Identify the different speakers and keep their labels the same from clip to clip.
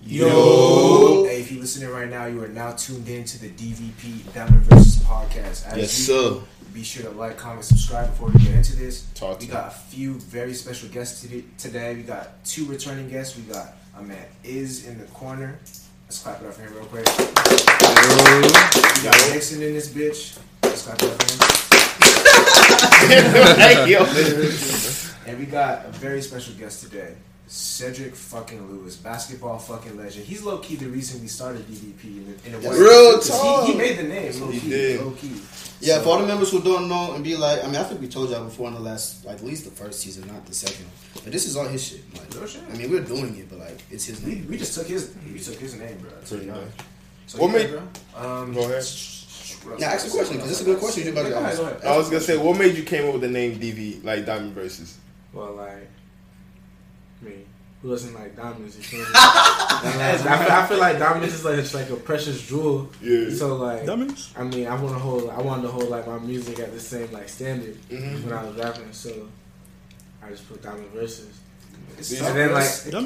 Speaker 1: Yo. Hey, if you're listening right now, you are now tuned in to the DVP Diamond Versus podcast. As
Speaker 2: Yes,
Speaker 1: usual,
Speaker 2: sir.
Speaker 1: Be sure to like, comment, subscribe before we get into this.
Speaker 2: Talk
Speaker 1: we
Speaker 2: to
Speaker 1: got a few very special guests today- today. We got two returning guests. We got a man is in the corner. Let's clap it up for him real quick. We got Nixon in this bitch. Let's clap it up for him.
Speaker 2: Hey, yo.
Speaker 1: And we got a very special guest today, Cedric fucking Lewis, basketball fucking legend. He's low key the reason we started DDP in, the, in a way.
Speaker 2: Real
Speaker 1: 'Cause
Speaker 2: talk.
Speaker 1: He, he made the name low
Speaker 2: He
Speaker 1: key.
Speaker 2: did.
Speaker 1: Low key.
Speaker 3: Yeah,
Speaker 1: So,
Speaker 3: for all the members who don't know and be like, I mean, I think we told y'all before in the last, like, at least the first season, not the second. But this is all his shit. Like,
Speaker 1: Real shit.
Speaker 3: I mean, we're doing it, but like, it's his
Speaker 1: we,
Speaker 3: name.
Speaker 1: we just took his we took his name, bro. to
Speaker 2: Pretty
Speaker 1: be honest. So
Speaker 2: What
Speaker 1: yeah,
Speaker 2: made-
Speaker 1: bro. Um,
Speaker 2: Go ahead.
Speaker 3: Now ask a question because it's a good question. You about to
Speaker 1: Go ahead,
Speaker 3: ask.
Speaker 1: go ahead.
Speaker 2: I was gonna say, what made you came up with the name DV like Diamond Versus?
Speaker 4: Well, like, I mean, who doesn't like diamonds? You feel me? I, feel, I feel like diamonds is like it's like a precious jewel.
Speaker 2: Yeah.
Speaker 4: So like, I mean, I want to hold, I wanted to hold like my music at the same like standard
Speaker 2: Mhm.
Speaker 4: when I was rapping. So I just put diamond verses,
Speaker 1: It's
Speaker 2: And
Speaker 1: tough,
Speaker 4: and then
Speaker 1: bro.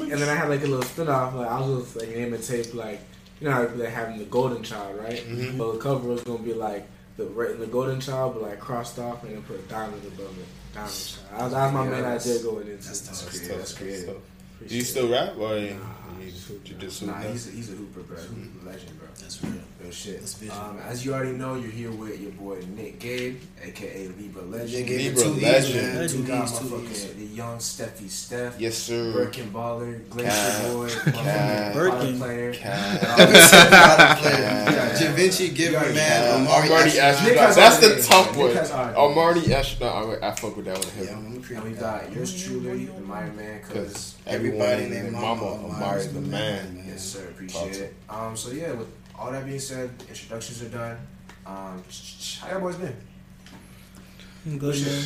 Speaker 4: like, and then I had like a little spin off. Like I was gonna like name and tape like, you know, how they having the golden child, right?
Speaker 3: Mm-hmm.
Speaker 2: Mhm.
Speaker 4: But the cover was gonna be like. The, re- the golden child, but like crossed off and then put diamonds above it. Diamond child. That was my
Speaker 1: Yeah,
Speaker 4: main
Speaker 1: that's-
Speaker 4: idea going into
Speaker 3: that's
Speaker 4: it.
Speaker 3: tough.
Speaker 2: That's
Speaker 1: Yeah,
Speaker 2: tough.
Speaker 1: that's creative.
Speaker 2: So, do
Speaker 4: Appreciate
Speaker 2: you
Speaker 4: it.
Speaker 2: still rap or you,
Speaker 4: Nah,
Speaker 2: you
Speaker 4: just-
Speaker 2: just
Speaker 1: nah, he's a, he's a hooper, bro. He's
Speaker 2: Mm-hmm.
Speaker 1: a legend, bro.
Speaker 3: That's real.
Speaker 1: Real shit.
Speaker 3: That's vision.
Speaker 1: Um, as you already know, you're here with your boy Nick Gabe, aka Libra
Speaker 3: They
Speaker 1: Legend.
Speaker 3: gave him
Speaker 2: Libra
Speaker 3: two E's,
Speaker 2: legend.
Speaker 3: man. Two
Speaker 1: Two guys,
Speaker 3: E's, two E's.
Speaker 1: motherfucking the young Steffi Steph,
Speaker 2: yes sir.
Speaker 1: Birkin Baller, Glacier
Speaker 2: Cat.
Speaker 1: Boy,
Speaker 2: Cat.
Speaker 1: motherfucking
Speaker 5: Birkin.
Speaker 1: Birkin player.
Speaker 2: Cat.
Speaker 1: Um,
Speaker 3: Yeah, Da Vinci, give
Speaker 1: Yeah,
Speaker 3: me
Speaker 1: yeah.
Speaker 3: man. Omari
Speaker 2: Almighty
Speaker 3: Ashton.
Speaker 1: Nick
Speaker 2: astronaut.
Speaker 1: has
Speaker 2: That's the
Speaker 1: already-
Speaker 2: tough
Speaker 1: Nick
Speaker 2: one.
Speaker 1: has already-
Speaker 2: Almighty astronaut. I, I fuck with that one.
Speaker 3: Yeah,
Speaker 2: heavy.
Speaker 3: I'm a creep.
Speaker 1: And we got yours truly, the my man, cause
Speaker 2: Cause
Speaker 3: Everybody
Speaker 2: everybody
Speaker 3: named
Speaker 2: named
Speaker 3: Mama
Speaker 2: Mama
Speaker 3: Omari's
Speaker 2: Omari's the
Speaker 3: the
Speaker 2: man.
Speaker 1: yes sir,
Speaker 2: Talk
Speaker 1: appreciate
Speaker 2: to
Speaker 1: it. Um, so yeah, with all that being said, introductions are done. Um, how y'all boys been?
Speaker 5: I'm good, man.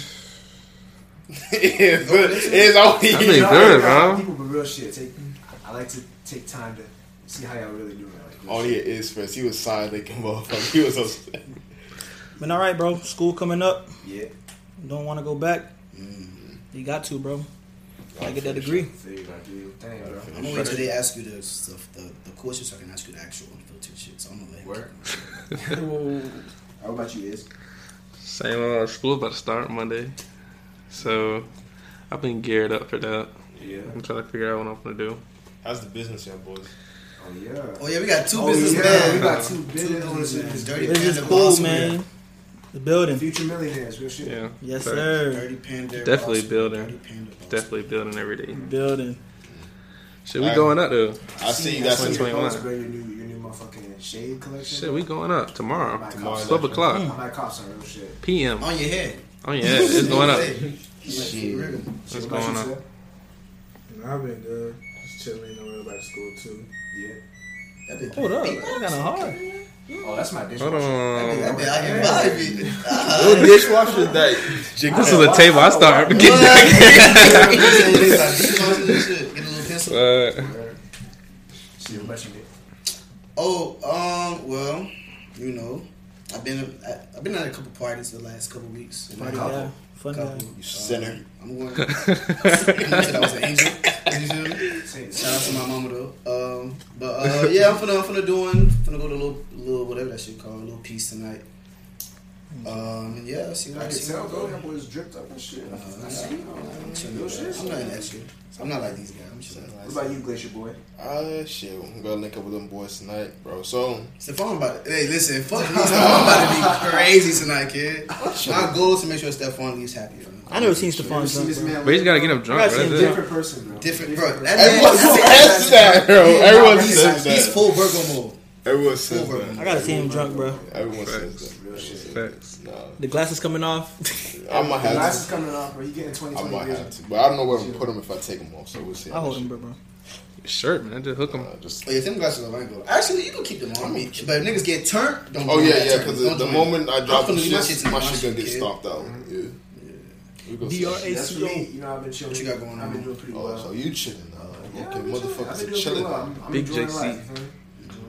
Speaker 2: It's good. It's only.
Speaker 6: I mean,
Speaker 1: Y'all-
Speaker 6: good,
Speaker 1: y'all
Speaker 6: bro.
Speaker 1: People, but real shit. Take, I like to take time to see how y'all really doing. Like, real
Speaker 2: Only
Speaker 1: shit.
Speaker 2: it is first. He was side licking motherfucker. He was upset.
Speaker 5: Been all right, bro. School coming up.
Speaker 1: yeah.
Speaker 5: Don't want to go back. You got to, bro. Gotta get that degree.
Speaker 1: There you go, dude. Dang, bro.
Speaker 3: I'm gonna wait till they ask you the the, the, the question so I can ask you the actual unfiltered shit. So I'm gonna let.
Speaker 1: Word.
Speaker 3: Him.
Speaker 1: How about you, Is?
Speaker 6: Same uh, school about to start Monday, so I've been geared up for that.
Speaker 1: Yeah.
Speaker 6: I'm trying to figure out what I'm gonna do.
Speaker 2: How's the business, young boys?
Speaker 1: Oh yeah.
Speaker 3: Oh yeah, we got two
Speaker 1: Oh,
Speaker 3: businessmen.
Speaker 1: yeah, we
Speaker 3: We got
Speaker 1: got two
Speaker 3: two businessmen.
Speaker 1: businessmen.
Speaker 3: Dirty
Speaker 5: This
Speaker 3: Panda
Speaker 5: is
Speaker 3: Law
Speaker 5: cool,
Speaker 3: School.
Speaker 5: man. The building.
Speaker 1: Future millionaires, real shit.
Speaker 6: Yeah.
Speaker 5: Yes,
Speaker 6: But
Speaker 5: sir.
Speaker 3: Dirty Panda. Law
Speaker 6: Definitely
Speaker 3: School.
Speaker 6: building.
Speaker 3: Dirty Panda Law School.
Speaker 6: Definitely building every day.
Speaker 5: Building.
Speaker 6: Shit, we going up though.
Speaker 2: I see you got
Speaker 1: I
Speaker 2: some.
Speaker 1: see your
Speaker 6: 2021.
Speaker 1: post, bro, Your new, your new motherfucking shade collection.
Speaker 6: Shit, we going up tomorrow,
Speaker 2: Tomorrow.
Speaker 6: twelve
Speaker 1: I
Speaker 6: o'clock
Speaker 1: might cop some real shit.
Speaker 6: p.m.
Speaker 3: On your head.
Speaker 6: Oh yeah, it's going up.
Speaker 3: Shit.
Speaker 1: Shit,
Speaker 6: It's
Speaker 1: what about
Speaker 6: going
Speaker 1: you,
Speaker 6: up.
Speaker 1: Seth?
Speaker 4: I've been good. Just chilling, don't worry about school too.
Speaker 1: Yeah.
Speaker 5: Hold up. That's kind of hard.
Speaker 1: Oh, that's my dish.
Speaker 6: Hold
Speaker 3: That
Speaker 6: on.
Speaker 3: be out here vibing.
Speaker 2: Your dishwasher that jiggle.
Speaker 6: This is a table I started.
Speaker 3: What? Get a little pencil.
Speaker 6: Uh,
Speaker 1: See what about you, Nick?
Speaker 3: Oh, um, well, you know, I've been I, I've been at a couple parties the last couple weeks.
Speaker 1: Party
Speaker 3: Couple-
Speaker 5: Yeah. Fun
Speaker 3: couple,
Speaker 5: guy.
Speaker 3: um,
Speaker 2: Sinner.
Speaker 3: I'm going. I said I was an angel. angel.
Speaker 1: Say it.
Speaker 3: Shout out to my mama though. Um, but uh, yeah, I'm finna I'm finna doing finna go to a little little whatever that shit called a little piece tonight. Um, yeah, see
Speaker 1: I
Speaker 3: what I
Speaker 1: can
Speaker 3: see.
Speaker 1: tell,
Speaker 3: what-
Speaker 1: bro. That boy's dripped up and shit.
Speaker 3: Uh,
Speaker 1: I
Speaker 3: I'm
Speaker 1: see. Real shit.
Speaker 3: not an extra. I'm not like these guys. I'm just like.
Speaker 1: What about you, Glacier Boy?
Speaker 2: Ah, shit. I'm gonna link up with them boys tonight, bro. So,
Speaker 3: Stephon about to, hey, listen, fuck me. Stephon about to be crazy tonight, kid. My goal is to make sure Stephon leaves happy. Bro.
Speaker 5: I never seen Stephon
Speaker 1: See
Speaker 5: drunk,
Speaker 1: this
Speaker 5: bro.
Speaker 1: man
Speaker 6: but he's gotta get him drunk.
Speaker 5: That's
Speaker 6: Bro.
Speaker 1: a
Speaker 6: That's it.
Speaker 1: different person, bro.
Speaker 3: Different, bro. That
Speaker 2: everyone
Speaker 3: man,
Speaker 2: says that, bro. Everyone says
Speaker 3: he's
Speaker 2: that.
Speaker 3: full Virgo mode.
Speaker 2: Everyone
Speaker 3: Full
Speaker 2: says
Speaker 3: Virgo
Speaker 2: that.
Speaker 5: I
Speaker 3: mode.
Speaker 5: gotta see him drunk, bro.
Speaker 2: Everyone says
Speaker 1: Real shit.
Speaker 2: that.
Speaker 6: Facts.
Speaker 2: Nah,
Speaker 5: The glasses coming off.
Speaker 2: I might
Speaker 1: The
Speaker 2: have
Speaker 1: glasses
Speaker 2: to.
Speaker 1: coming off, bro. You getting 20
Speaker 2: I
Speaker 1: 20
Speaker 2: might
Speaker 1: vision.
Speaker 2: have to, but I don't know where to put them if I take them off. So we'll see.
Speaker 5: I hold him, bro, bro.
Speaker 6: Shirt, man. Just hook him.
Speaker 2: Uh, just.
Speaker 3: Oh, yeah, them glasses are Virgo. Actually, you can keep them on me. But if niggas get turned, don't
Speaker 2: Oh
Speaker 3: join
Speaker 2: yeah,
Speaker 3: that
Speaker 2: yeah.
Speaker 3: turn.
Speaker 2: Because
Speaker 3: Don't
Speaker 2: the
Speaker 3: join
Speaker 2: moment I drop
Speaker 3: I'm
Speaker 2: the
Speaker 3: finna leave my
Speaker 2: shit,
Speaker 3: shit to
Speaker 2: my
Speaker 3: my
Speaker 2: shit gonna get
Speaker 3: shit,
Speaker 2: stomped out. Yeah. We gonna see.
Speaker 5: DRA.
Speaker 1: That's for me. You know, I've been chilling.
Speaker 3: What you got going
Speaker 1: I've been
Speaker 3: on?
Speaker 1: doing pretty
Speaker 2: Oh,
Speaker 1: well.
Speaker 2: so you chilling now?
Speaker 1: Yeah,
Speaker 2: Okay,
Speaker 1: I've been chilling. I've
Speaker 2: motherfuckers
Speaker 1: been
Speaker 2: are
Speaker 1: doing pretty
Speaker 2: chilling.
Speaker 1: well. I'm, I'm
Speaker 6: Big
Speaker 1: enjoying
Speaker 6: JC.
Speaker 1: life, you feel me?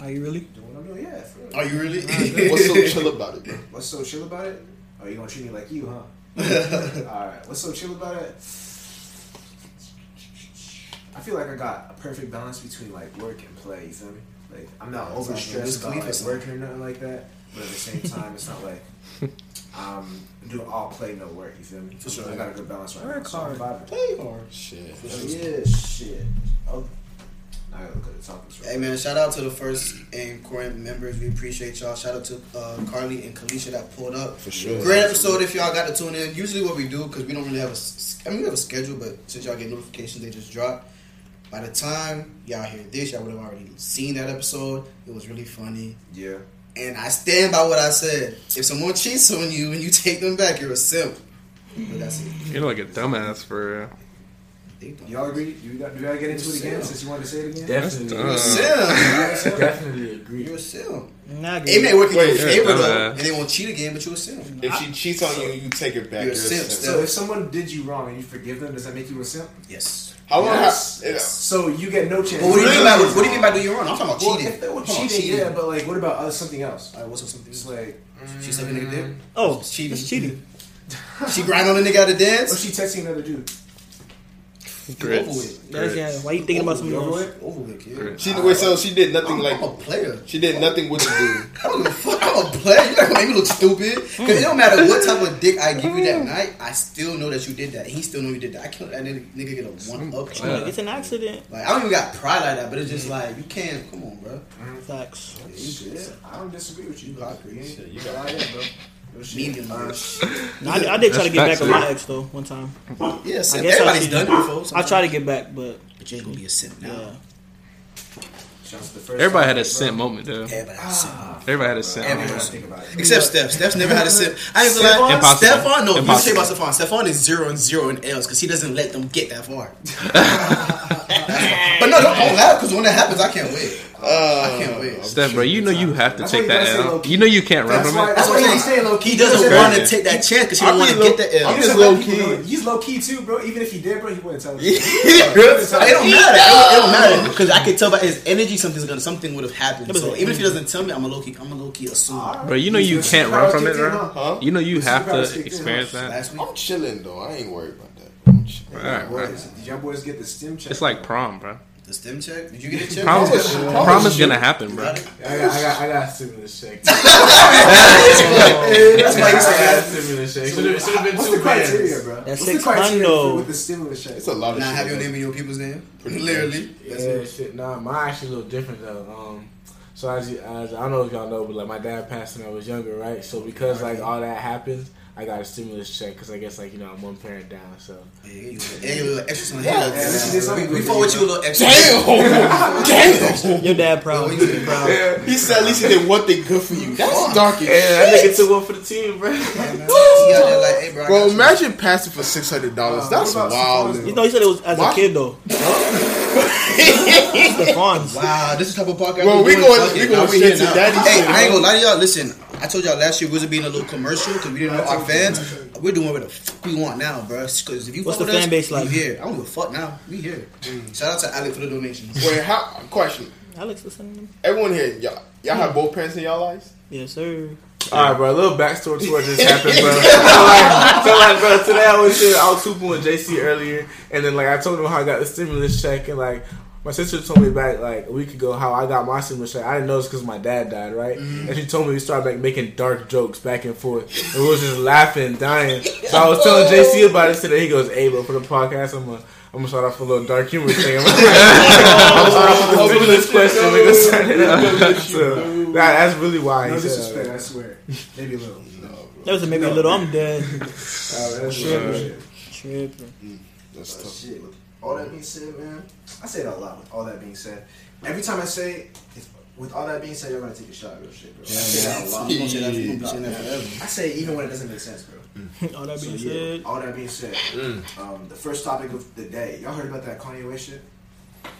Speaker 5: Are you really?
Speaker 1: Doing what I'm doing, yeah. For real.
Speaker 3: Are you really?
Speaker 2: What's so chill about it, bro?
Speaker 1: What's so chill about it? Oh, you gonna treat me like you, huh? All right. What's so chill about it? I feel like I got a perfect balance between like work and play. You feel me? Like I'm not
Speaker 3: Sounds like Wiz
Speaker 1: overstressed about
Speaker 3: Khalifa
Speaker 1: like,
Speaker 3: song.
Speaker 1: working or nothing like that. But at the same time, it's not like I'm doing all play no work. You feel me?
Speaker 3: For sure.
Speaker 1: I got a good balance right
Speaker 5: Work
Speaker 1: now. so I'm
Speaker 5: hard.
Speaker 1: vibing.
Speaker 3: Play hard.
Speaker 2: Shit.
Speaker 1: Yeah, shit. Oh, now I gotta look at the topics.
Speaker 3: Hey man, shout out to the first and current members. We appreciate y'all. Shout out to uh, Carly and Kalisha that pulled up.
Speaker 2: For sure.
Speaker 3: Great episode if y'all got to tune in. Usually what we do because we don't really have a, s- I mean we have a schedule, but since y'all get notifications, they just drop. By the time y'all hear this, y'all would have already seen that episode. It was really funny,
Speaker 1: Yeah.
Speaker 3: and I stand by what I said. If someone cheats on you and you take them back, you're a simp. But that's it.
Speaker 6: You're like a dumbass for real.
Speaker 3: They don't-
Speaker 1: Y'all agree? You got, do y'all get into it again
Speaker 3: Yeah.
Speaker 1: since you wanted to say it again?
Speaker 4: Definitely,
Speaker 3: You're a
Speaker 6: Uh.
Speaker 3: simp.
Speaker 4: definitely agree.
Speaker 3: You're a simp.
Speaker 5: Nah, I
Speaker 1: Uh,
Speaker 5: agree.
Speaker 3: It may work in
Speaker 2: Wait,
Speaker 3: your
Speaker 2: you're
Speaker 6: a
Speaker 3: favor though,
Speaker 6: dumbass.
Speaker 3: and they won't cheat again, but you're a simp.
Speaker 2: If she cheats on you, you take it back.
Speaker 3: You're a
Speaker 2: You're a
Speaker 3: simp
Speaker 2: simp.
Speaker 3: still.
Speaker 1: So if someone did you wrong and you forgive them, does that make you a simp?
Speaker 3: Yes.
Speaker 2: How long?
Speaker 1: Yes.
Speaker 2: Have, it-
Speaker 1: So you get no chance.
Speaker 3: But what do you mean by
Speaker 1: Really?
Speaker 3: what do you mean by do your own? I'm talking about
Speaker 1: Well,
Speaker 3: cheating.
Speaker 1: if they were
Speaker 3: I'm talking about
Speaker 1: cheating, yeah, but like, what about other something else?
Speaker 3: Alright, what's up? Something
Speaker 1: It's like,
Speaker 3: She sucking nigga dick.
Speaker 5: Oh,
Speaker 3: It's cheating.
Speaker 5: It's cheating.
Speaker 3: She grind on the nigga at the
Speaker 1: what's
Speaker 3: dance.
Speaker 1: she texting another dude?
Speaker 3: Over
Speaker 6: Grits.
Speaker 3: with.
Speaker 5: That's, yeah.
Speaker 6: Grits.
Speaker 5: Why you thinking about something
Speaker 3: over
Speaker 5: else?
Speaker 3: with. Over with, kid.
Speaker 6: Grits.
Speaker 2: she wait. So she did nothing
Speaker 3: I'm,
Speaker 2: like
Speaker 3: I'm a player.
Speaker 2: she did nothing with the dude.
Speaker 3: I don't give a fuck. I'm a player. You're not gonna make me look stupid. Cause it don't matter what type of dick I give you that night. I still know that you did that. He still know you did that. I can't let that nigga, nigga get a one up.
Speaker 6: player.
Speaker 5: Like, it's an accident.
Speaker 3: Like I don't even got pride like that, but it's just like you can't. Come on, bro.
Speaker 5: Facts.
Speaker 3: Yeah, you good.
Speaker 1: I don't disagree with you.
Speaker 3: You got grits.
Speaker 1: You ain't-
Speaker 2: You
Speaker 1: I
Speaker 2: got-
Speaker 1: am, bro. No shit.
Speaker 3: Medium.
Speaker 1: Uh,
Speaker 3: bro.
Speaker 5: No, I, I did try
Speaker 6: That's
Speaker 5: to get
Speaker 6: facts,
Speaker 5: back with my
Speaker 6: dude.
Speaker 5: ex though one time.
Speaker 3: Yeah, simp.
Speaker 5: guess I
Speaker 3: Everybody's
Speaker 5: should-
Speaker 3: done it before.
Speaker 5: I
Speaker 3: sometimes.
Speaker 5: tried to get back, but
Speaker 3: But you ain't gonna be a simp now.
Speaker 5: yeah.
Speaker 1: shouts to the first
Speaker 6: Everybody
Speaker 1: topic,
Speaker 6: had a
Speaker 1: bro.
Speaker 6: simp moment though.
Speaker 3: Everybody's a simp.
Speaker 1: Ah,
Speaker 6: Everybody had a
Speaker 1: bro,
Speaker 6: simp.
Speaker 1: I don't
Speaker 6: moment.
Speaker 1: wanna think about it.
Speaker 3: Except Steph. Steph never had a sip. I ain't gonna
Speaker 6: Stephon?
Speaker 3: lie.
Speaker 6: Impossible.
Speaker 3: Stefan, no, you say
Speaker 6: Impossible.
Speaker 3: about Stefan. Stefan is zero and zero in L's because he doesn't let them get that far. but no, don't, don't laugh because when that happens, I can't wait. I can't wait.
Speaker 6: Steph, bro, you know you have to
Speaker 1: That's
Speaker 6: take
Speaker 1: why you
Speaker 6: that
Speaker 1: gotta stay
Speaker 6: L.
Speaker 1: low-key.
Speaker 6: You know you can't run
Speaker 1: That's
Speaker 6: from
Speaker 1: why,
Speaker 6: it.
Speaker 1: that's why
Speaker 3: That's
Speaker 1: he stay low key.
Speaker 3: He doesn't
Speaker 1: Because
Speaker 3: want to
Speaker 6: crazy.
Speaker 3: take that chance because he don't want to
Speaker 2: be low-
Speaker 3: get the L.
Speaker 2: I'm
Speaker 1: he
Speaker 2: just
Speaker 1: doesn't
Speaker 2: low
Speaker 1: let people
Speaker 2: key.
Speaker 1: know it. He's low key too, bro. Even if he did, bro, he wouldn't tell us.
Speaker 3: It don't matter. It, it don't matter because I could tell by his energy something's gonna something would have happened. So even if he doesn't tell me, I'm a low key. I'm a low key assume.
Speaker 1: Alright.
Speaker 6: Bro, you know you
Speaker 1: Superpowers
Speaker 6: can't run from it,
Speaker 1: kicked in,
Speaker 6: bro.
Speaker 1: huh?
Speaker 2: Huh?
Speaker 6: You know you
Speaker 1: This
Speaker 6: have
Speaker 1: is about to
Speaker 6: to
Speaker 1: stick to
Speaker 6: experience
Speaker 1: your
Speaker 6: that.
Speaker 3: Last week,
Speaker 2: I'm chilling though. I ain't worried about that. I'm chilling.
Speaker 6: Alright, bro.
Speaker 1: Boys, did y'all boys get the stem check?
Speaker 6: It's like prom, bro.
Speaker 3: the stem check. Did you get a check?
Speaker 6: Prom,
Speaker 3: You got
Speaker 2: Prom
Speaker 6: prom
Speaker 2: is
Speaker 6: is gonna
Speaker 2: shit.
Speaker 6: happen, bro.
Speaker 3: it?
Speaker 4: I got, I got, I got a stimulus check.
Speaker 3: That's why you
Speaker 4: I
Speaker 3: said.
Speaker 4: got a stimulus check. Should have been
Speaker 1: What's
Speaker 4: two
Speaker 1: the criteria,
Speaker 4: bands.
Speaker 1: bro?
Speaker 5: That's
Speaker 1: What's the
Speaker 5: six
Speaker 1: criteria
Speaker 5: hundo.
Speaker 1: for- with the stimulus check?
Speaker 2: It's a lot of
Speaker 3: Not
Speaker 2: shit.
Speaker 3: have your name in your people's name.
Speaker 2: Pretty much.
Speaker 3: Literally. That's
Speaker 4: Yeah, shit. Nah, mine actually a little different though. Um, so as, you- as I don't know if y'all know, but like my dad passed when I was younger, right? So because like all that happened, I got a stimulus check because I guess like you know I'm one parent down. So
Speaker 3: Yeah, you a little extra on
Speaker 1: Yeah, this is- this is
Speaker 3: hand.
Speaker 1: something
Speaker 3: We
Speaker 1: we
Speaker 3: fought with you a little extra.
Speaker 2: Damn. Damn.
Speaker 5: Your dad
Speaker 3: Bro,
Speaker 5: proud.
Speaker 3: we was proud.
Speaker 2: He said at least he did one thing good for you. That's dark as
Speaker 4: yeah, that nigga
Speaker 2: shit.
Speaker 4: took one for the team, bro.
Speaker 3: He out there like, hey, bro. I
Speaker 2: Bro,
Speaker 3: got you.
Speaker 2: imagine passing for six hundred dollars.
Speaker 1: Uh,
Speaker 2: That's
Speaker 1: what about
Speaker 2: wild.
Speaker 1: Stephon's
Speaker 5: You know, he said it was as
Speaker 2: Why?
Speaker 5: a kid though. Stephon's.
Speaker 3: Wow, this is the type of podcast.
Speaker 2: Bro, we
Speaker 3: doing.
Speaker 2: going-
Speaker 3: Fuck
Speaker 2: we
Speaker 3: it,
Speaker 2: going
Speaker 3: now
Speaker 2: straight
Speaker 3: here
Speaker 2: to
Speaker 3: now.
Speaker 2: daddy
Speaker 3: Hey,
Speaker 2: shit,
Speaker 3: I ain't
Speaker 2: bro.
Speaker 3: gonna lie to y'all. Listen, I told y'all last year we was being a little commercial because we didn't know our fans. We're doing what the fuck we want now, bro. Because if you
Speaker 5: What's
Speaker 3: fuck
Speaker 5: the
Speaker 3: with
Speaker 5: fan
Speaker 3: us,
Speaker 5: base
Speaker 3: you
Speaker 5: like?
Speaker 3: here. I don't give a fuck now. We here.
Speaker 2: Mm.
Speaker 3: Shout out to Alec for the donations.
Speaker 2: Wait, how? Question.
Speaker 5: Alex was sending them.
Speaker 2: Everyone here, y'all, y'all have both parents in y'all lives.
Speaker 5: Yes, sir.
Speaker 4: All right, bro. A little backstory to what just happened, bro. so, like, so like, bro, today I was here. I was hooping with JC earlier, and then like I told him how I got the stimulus check, and like my sister told me back like a week ago how I got my stimulus check. I didn't know it's because my dad died, right? And she told me we started like making dark jokes back and forth, and we was just laughing, dying. So I was telling JC about it today. He goes, "Hey, bro, for the podcast, I'm gonna I'm gonna start off with a little dark humor thing. I'm gonna start off with a stimulus question. We're gonna start it up. So, that, that's really why.
Speaker 1: No
Speaker 4: he said
Speaker 1: disrespect,
Speaker 4: that.
Speaker 1: I swear. Maybe a little.
Speaker 5: That was maybe a little. I'm dead.
Speaker 1: Oh, that's
Speaker 6: Sure.
Speaker 1: shit.
Speaker 5: Tripping.
Speaker 2: That's
Speaker 1: Oh, shit. With All that being said, man, I say it out loud. With all that being said, every time I say, it, if, with all that being said, y'all gotta take a shot, real shit, bro. I say it out loud.
Speaker 3: I'm gonna say that- I'm gonna say that forever.
Speaker 1: I say it even when it doesn't make sense, bro.
Speaker 5: All that
Speaker 1: So,
Speaker 5: being
Speaker 1: yeah,
Speaker 5: said,
Speaker 1: all that being said, um, the first topic of the day, y'all heard about that Kanye West shit?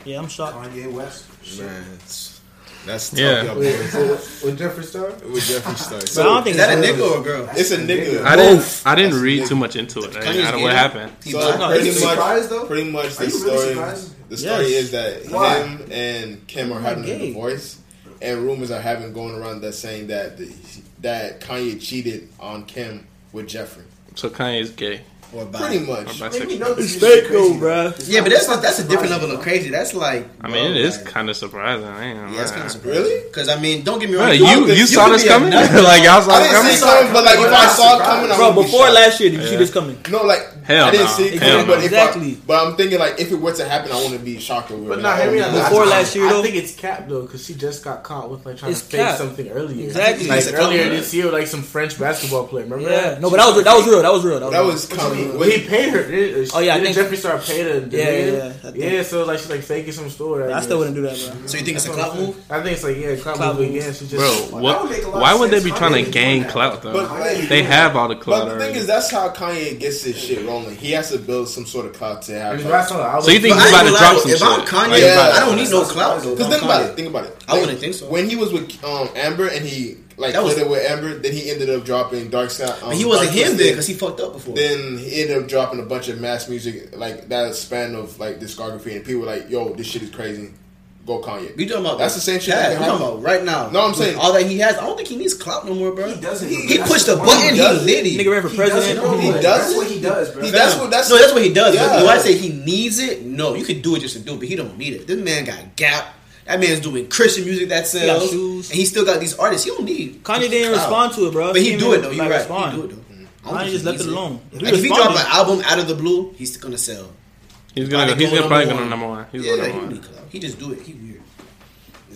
Speaker 5: yeah, I'm shocked.
Speaker 1: Kanye West shit.
Speaker 2: Man, it's- that's tough,
Speaker 6: Yeah.
Speaker 2: y'all
Speaker 4: Wait,
Speaker 2: boys.
Speaker 4: with, with Jeffree Star?
Speaker 2: With Jeffree Star.
Speaker 5: But I don't
Speaker 3: Is
Speaker 5: think
Speaker 3: that a
Speaker 5: it's
Speaker 3: nigga or a girl?
Speaker 2: it's a nigga.
Speaker 6: I didn't. I didn't
Speaker 2: That's
Speaker 6: read
Speaker 2: big.
Speaker 6: too much into it. I
Speaker 3: Kanye's
Speaker 6: didn't know what
Speaker 3: gay.
Speaker 6: happened.
Speaker 3: He
Speaker 2: So
Speaker 3: black.
Speaker 2: pretty
Speaker 1: you
Speaker 2: much,
Speaker 1: surprised, though?
Speaker 2: pretty much the
Speaker 1: Are you really
Speaker 2: story.
Speaker 1: surprised?
Speaker 2: the story
Speaker 5: Yes.
Speaker 2: is that
Speaker 1: Why?
Speaker 2: him and Kim are having a
Speaker 5: gay.
Speaker 2: divorce, and rumors are having going around that saying that the, that Kanye cheated on Kim with Jeffrey.
Speaker 6: So Kanye's gay.
Speaker 3: or bi.
Speaker 2: Pretty much.
Speaker 6: I'm
Speaker 1: Make me
Speaker 6: bisexual.
Speaker 1: know this is
Speaker 4: Stay
Speaker 1: crazy,
Speaker 4: cool,
Speaker 1: though.
Speaker 4: bro.
Speaker 1: It's
Speaker 3: Yeah,
Speaker 1: not-
Speaker 3: but that's
Speaker 1: it's
Speaker 3: not that's a different
Speaker 1: surprising,
Speaker 3: level of
Speaker 1: though.
Speaker 3: crazy. That's like
Speaker 6: I
Speaker 3: bro,
Speaker 6: mean, it is
Speaker 3: like-
Speaker 6: kind of surprising. I ain't gonna
Speaker 3: Yeah, that's
Speaker 6: lie.
Speaker 3: kind of
Speaker 2: Really?
Speaker 3: Because I mean, don't get me wrong.
Speaker 6: Bro, you you,
Speaker 2: you
Speaker 6: saw
Speaker 3: could
Speaker 6: this
Speaker 3: be
Speaker 6: coming?
Speaker 3: another-
Speaker 6: like y'all
Speaker 2: I
Speaker 6: saw this
Speaker 2: didn't
Speaker 6: coming?
Speaker 2: see it coming, but like if I saw it coming, I
Speaker 1: Bro,
Speaker 2: would
Speaker 5: Bro,
Speaker 2: be
Speaker 5: before
Speaker 2: shocked.
Speaker 5: last year, did you see
Speaker 6: Yeah.
Speaker 5: this coming?
Speaker 2: No, like
Speaker 6: Hell
Speaker 2: I didn't
Speaker 6: nah.
Speaker 2: see it
Speaker 6: Hell
Speaker 2: coming, but
Speaker 6: nah.
Speaker 2: if
Speaker 5: Exactly.
Speaker 2: I, but I'm thinking like if it were to happen, I wouldn't be shocked or
Speaker 4: But
Speaker 2: weird.
Speaker 4: not hear me out.
Speaker 5: Before
Speaker 4: I-
Speaker 5: last year,
Speaker 4: I,
Speaker 5: though?
Speaker 4: think it's cap though, because she just got caught with like trying
Speaker 5: It's
Speaker 4: to fake
Speaker 5: cap.
Speaker 4: something earlier.
Speaker 5: Exactly.
Speaker 4: Like
Speaker 3: It's a
Speaker 4: earlier
Speaker 3: compliment.
Speaker 4: this year, like some French basketball player. Remember
Speaker 5: Yeah.
Speaker 4: that?
Speaker 5: No, but that was that was real. That was real. That was.
Speaker 2: That
Speaker 5: real.
Speaker 2: was coming.
Speaker 4: Well, he paid her. Did,
Speaker 5: Oh, yeah, I
Speaker 4: did
Speaker 5: think-
Speaker 4: Jeffree Star paid her.
Speaker 5: Yeah,
Speaker 4: didn't
Speaker 5: yeah, I
Speaker 4: he?
Speaker 5: think.
Speaker 4: yeah. So like she's like faking some story.
Speaker 5: I still wouldn't do that, bro.
Speaker 3: So you think it's a clout move?
Speaker 4: I think it's like yeah, clout
Speaker 5: Clout
Speaker 4: move
Speaker 5: moves.
Speaker 4: again. She just
Speaker 6: Bro,
Speaker 1: would make a
Speaker 6: what?
Speaker 1: lot
Speaker 6: Why
Speaker 1: of
Speaker 6: would they
Speaker 1: sense.
Speaker 6: be
Speaker 1: How
Speaker 6: trying
Speaker 1: they
Speaker 6: to
Speaker 1: doing
Speaker 6: gain
Speaker 1: that?
Speaker 6: clout though?
Speaker 2: But like,
Speaker 6: They have all the clout
Speaker 2: But the thing
Speaker 6: already.
Speaker 2: is, that's how Kanye gets his shit rolling. He has to build some sort of clout to have.
Speaker 4: I mean, that's
Speaker 2: Because
Speaker 4: all I
Speaker 6: So you
Speaker 4: would-
Speaker 6: think
Speaker 3: But
Speaker 6: he's
Speaker 3: I
Speaker 6: about to
Speaker 3: ain't
Speaker 6: drop
Speaker 3: gonna
Speaker 6: some
Speaker 3: lie,
Speaker 6: shit?
Speaker 3: if I'm Kanye,
Speaker 6: Like, he's about
Speaker 2: Yeah.
Speaker 3: I
Speaker 6: to-
Speaker 3: don't need no clout. Though, if
Speaker 2: think
Speaker 3: I'm
Speaker 2: about
Speaker 3: Kanye.
Speaker 2: it, think about it.
Speaker 3: I wouldn't think so.
Speaker 2: When he was with um, Amber and he like
Speaker 3: That was-
Speaker 2: flirted with Amber, then he ended up dropping Dark Sky. Um,
Speaker 3: But he wasn't
Speaker 2: Dark
Speaker 3: him then
Speaker 2: Twisted.
Speaker 3: because he fucked up before.
Speaker 2: Then he ended up dropping a bunch of mass music like that span of like discography, and people were like, "Yo, this shit is crazy." Go Kanye.
Speaker 3: We talking about
Speaker 2: That's the same shit
Speaker 3: Cash,
Speaker 2: that
Speaker 3: we
Speaker 2: happened.
Speaker 3: talking about right now.
Speaker 2: No, I'm
Speaker 3: With
Speaker 2: saying-
Speaker 3: all that he has. I don't think he needs clout no more, bro.
Speaker 1: He doesn't.
Speaker 3: He,
Speaker 1: That's
Speaker 3: pushed
Speaker 1: the
Speaker 3: a
Speaker 1: point.
Speaker 3: button.
Speaker 2: He
Speaker 3: He,
Speaker 2: doesn't.
Speaker 3: litty.
Speaker 5: Nigga ran for president.
Speaker 3: doesn't. He
Speaker 1: Like,
Speaker 2: does
Speaker 1: That's
Speaker 2: it.
Speaker 1: what he does, bro.
Speaker 2: He- that's what that's
Speaker 3: no, that's what he does.
Speaker 2: Yeah.
Speaker 3: But do I say he needs it? No, you could do it just to do it, but he don't need it. This man got Gap. That man's doing Christian music that
Speaker 5: He got
Speaker 3: sells,
Speaker 5: shoes.
Speaker 3: and he still got these artists. He don't need.
Speaker 5: Kanye didn't
Speaker 3: clout.
Speaker 5: respond to it, bro.
Speaker 3: but he, do it though.
Speaker 5: He
Speaker 3: You're
Speaker 5: didn't
Speaker 3: right.
Speaker 5: respond.
Speaker 3: He do it though. I don't
Speaker 5: Kanye
Speaker 3: think
Speaker 5: just
Speaker 3: he
Speaker 5: left it
Speaker 3: needs
Speaker 5: alone. He
Speaker 3: Like, if he drop
Speaker 5: responded.
Speaker 3: an album out of the blue, he's gonna sell.
Speaker 6: He's gonna.
Speaker 3: Probably
Speaker 6: go- He's
Speaker 3: going
Speaker 6: gonna probably go
Speaker 3: number
Speaker 6: to
Speaker 3: one.
Speaker 6: number one. He's
Speaker 3: yeah,
Speaker 6: going
Speaker 3: like,
Speaker 6: number
Speaker 3: he don't need
Speaker 6: one.
Speaker 3: clout. He just do it. He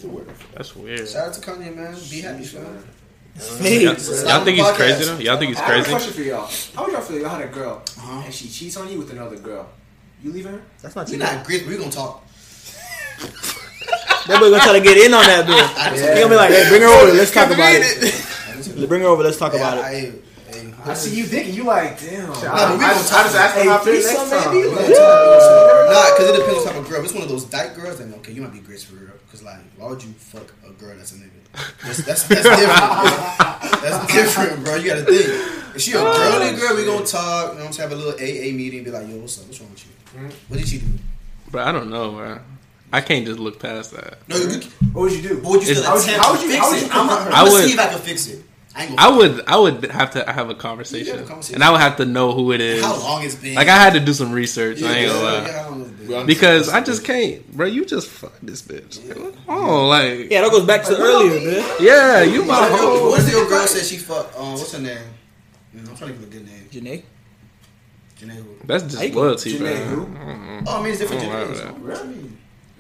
Speaker 3: weird.
Speaker 6: That's weird.
Speaker 3: Shout out to Kanye, man. Be happy, man.
Speaker 5: Hey,
Speaker 6: Y'all
Speaker 1: Stop
Speaker 6: y'all think
Speaker 1: the
Speaker 6: he's
Speaker 1: podcast.
Speaker 6: crazy though? Y'all think he's
Speaker 1: I have a
Speaker 6: crazy?
Speaker 1: question for y'all. How would y'all feel? if Y'all had a girl and she cheats on you with another girl. You leaving her?
Speaker 5: That's not
Speaker 3: We're
Speaker 5: you.
Speaker 3: not
Speaker 5: That
Speaker 3: great. We're gonna talk.
Speaker 5: boy gonna try to get in on that bitch.
Speaker 3: I
Speaker 5: He gonna be like, hey, bring her over. Let's talk about
Speaker 3: Read
Speaker 5: it. Bring her over. Let's talk about
Speaker 3: I,
Speaker 5: it.
Speaker 1: I see you thinking. You like damn.
Speaker 4: I, I,
Speaker 3: we
Speaker 4: I
Speaker 3: gonna
Speaker 4: just, I just asked him
Speaker 1: Hey,
Speaker 4: how to
Speaker 1: threesome,
Speaker 4: next time.
Speaker 1: maybe?
Speaker 4: Yeah.
Speaker 3: Nah, because it depends what type of girl. If it's one of those dyke girls, then okay, you might be grace for real. Because, like, why would you fuck a girl that's a nigga? That's, that's, that's different. bro. That's different, bro. You gotta think. If she a girl and girl, we gonna talk. You know what I'm saying? Have a little AA meeting be like, yo, what's up? What's wrong with
Speaker 6: Hmm?
Speaker 3: you? What did you do?
Speaker 6: But I don't know, bro. I can't just look past that.
Speaker 3: No, you,
Speaker 1: What would you do?
Speaker 3: but would you still
Speaker 6: How
Speaker 1: would you-
Speaker 3: attempt
Speaker 1: how would
Speaker 3: to
Speaker 1: you-
Speaker 3: fix
Speaker 1: how would you
Speaker 3: it? I'm,
Speaker 1: confront
Speaker 3: I'm
Speaker 1: her?
Speaker 6: I
Speaker 3: gonna
Speaker 6: would-
Speaker 3: see if I can fix it. I ain't gonna
Speaker 6: I would. I would have to have a conversation,
Speaker 3: conversation.
Speaker 6: and I would have to know who it is.
Speaker 3: How long it's been.
Speaker 6: Like I had to do some research. I ain't gonna lie.
Speaker 3: Yeah, how long it's been.
Speaker 2: Well, I'm-
Speaker 6: Because I just can't, bro. You just fuck this bitch. Oh, like
Speaker 5: Yeah, that goes back to earlier, man.
Speaker 6: yeah, you my
Speaker 3: Yo,
Speaker 6: whole.
Speaker 3: What's the your girl said she fuck? Um, what's her name? Mm, I'm trying to give a good name.
Speaker 5: Janae.
Speaker 3: Janae. who?
Speaker 6: That's
Speaker 5: Hey,
Speaker 6: just loyalty, bro.
Speaker 1: Janae who?
Speaker 6: Mm-mm.
Speaker 3: Oh, I mean, it's different.
Speaker 6: I don't
Speaker 3: Janae.
Speaker 6: like
Speaker 3: so-
Speaker 6: that.
Speaker 1: Really?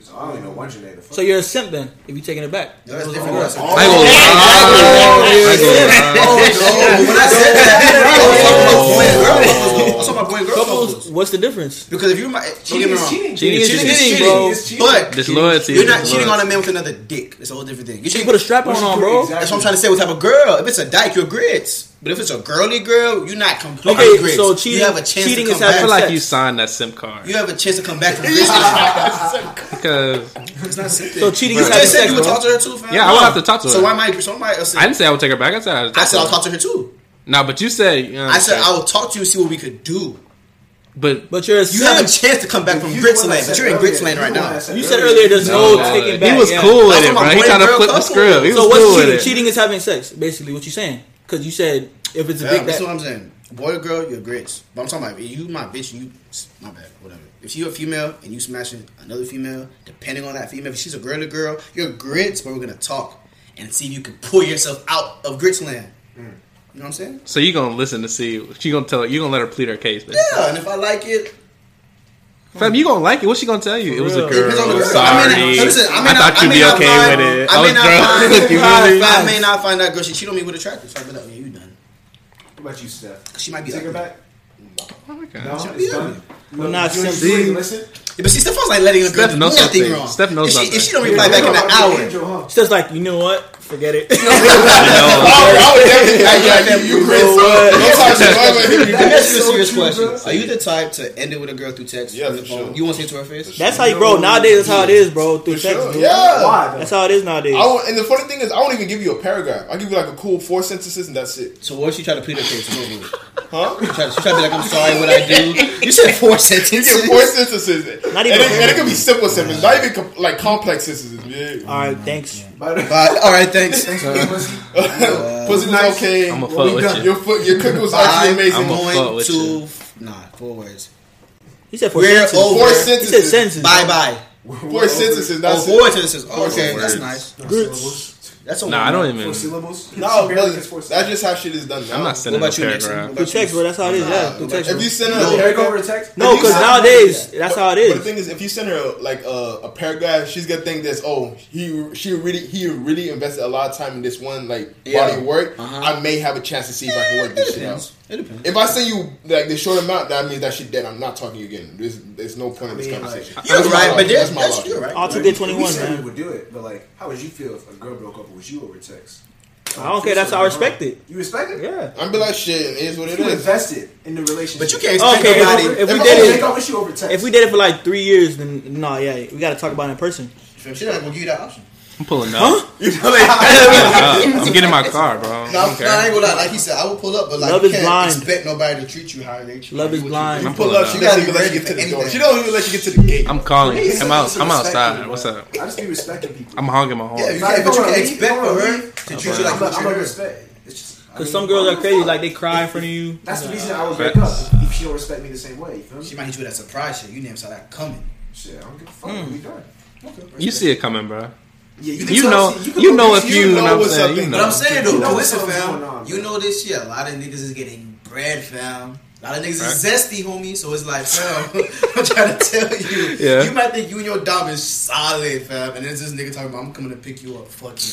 Speaker 1: I only know one Janae. The fuck?
Speaker 5: So you're a simp then if you taking it back.
Speaker 3: No, that's different.
Speaker 5: Oh,
Speaker 3: That's a-
Speaker 6: I ain't gonna lie. I ain't gonna lie.
Speaker 3: No, when I said that, I was talking about boy and girl couples. I was talking about boy and girl
Speaker 5: Couples,
Speaker 3: couples.
Speaker 5: what's the difference?
Speaker 3: Because if you're my, don't get
Speaker 1: cheating
Speaker 3: me
Speaker 1: is
Speaker 3: wrong,
Speaker 1: cheating.
Speaker 6: Cheating is cheating.
Speaker 5: cheating,
Speaker 1: cheating
Speaker 5: bro.
Speaker 1: is cheating.
Speaker 3: but
Speaker 6: Disloyalty.
Speaker 3: you're not
Speaker 6: is
Speaker 3: cheating on a
Speaker 6: loyalty.
Speaker 3: man with another dick. It's a whole different thing. You
Speaker 5: You
Speaker 3: cheat
Speaker 5: put a strap on, bro.
Speaker 1: Exactly.
Speaker 3: That's what I'm trying to say. What type of girl? If it's a dyke, you're grits. But if it's a girly girl, you're not completely
Speaker 5: Okay,
Speaker 3: grits.
Speaker 5: so cheating-
Speaker 3: you have a chance
Speaker 5: cheating
Speaker 3: to
Speaker 5: is
Speaker 3: come back.
Speaker 6: I
Speaker 5: having
Speaker 6: feel
Speaker 5: sex.
Speaker 6: like you signed that SIM card
Speaker 3: you have a chance to come back from grits.
Speaker 6: because
Speaker 3: It's not simple.
Speaker 5: So cheating
Speaker 3: You
Speaker 5: is
Speaker 3: just
Speaker 5: having
Speaker 3: said
Speaker 5: sex,
Speaker 3: you would
Speaker 5: bro.
Speaker 3: talk to her too, fam.
Speaker 6: Yeah, I would have to talk to
Speaker 3: So
Speaker 6: her.
Speaker 3: why my so why I said
Speaker 6: I
Speaker 3: I,
Speaker 6: didn't say I would take her back. I said I would.
Speaker 3: said I'll talk to her too.
Speaker 6: No, but you said. You know,
Speaker 3: I said I will talk to you and see what we could do.
Speaker 6: But
Speaker 5: But you're a
Speaker 3: You
Speaker 5: simp.
Speaker 3: have a chance to come back from
Speaker 1: If you
Speaker 3: grits
Speaker 1: the one
Speaker 3: land,
Speaker 1: that
Speaker 3: but
Speaker 1: said
Speaker 3: you're in grits
Speaker 1: earlier-
Speaker 3: land right
Speaker 1: you the one
Speaker 3: now.
Speaker 1: that said
Speaker 5: you said
Speaker 1: earlier-
Speaker 5: earlier there's no,
Speaker 6: No,
Speaker 5: taking
Speaker 6: he
Speaker 5: back.
Speaker 6: was
Speaker 5: yeah.
Speaker 6: cool with
Speaker 3: That's
Speaker 6: it,
Speaker 3: what
Speaker 6: bro.
Speaker 3: my
Speaker 6: He
Speaker 3: boy
Speaker 6: trying to
Speaker 3: girl
Speaker 6: flip the
Speaker 3: couple
Speaker 6: script. He was
Speaker 5: So what's
Speaker 6: cool with
Speaker 5: cheating?
Speaker 6: it.
Speaker 5: Cheating is having sex, basically. What you saying? Because you said if it's a
Speaker 3: Yeah,
Speaker 5: big
Speaker 3: that's what
Speaker 5: that
Speaker 3: I'm saying. Boy or girl, you're grits. But I'm talking about if you my bitch, you my bad, whatever. If you a female and you smashing another female, depending on that female, if she's a girl or girl, you're grits, but we're gonna talk and see if you can pull yourself out of grits land. You know what I'm saying?
Speaker 6: So you gonna listen to see? She gonna tell? You gonna let her plead her case? Baby.
Speaker 3: Yeah, and if I like it,
Speaker 6: Fam, you gonna like it? What's she gonna tell you? It was a
Speaker 5: real.
Speaker 6: girl.
Speaker 3: Depends on the girl.
Speaker 6: Sorry,
Speaker 3: I, mean, listen, I, may
Speaker 6: I
Speaker 3: not,
Speaker 6: thought
Speaker 3: I
Speaker 6: you'd
Speaker 3: may
Speaker 6: be
Speaker 3: not
Speaker 6: okay
Speaker 3: find,
Speaker 6: with it.
Speaker 3: I,
Speaker 6: I,
Speaker 3: may
Speaker 6: was
Speaker 3: not
Speaker 6: drunk.
Speaker 3: Find,
Speaker 6: You feel me?
Speaker 3: I may not find that girl. She cheated on me with attractive. So I be like, yeah, you done.
Speaker 1: What about you, Steph?
Speaker 3: She might be
Speaker 1: Take her
Speaker 3: like,
Speaker 1: back.
Speaker 6: Okay.
Speaker 1: No,
Speaker 3: She'll be
Speaker 1: it's
Speaker 3: ugly.
Speaker 1: done.
Speaker 5: We're
Speaker 1: No,
Speaker 5: not
Speaker 1: you ain't-
Speaker 5: simp.
Speaker 1: you ain't Listen,
Speaker 3: Yeah, but see, Steph's like letting a girl
Speaker 6: Steph
Speaker 3: do
Speaker 6: knows
Speaker 3: nothing
Speaker 6: something.
Speaker 3: wrong.
Speaker 6: Steph knows
Speaker 3: if she,
Speaker 6: something.
Speaker 3: if she don't reply back in an hour,
Speaker 5: It's just like you know what? Forget it.
Speaker 2: Oh, I would definitely like, yeah, you, you grits. Don't talk to
Speaker 3: let me
Speaker 2: me.
Speaker 3: ask you a serious
Speaker 1: true,
Speaker 3: question.
Speaker 1: bro.
Speaker 3: Are you the type to end it with a girl through text?
Speaker 2: Yeah,
Speaker 3: on the
Speaker 2: for
Speaker 3: phone?
Speaker 2: sure.
Speaker 3: You want to say it to her face?
Speaker 5: That's how you, bro. Nowadays, that's how it is, bro. Through
Speaker 2: For
Speaker 5: sex,
Speaker 2: sure,
Speaker 5: dude.
Speaker 2: Yeah.
Speaker 1: Why? though?
Speaker 5: That's how it is nowadays.
Speaker 2: I won't, and the funny thing is, I won't even give you a paragraph. I'll give you like a cool four sentences, and that's it.
Speaker 3: So what if she try to plead her case? It's over with.
Speaker 2: Huh?
Speaker 3: She tried, she tried to be like, I'm sorry, what I do. You said four sentences.
Speaker 2: You get four sentences.
Speaker 5: Not
Speaker 2: and, it,
Speaker 5: even
Speaker 2: and
Speaker 5: four.
Speaker 2: it could be simple sentences, not even com- like complex sentences. Yeah.
Speaker 5: All right, thanks.
Speaker 1: By the way,
Speaker 3: Bye. All right, thanks.
Speaker 1: thanks for the pussy.
Speaker 2: Pussy was
Speaker 1: nice.
Speaker 2: okay.
Speaker 6: I'ma
Speaker 2: Well,
Speaker 6: fuck
Speaker 2: we
Speaker 6: with
Speaker 2: done.
Speaker 6: you.
Speaker 2: Your foot, your cookie was actually
Speaker 3: I'm
Speaker 2: amazing.
Speaker 6: I'ma fuck
Speaker 3: going
Speaker 6: with
Speaker 3: to
Speaker 6: you.
Speaker 3: nah four words.
Speaker 5: He said four
Speaker 3: We're
Speaker 5: sentences.
Speaker 3: over.
Speaker 2: Four
Speaker 5: He said sentences.
Speaker 2: sentences.
Speaker 3: Bye bye.
Speaker 2: Four sentences.
Speaker 3: Oh,
Speaker 2: That's
Speaker 3: four
Speaker 2: it.
Speaker 3: sentences.
Speaker 2: Four
Speaker 3: okay, that's
Speaker 2: sentences.
Speaker 3: nice.
Speaker 1: Grits.
Speaker 3: That's a
Speaker 6: Nah, I
Speaker 3: one.
Speaker 6: don't
Speaker 1: Four
Speaker 6: even.
Speaker 1: syllables.
Speaker 2: No,
Speaker 1: barely
Speaker 2: brother,
Speaker 1: gets four
Speaker 2: that's just how shit is done. Now.
Speaker 6: I'm not
Speaker 3: What
Speaker 6: sending a
Speaker 3: about you, Nixon?
Speaker 6: paragraph.
Speaker 3: What
Speaker 5: Through
Speaker 3: about you?
Speaker 5: text, bro. That's how it is. Yeah,
Speaker 3: Nah,
Speaker 5: through
Speaker 3: but
Speaker 5: text.
Speaker 2: If you send her,
Speaker 1: There
Speaker 2: a
Speaker 1: you go over text.
Speaker 5: No,
Speaker 2: if you
Speaker 5: because
Speaker 2: said-
Speaker 5: nowadays that's how
Speaker 2: But
Speaker 5: it
Speaker 2: the
Speaker 5: is.
Speaker 2: thing is, if you send her like a, a paragraph, she's gonna think that's oh he she really he really invested a lot of time in this one like
Speaker 3: Yeah.
Speaker 2: body of work.
Speaker 3: Uh-huh.
Speaker 2: I may have a chance to see if I can work
Speaker 3: It
Speaker 2: this shit out.
Speaker 3: depends. It depends.
Speaker 2: If I send you like the short amount, that means that shit dead. I'm not talking to you again. There's there's no point in this
Speaker 1: I mean,
Speaker 2: conversation.
Speaker 3: You're
Speaker 2: That's my
Speaker 3: right, but
Speaker 2: logic.
Speaker 3: there's
Speaker 2: my
Speaker 3: that's,
Speaker 2: logic.
Speaker 3: you're right.
Speaker 5: All too good twenty
Speaker 1: We
Speaker 5: one,
Speaker 1: said we
Speaker 5: man.
Speaker 1: would do it, but like, how would you feel if a girl broke up with you over text?
Speaker 5: I don't care, that's how I respect it.
Speaker 1: You respect it?
Speaker 5: Yeah.
Speaker 2: I'm be like shit. It is what it
Speaker 1: You
Speaker 2: is.
Speaker 1: invested in the relationship.
Speaker 3: But you can't expect
Speaker 5: Okay, if-
Speaker 3: nobody.
Speaker 5: if we
Speaker 1: If
Speaker 5: did
Speaker 1: I
Speaker 5: it-
Speaker 1: break up with you over text,
Speaker 5: If we did it for like three years, then no, yeah, we got to talk about it in person.
Speaker 3: She not gonna give you that option.
Speaker 6: I'm pulling up. Uh, I'm getting my car, bro. I
Speaker 3: No,
Speaker 6: don't
Speaker 3: no, I ain't
Speaker 6: care.
Speaker 3: gonna lie. Like he said, I will pull up, but like
Speaker 5: Love
Speaker 3: you
Speaker 5: is
Speaker 3: can't
Speaker 5: blind.
Speaker 3: expect nobody to treat you how they treat
Speaker 5: Love
Speaker 3: you.
Speaker 5: is
Speaker 3: What you
Speaker 5: blind.
Speaker 2: You
Speaker 6: I'm
Speaker 2: pull
Speaker 6: pulling
Speaker 2: up.
Speaker 6: up.
Speaker 2: She doesn't even let you get to the door. She don't even let you get to the gate.
Speaker 6: I'm calling.
Speaker 1: It's
Speaker 6: I'm
Speaker 1: just
Speaker 6: out.
Speaker 1: respecting
Speaker 6: I'm outside.
Speaker 1: people,
Speaker 6: What's
Speaker 1: bro.
Speaker 6: up?
Speaker 1: I just be respecting people.
Speaker 6: I'm honking my horn.
Speaker 3: Yeah, you
Speaker 1: Like,
Speaker 3: can't, but you
Speaker 1: hold on,
Speaker 3: can't
Speaker 1: leave-
Speaker 3: expect
Speaker 1: hold
Speaker 3: for
Speaker 1: on,
Speaker 3: her
Speaker 1: leave.
Speaker 3: to treat
Speaker 6: I'm
Speaker 3: you like
Speaker 1: I'm
Speaker 3: what
Speaker 1: not, I'm
Speaker 3: you're.
Speaker 1: not respect. It's just I
Speaker 5: Because
Speaker 1: mean,
Speaker 5: some girls
Speaker 1: what
Speaker 5: are
Speaker 1: the
Speaker 5: crazy,
Speaker 1: fuck?
Speaker 5: like they cry in front of you.
Speaker 1: That's the
Speaker 5: Like,
Speaker 1: reason
Speaker 5: uh,
Speaker 1: I would
Speaker 6: Facts.
Speaker 1: break up if she don't respect me the same way. You feel
Speaker 3: She
Speaker 1: me?
Speaker 3: might hit you with that surprise shit. You never saw that coming.
Speaker 1: Shit, I don't give a fuck. We done.
Speaker 6: You see it coming, bro.
Speaker 1: Yeah,
Speaker 6: You,
Speaker 1: can tell-
Speaker 6: know.
Speaker 1: see,
Speaker 6: You,
Speaker 1: can
Speaker 6: know
Speaker 1: look
Speaker 6: if
Speaker 1: at-
Speaker 6: you. know what I'm
Speaker 2: what's
Speaker 6: saying.
Speaker 2: up,
Speaker 6: You
Speaker 2: but
Speaker 6: know.
Speaker 3: But I'm saying
Speaker 1: You
Speaker 3: though,
Speaker 1: know
Speaker 3: but
Speaker 1: what
Speaker 3: listen,
Speaker 1: the fuck's going
Speaker 3: fam.
Speaker 1: on,
Speaker 3: You
Speaker 1: man.
Speaker 3: know this year, a lot of niggas is getting bread, fam. A lot of niggas
Speaker 6: Right.
Speaker 3: is zesty, homie. So it's like, fam, I'm trying to tell you,
Speaker 6: Yeah.
Speaker 3: you might think you and your dom is solid, fam, and there's this nigga talking about I'm coming to pick you up. Fuck you.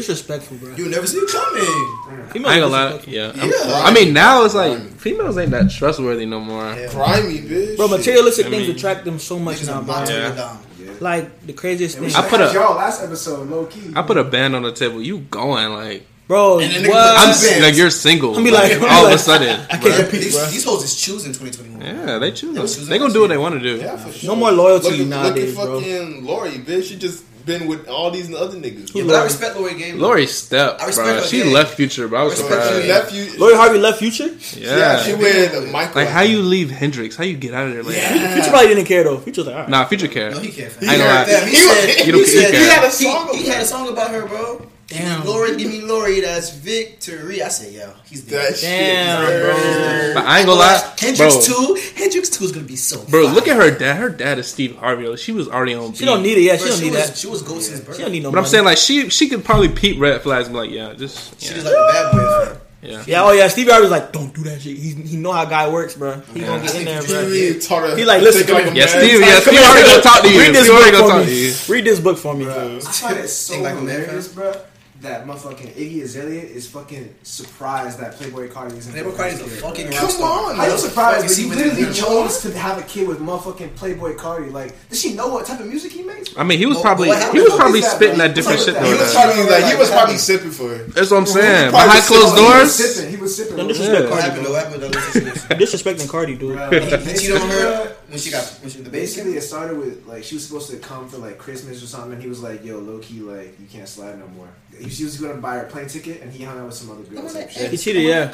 Speaker 5: disrespectful, bro.
Speaker 3: You never see it coming.
Speaker 5: Females
Speaker 6: I ain't gonna lie.
Speaker 5: disrespectful.
Speaker 6: Yeah. I'm-
Speaker 3: Yeah.
Speaker 6: I mean, now it's like females ain't that trustworthy no more.
Speaker 3: Yeah.
Speaker 2: Grimy bitch.
Speaker 5: Bro, materialistic
Speaker 6: I
Speaker 5: things
Speaker 6: mean-
Speaker 5: attract them so much
Speaker 3: Niggas
Speaker 5: now,
Speaker 3: are
Speaker 5: bro.
Speaker 3: not to
Speaker 6: Yeah.
Speaker 3: your dom.
Speaker 5: Like the craziest
Speaker 1: And we
Speaker 5: thing,
Speaker 6: I put
Speaker 1: should ask
Speaker 6: a-
Speaker 1: y'all last episode low key.
Speaker 6: I put a band on the table. You going like?
Speaker 5: bro.
Speaker 3: And then niggas
Speaker 5: what?
Speaker 6: I'm
Speaker 3: Two bands.
Speaker 6: like you're single.
Speaker 5: I'm be
Speaker 6: like,
Speaker 5: like-
Speaker 6: all of a sudden.
Speaker 5: can't
Speaker 6: bro.
Speaker 5: repeat,
Speaker 3: These,
Speaker 5: bro.
Speaker 3: these hoes is choosing 2021.
Speaker 6: Yeah, they choose.
Speaker 3: They choose
Speaker 6: They gonna do what they want to do.
Speaker 2: Yeah, for sure.
Speaker 5: No more loyalty
Speaker 2: look, at-
Speaker 5: nowadays,
Speaker 2: look at
Speaker 5: bro.
Speaker 2: fucking Lori, bitch. She just been with all these other niggas.
Speaker 5: Who
Speaker 3: But I
Speaker 5: Lori?
Speaker 3: respect Lori Game.
Speaker 6: Lori stepped,
Speaker 3: I respect
Speaker 6: bro.
Speaker 3: her
Speaker 6: She
Speaker 3: game.
Speaker 6: left Future, bro. I was
Speaker 3: I respect her
Speaker 2: She
Speaker 6: surprised.
Speaker 3: game.
Speaker 2: left you.
Speaker 5: Lori Harvey left Future.
Speaker 6: Yeah.
Speaker 2: Yeah, she with Michael.
Speaker 6: like, how you leave Hendrix? How you get out of there? Like,
Speaker 5: Future probably didn't care though. Future was like, all right.
Speaker 6: nah, Future care.
Speaker 3: No, he can't. fam.
Speaker 6: I ain't gonna lie.
Speaker 3: Fam, He,
Speaker 2: He-
Speaker 3: said,
Speaker 2: he-
Speaker 3: he,
Speaker 6: he
Speaker 3: said,
Speaker 6: had- he
Speaker 2: had a song
Speaker 3: He, he had a song about her, bro.
Speaker 5: Damn.
Speaker 3: Lori, give me Lori. That's victory. I said, yo, he's
Speaker 2: That
Speaker 3: there.
Speaker 5: Damn,
Speaker 2: shit.
Speaker 5: bro.
Speaker 2: Damn,
Speaker 6: But I ain't gonna lie, bro.
Speaker 3: Hendrix two. Hendrix two is gonna be so.
Speaker 6: Bro,
Speaker 3: fire.
Speaker 6: look at her dad. Her dad is Steve Harvey. Like, she was already on.
Speaker 5: She don't need it. Yeah, she
Speaker 3: Bro,
Speaker 5: don't need
Speaker 3: was,
Speaker 5: that.
Speaker 3: She was gold since birth.
Speaker 5: She don't need no.
Speaker 6: But I'm
Speaker 5: money.
Speaker 6: saying like she she could probably peep red flags and be like, yeah, just
Speaker 3: She
Speaker 6: yeah,
Speaker 3: just like the bad boy. fam.
Speaker 6: yeah.
Speaker 5: Yeah, oh yeah, Steve Harvey's like, don't do that shit. He, he know how guy works, bro. He gonna get in there,
Speaker 2: He
Speaker 5: bro.
Speaker 2: really taught her.
Speaker 5: He like, listen,
Speaker 2: thinking
Speaker 5: come
Speaker 2: like a
Speaker 5: here.
Speaker 6: Yeah,
Speaker 2: man.
Speaker 6: Steve, yeah, Steve already gonna talk to you.
Speaker 5: Read this
Speaker 6: Steve already
Speaker 5: book
Speaker 6: gonna
Speaker 5: for
Speaker 6: talk to you.
Speaker 5: me. Read this book for me.
Speaker 1: I find it so
Speaker 3: Think like a man,
Speaker 1: hilarious, bro. That motherfucking Iggy Azalea is fucking surprised that Playboy Cardi isn't.
Speaker 3: Playboy Cardi is a fucking rock
Speaker 2: Come
Speaker 3: star.
Speaker 2: on,
Speaker 1: How you
Speaker 2: man.
Speaker 1: surprised?
Speaker 3: Fucking
Speaker 1: But
Speaker 3: see
Speaker 1: you
Speaker 3: what
Speaker 1: literally
Speaker 3: they do.
Speaker 1: chose to have a kid with motherfucking Playboy Cardi. Like, does she know what type of music he makes?
Speaker 6: I mean, he was
Speaker 3: What-
Speaker 6: probably
Speaker 3: what happened?
Speaker 6: he was
Speaker 1: What
Speaker 6: probably
Speaker 1: is that,
Speaker 6: spitting
Speaker 1: bro?
Speaker 6: that different
Speaker 1: What
Speaker 6: shit
Speaker 1: is
Speaker 6: though.
Speaker 1: that?
Speaker 2: He was
Speaker 1: trying-
Speaker 6: that-
Speaker 2: probably like he was probably sipping for her.
Speaker 6: That's what I'm saying.
Speaker 2: probably
Speaker 6: Behind
Speaker 2: sipping
Speaker 6: closed
Speaker 2: on-
Speaker 1: He was
Speaker 6: doors.
Speaker 1: sipping. He was sipping.
Speaker 5: Don't
Speaker 1: with
Speaker 5: disrespect
Speaker 6: Yeah.
Speaker 3: What
Speaker 5: Cardi,
Speaker 3: happened?
Speaker 5: bro.
Speaker 3: What happened? That was just-
Speaker 5: Disrespecting Cardi, dude.
Speaker 1: Bruh,
Speaker 3: He cheated on her when she got when she was the
Speaker 1: Basically,
Speaker 3: baby.
Speaker 1: it started with like she was supposed to come for like Christmas or something, and he was like, "Yo, low key, like you can't slide no more." He, she was gonna buy her plane ticket, and he hung out with some other girls. Like,
Speaker 5: He
Speaker 1: shit.
Speaker 5: cheated, yeah.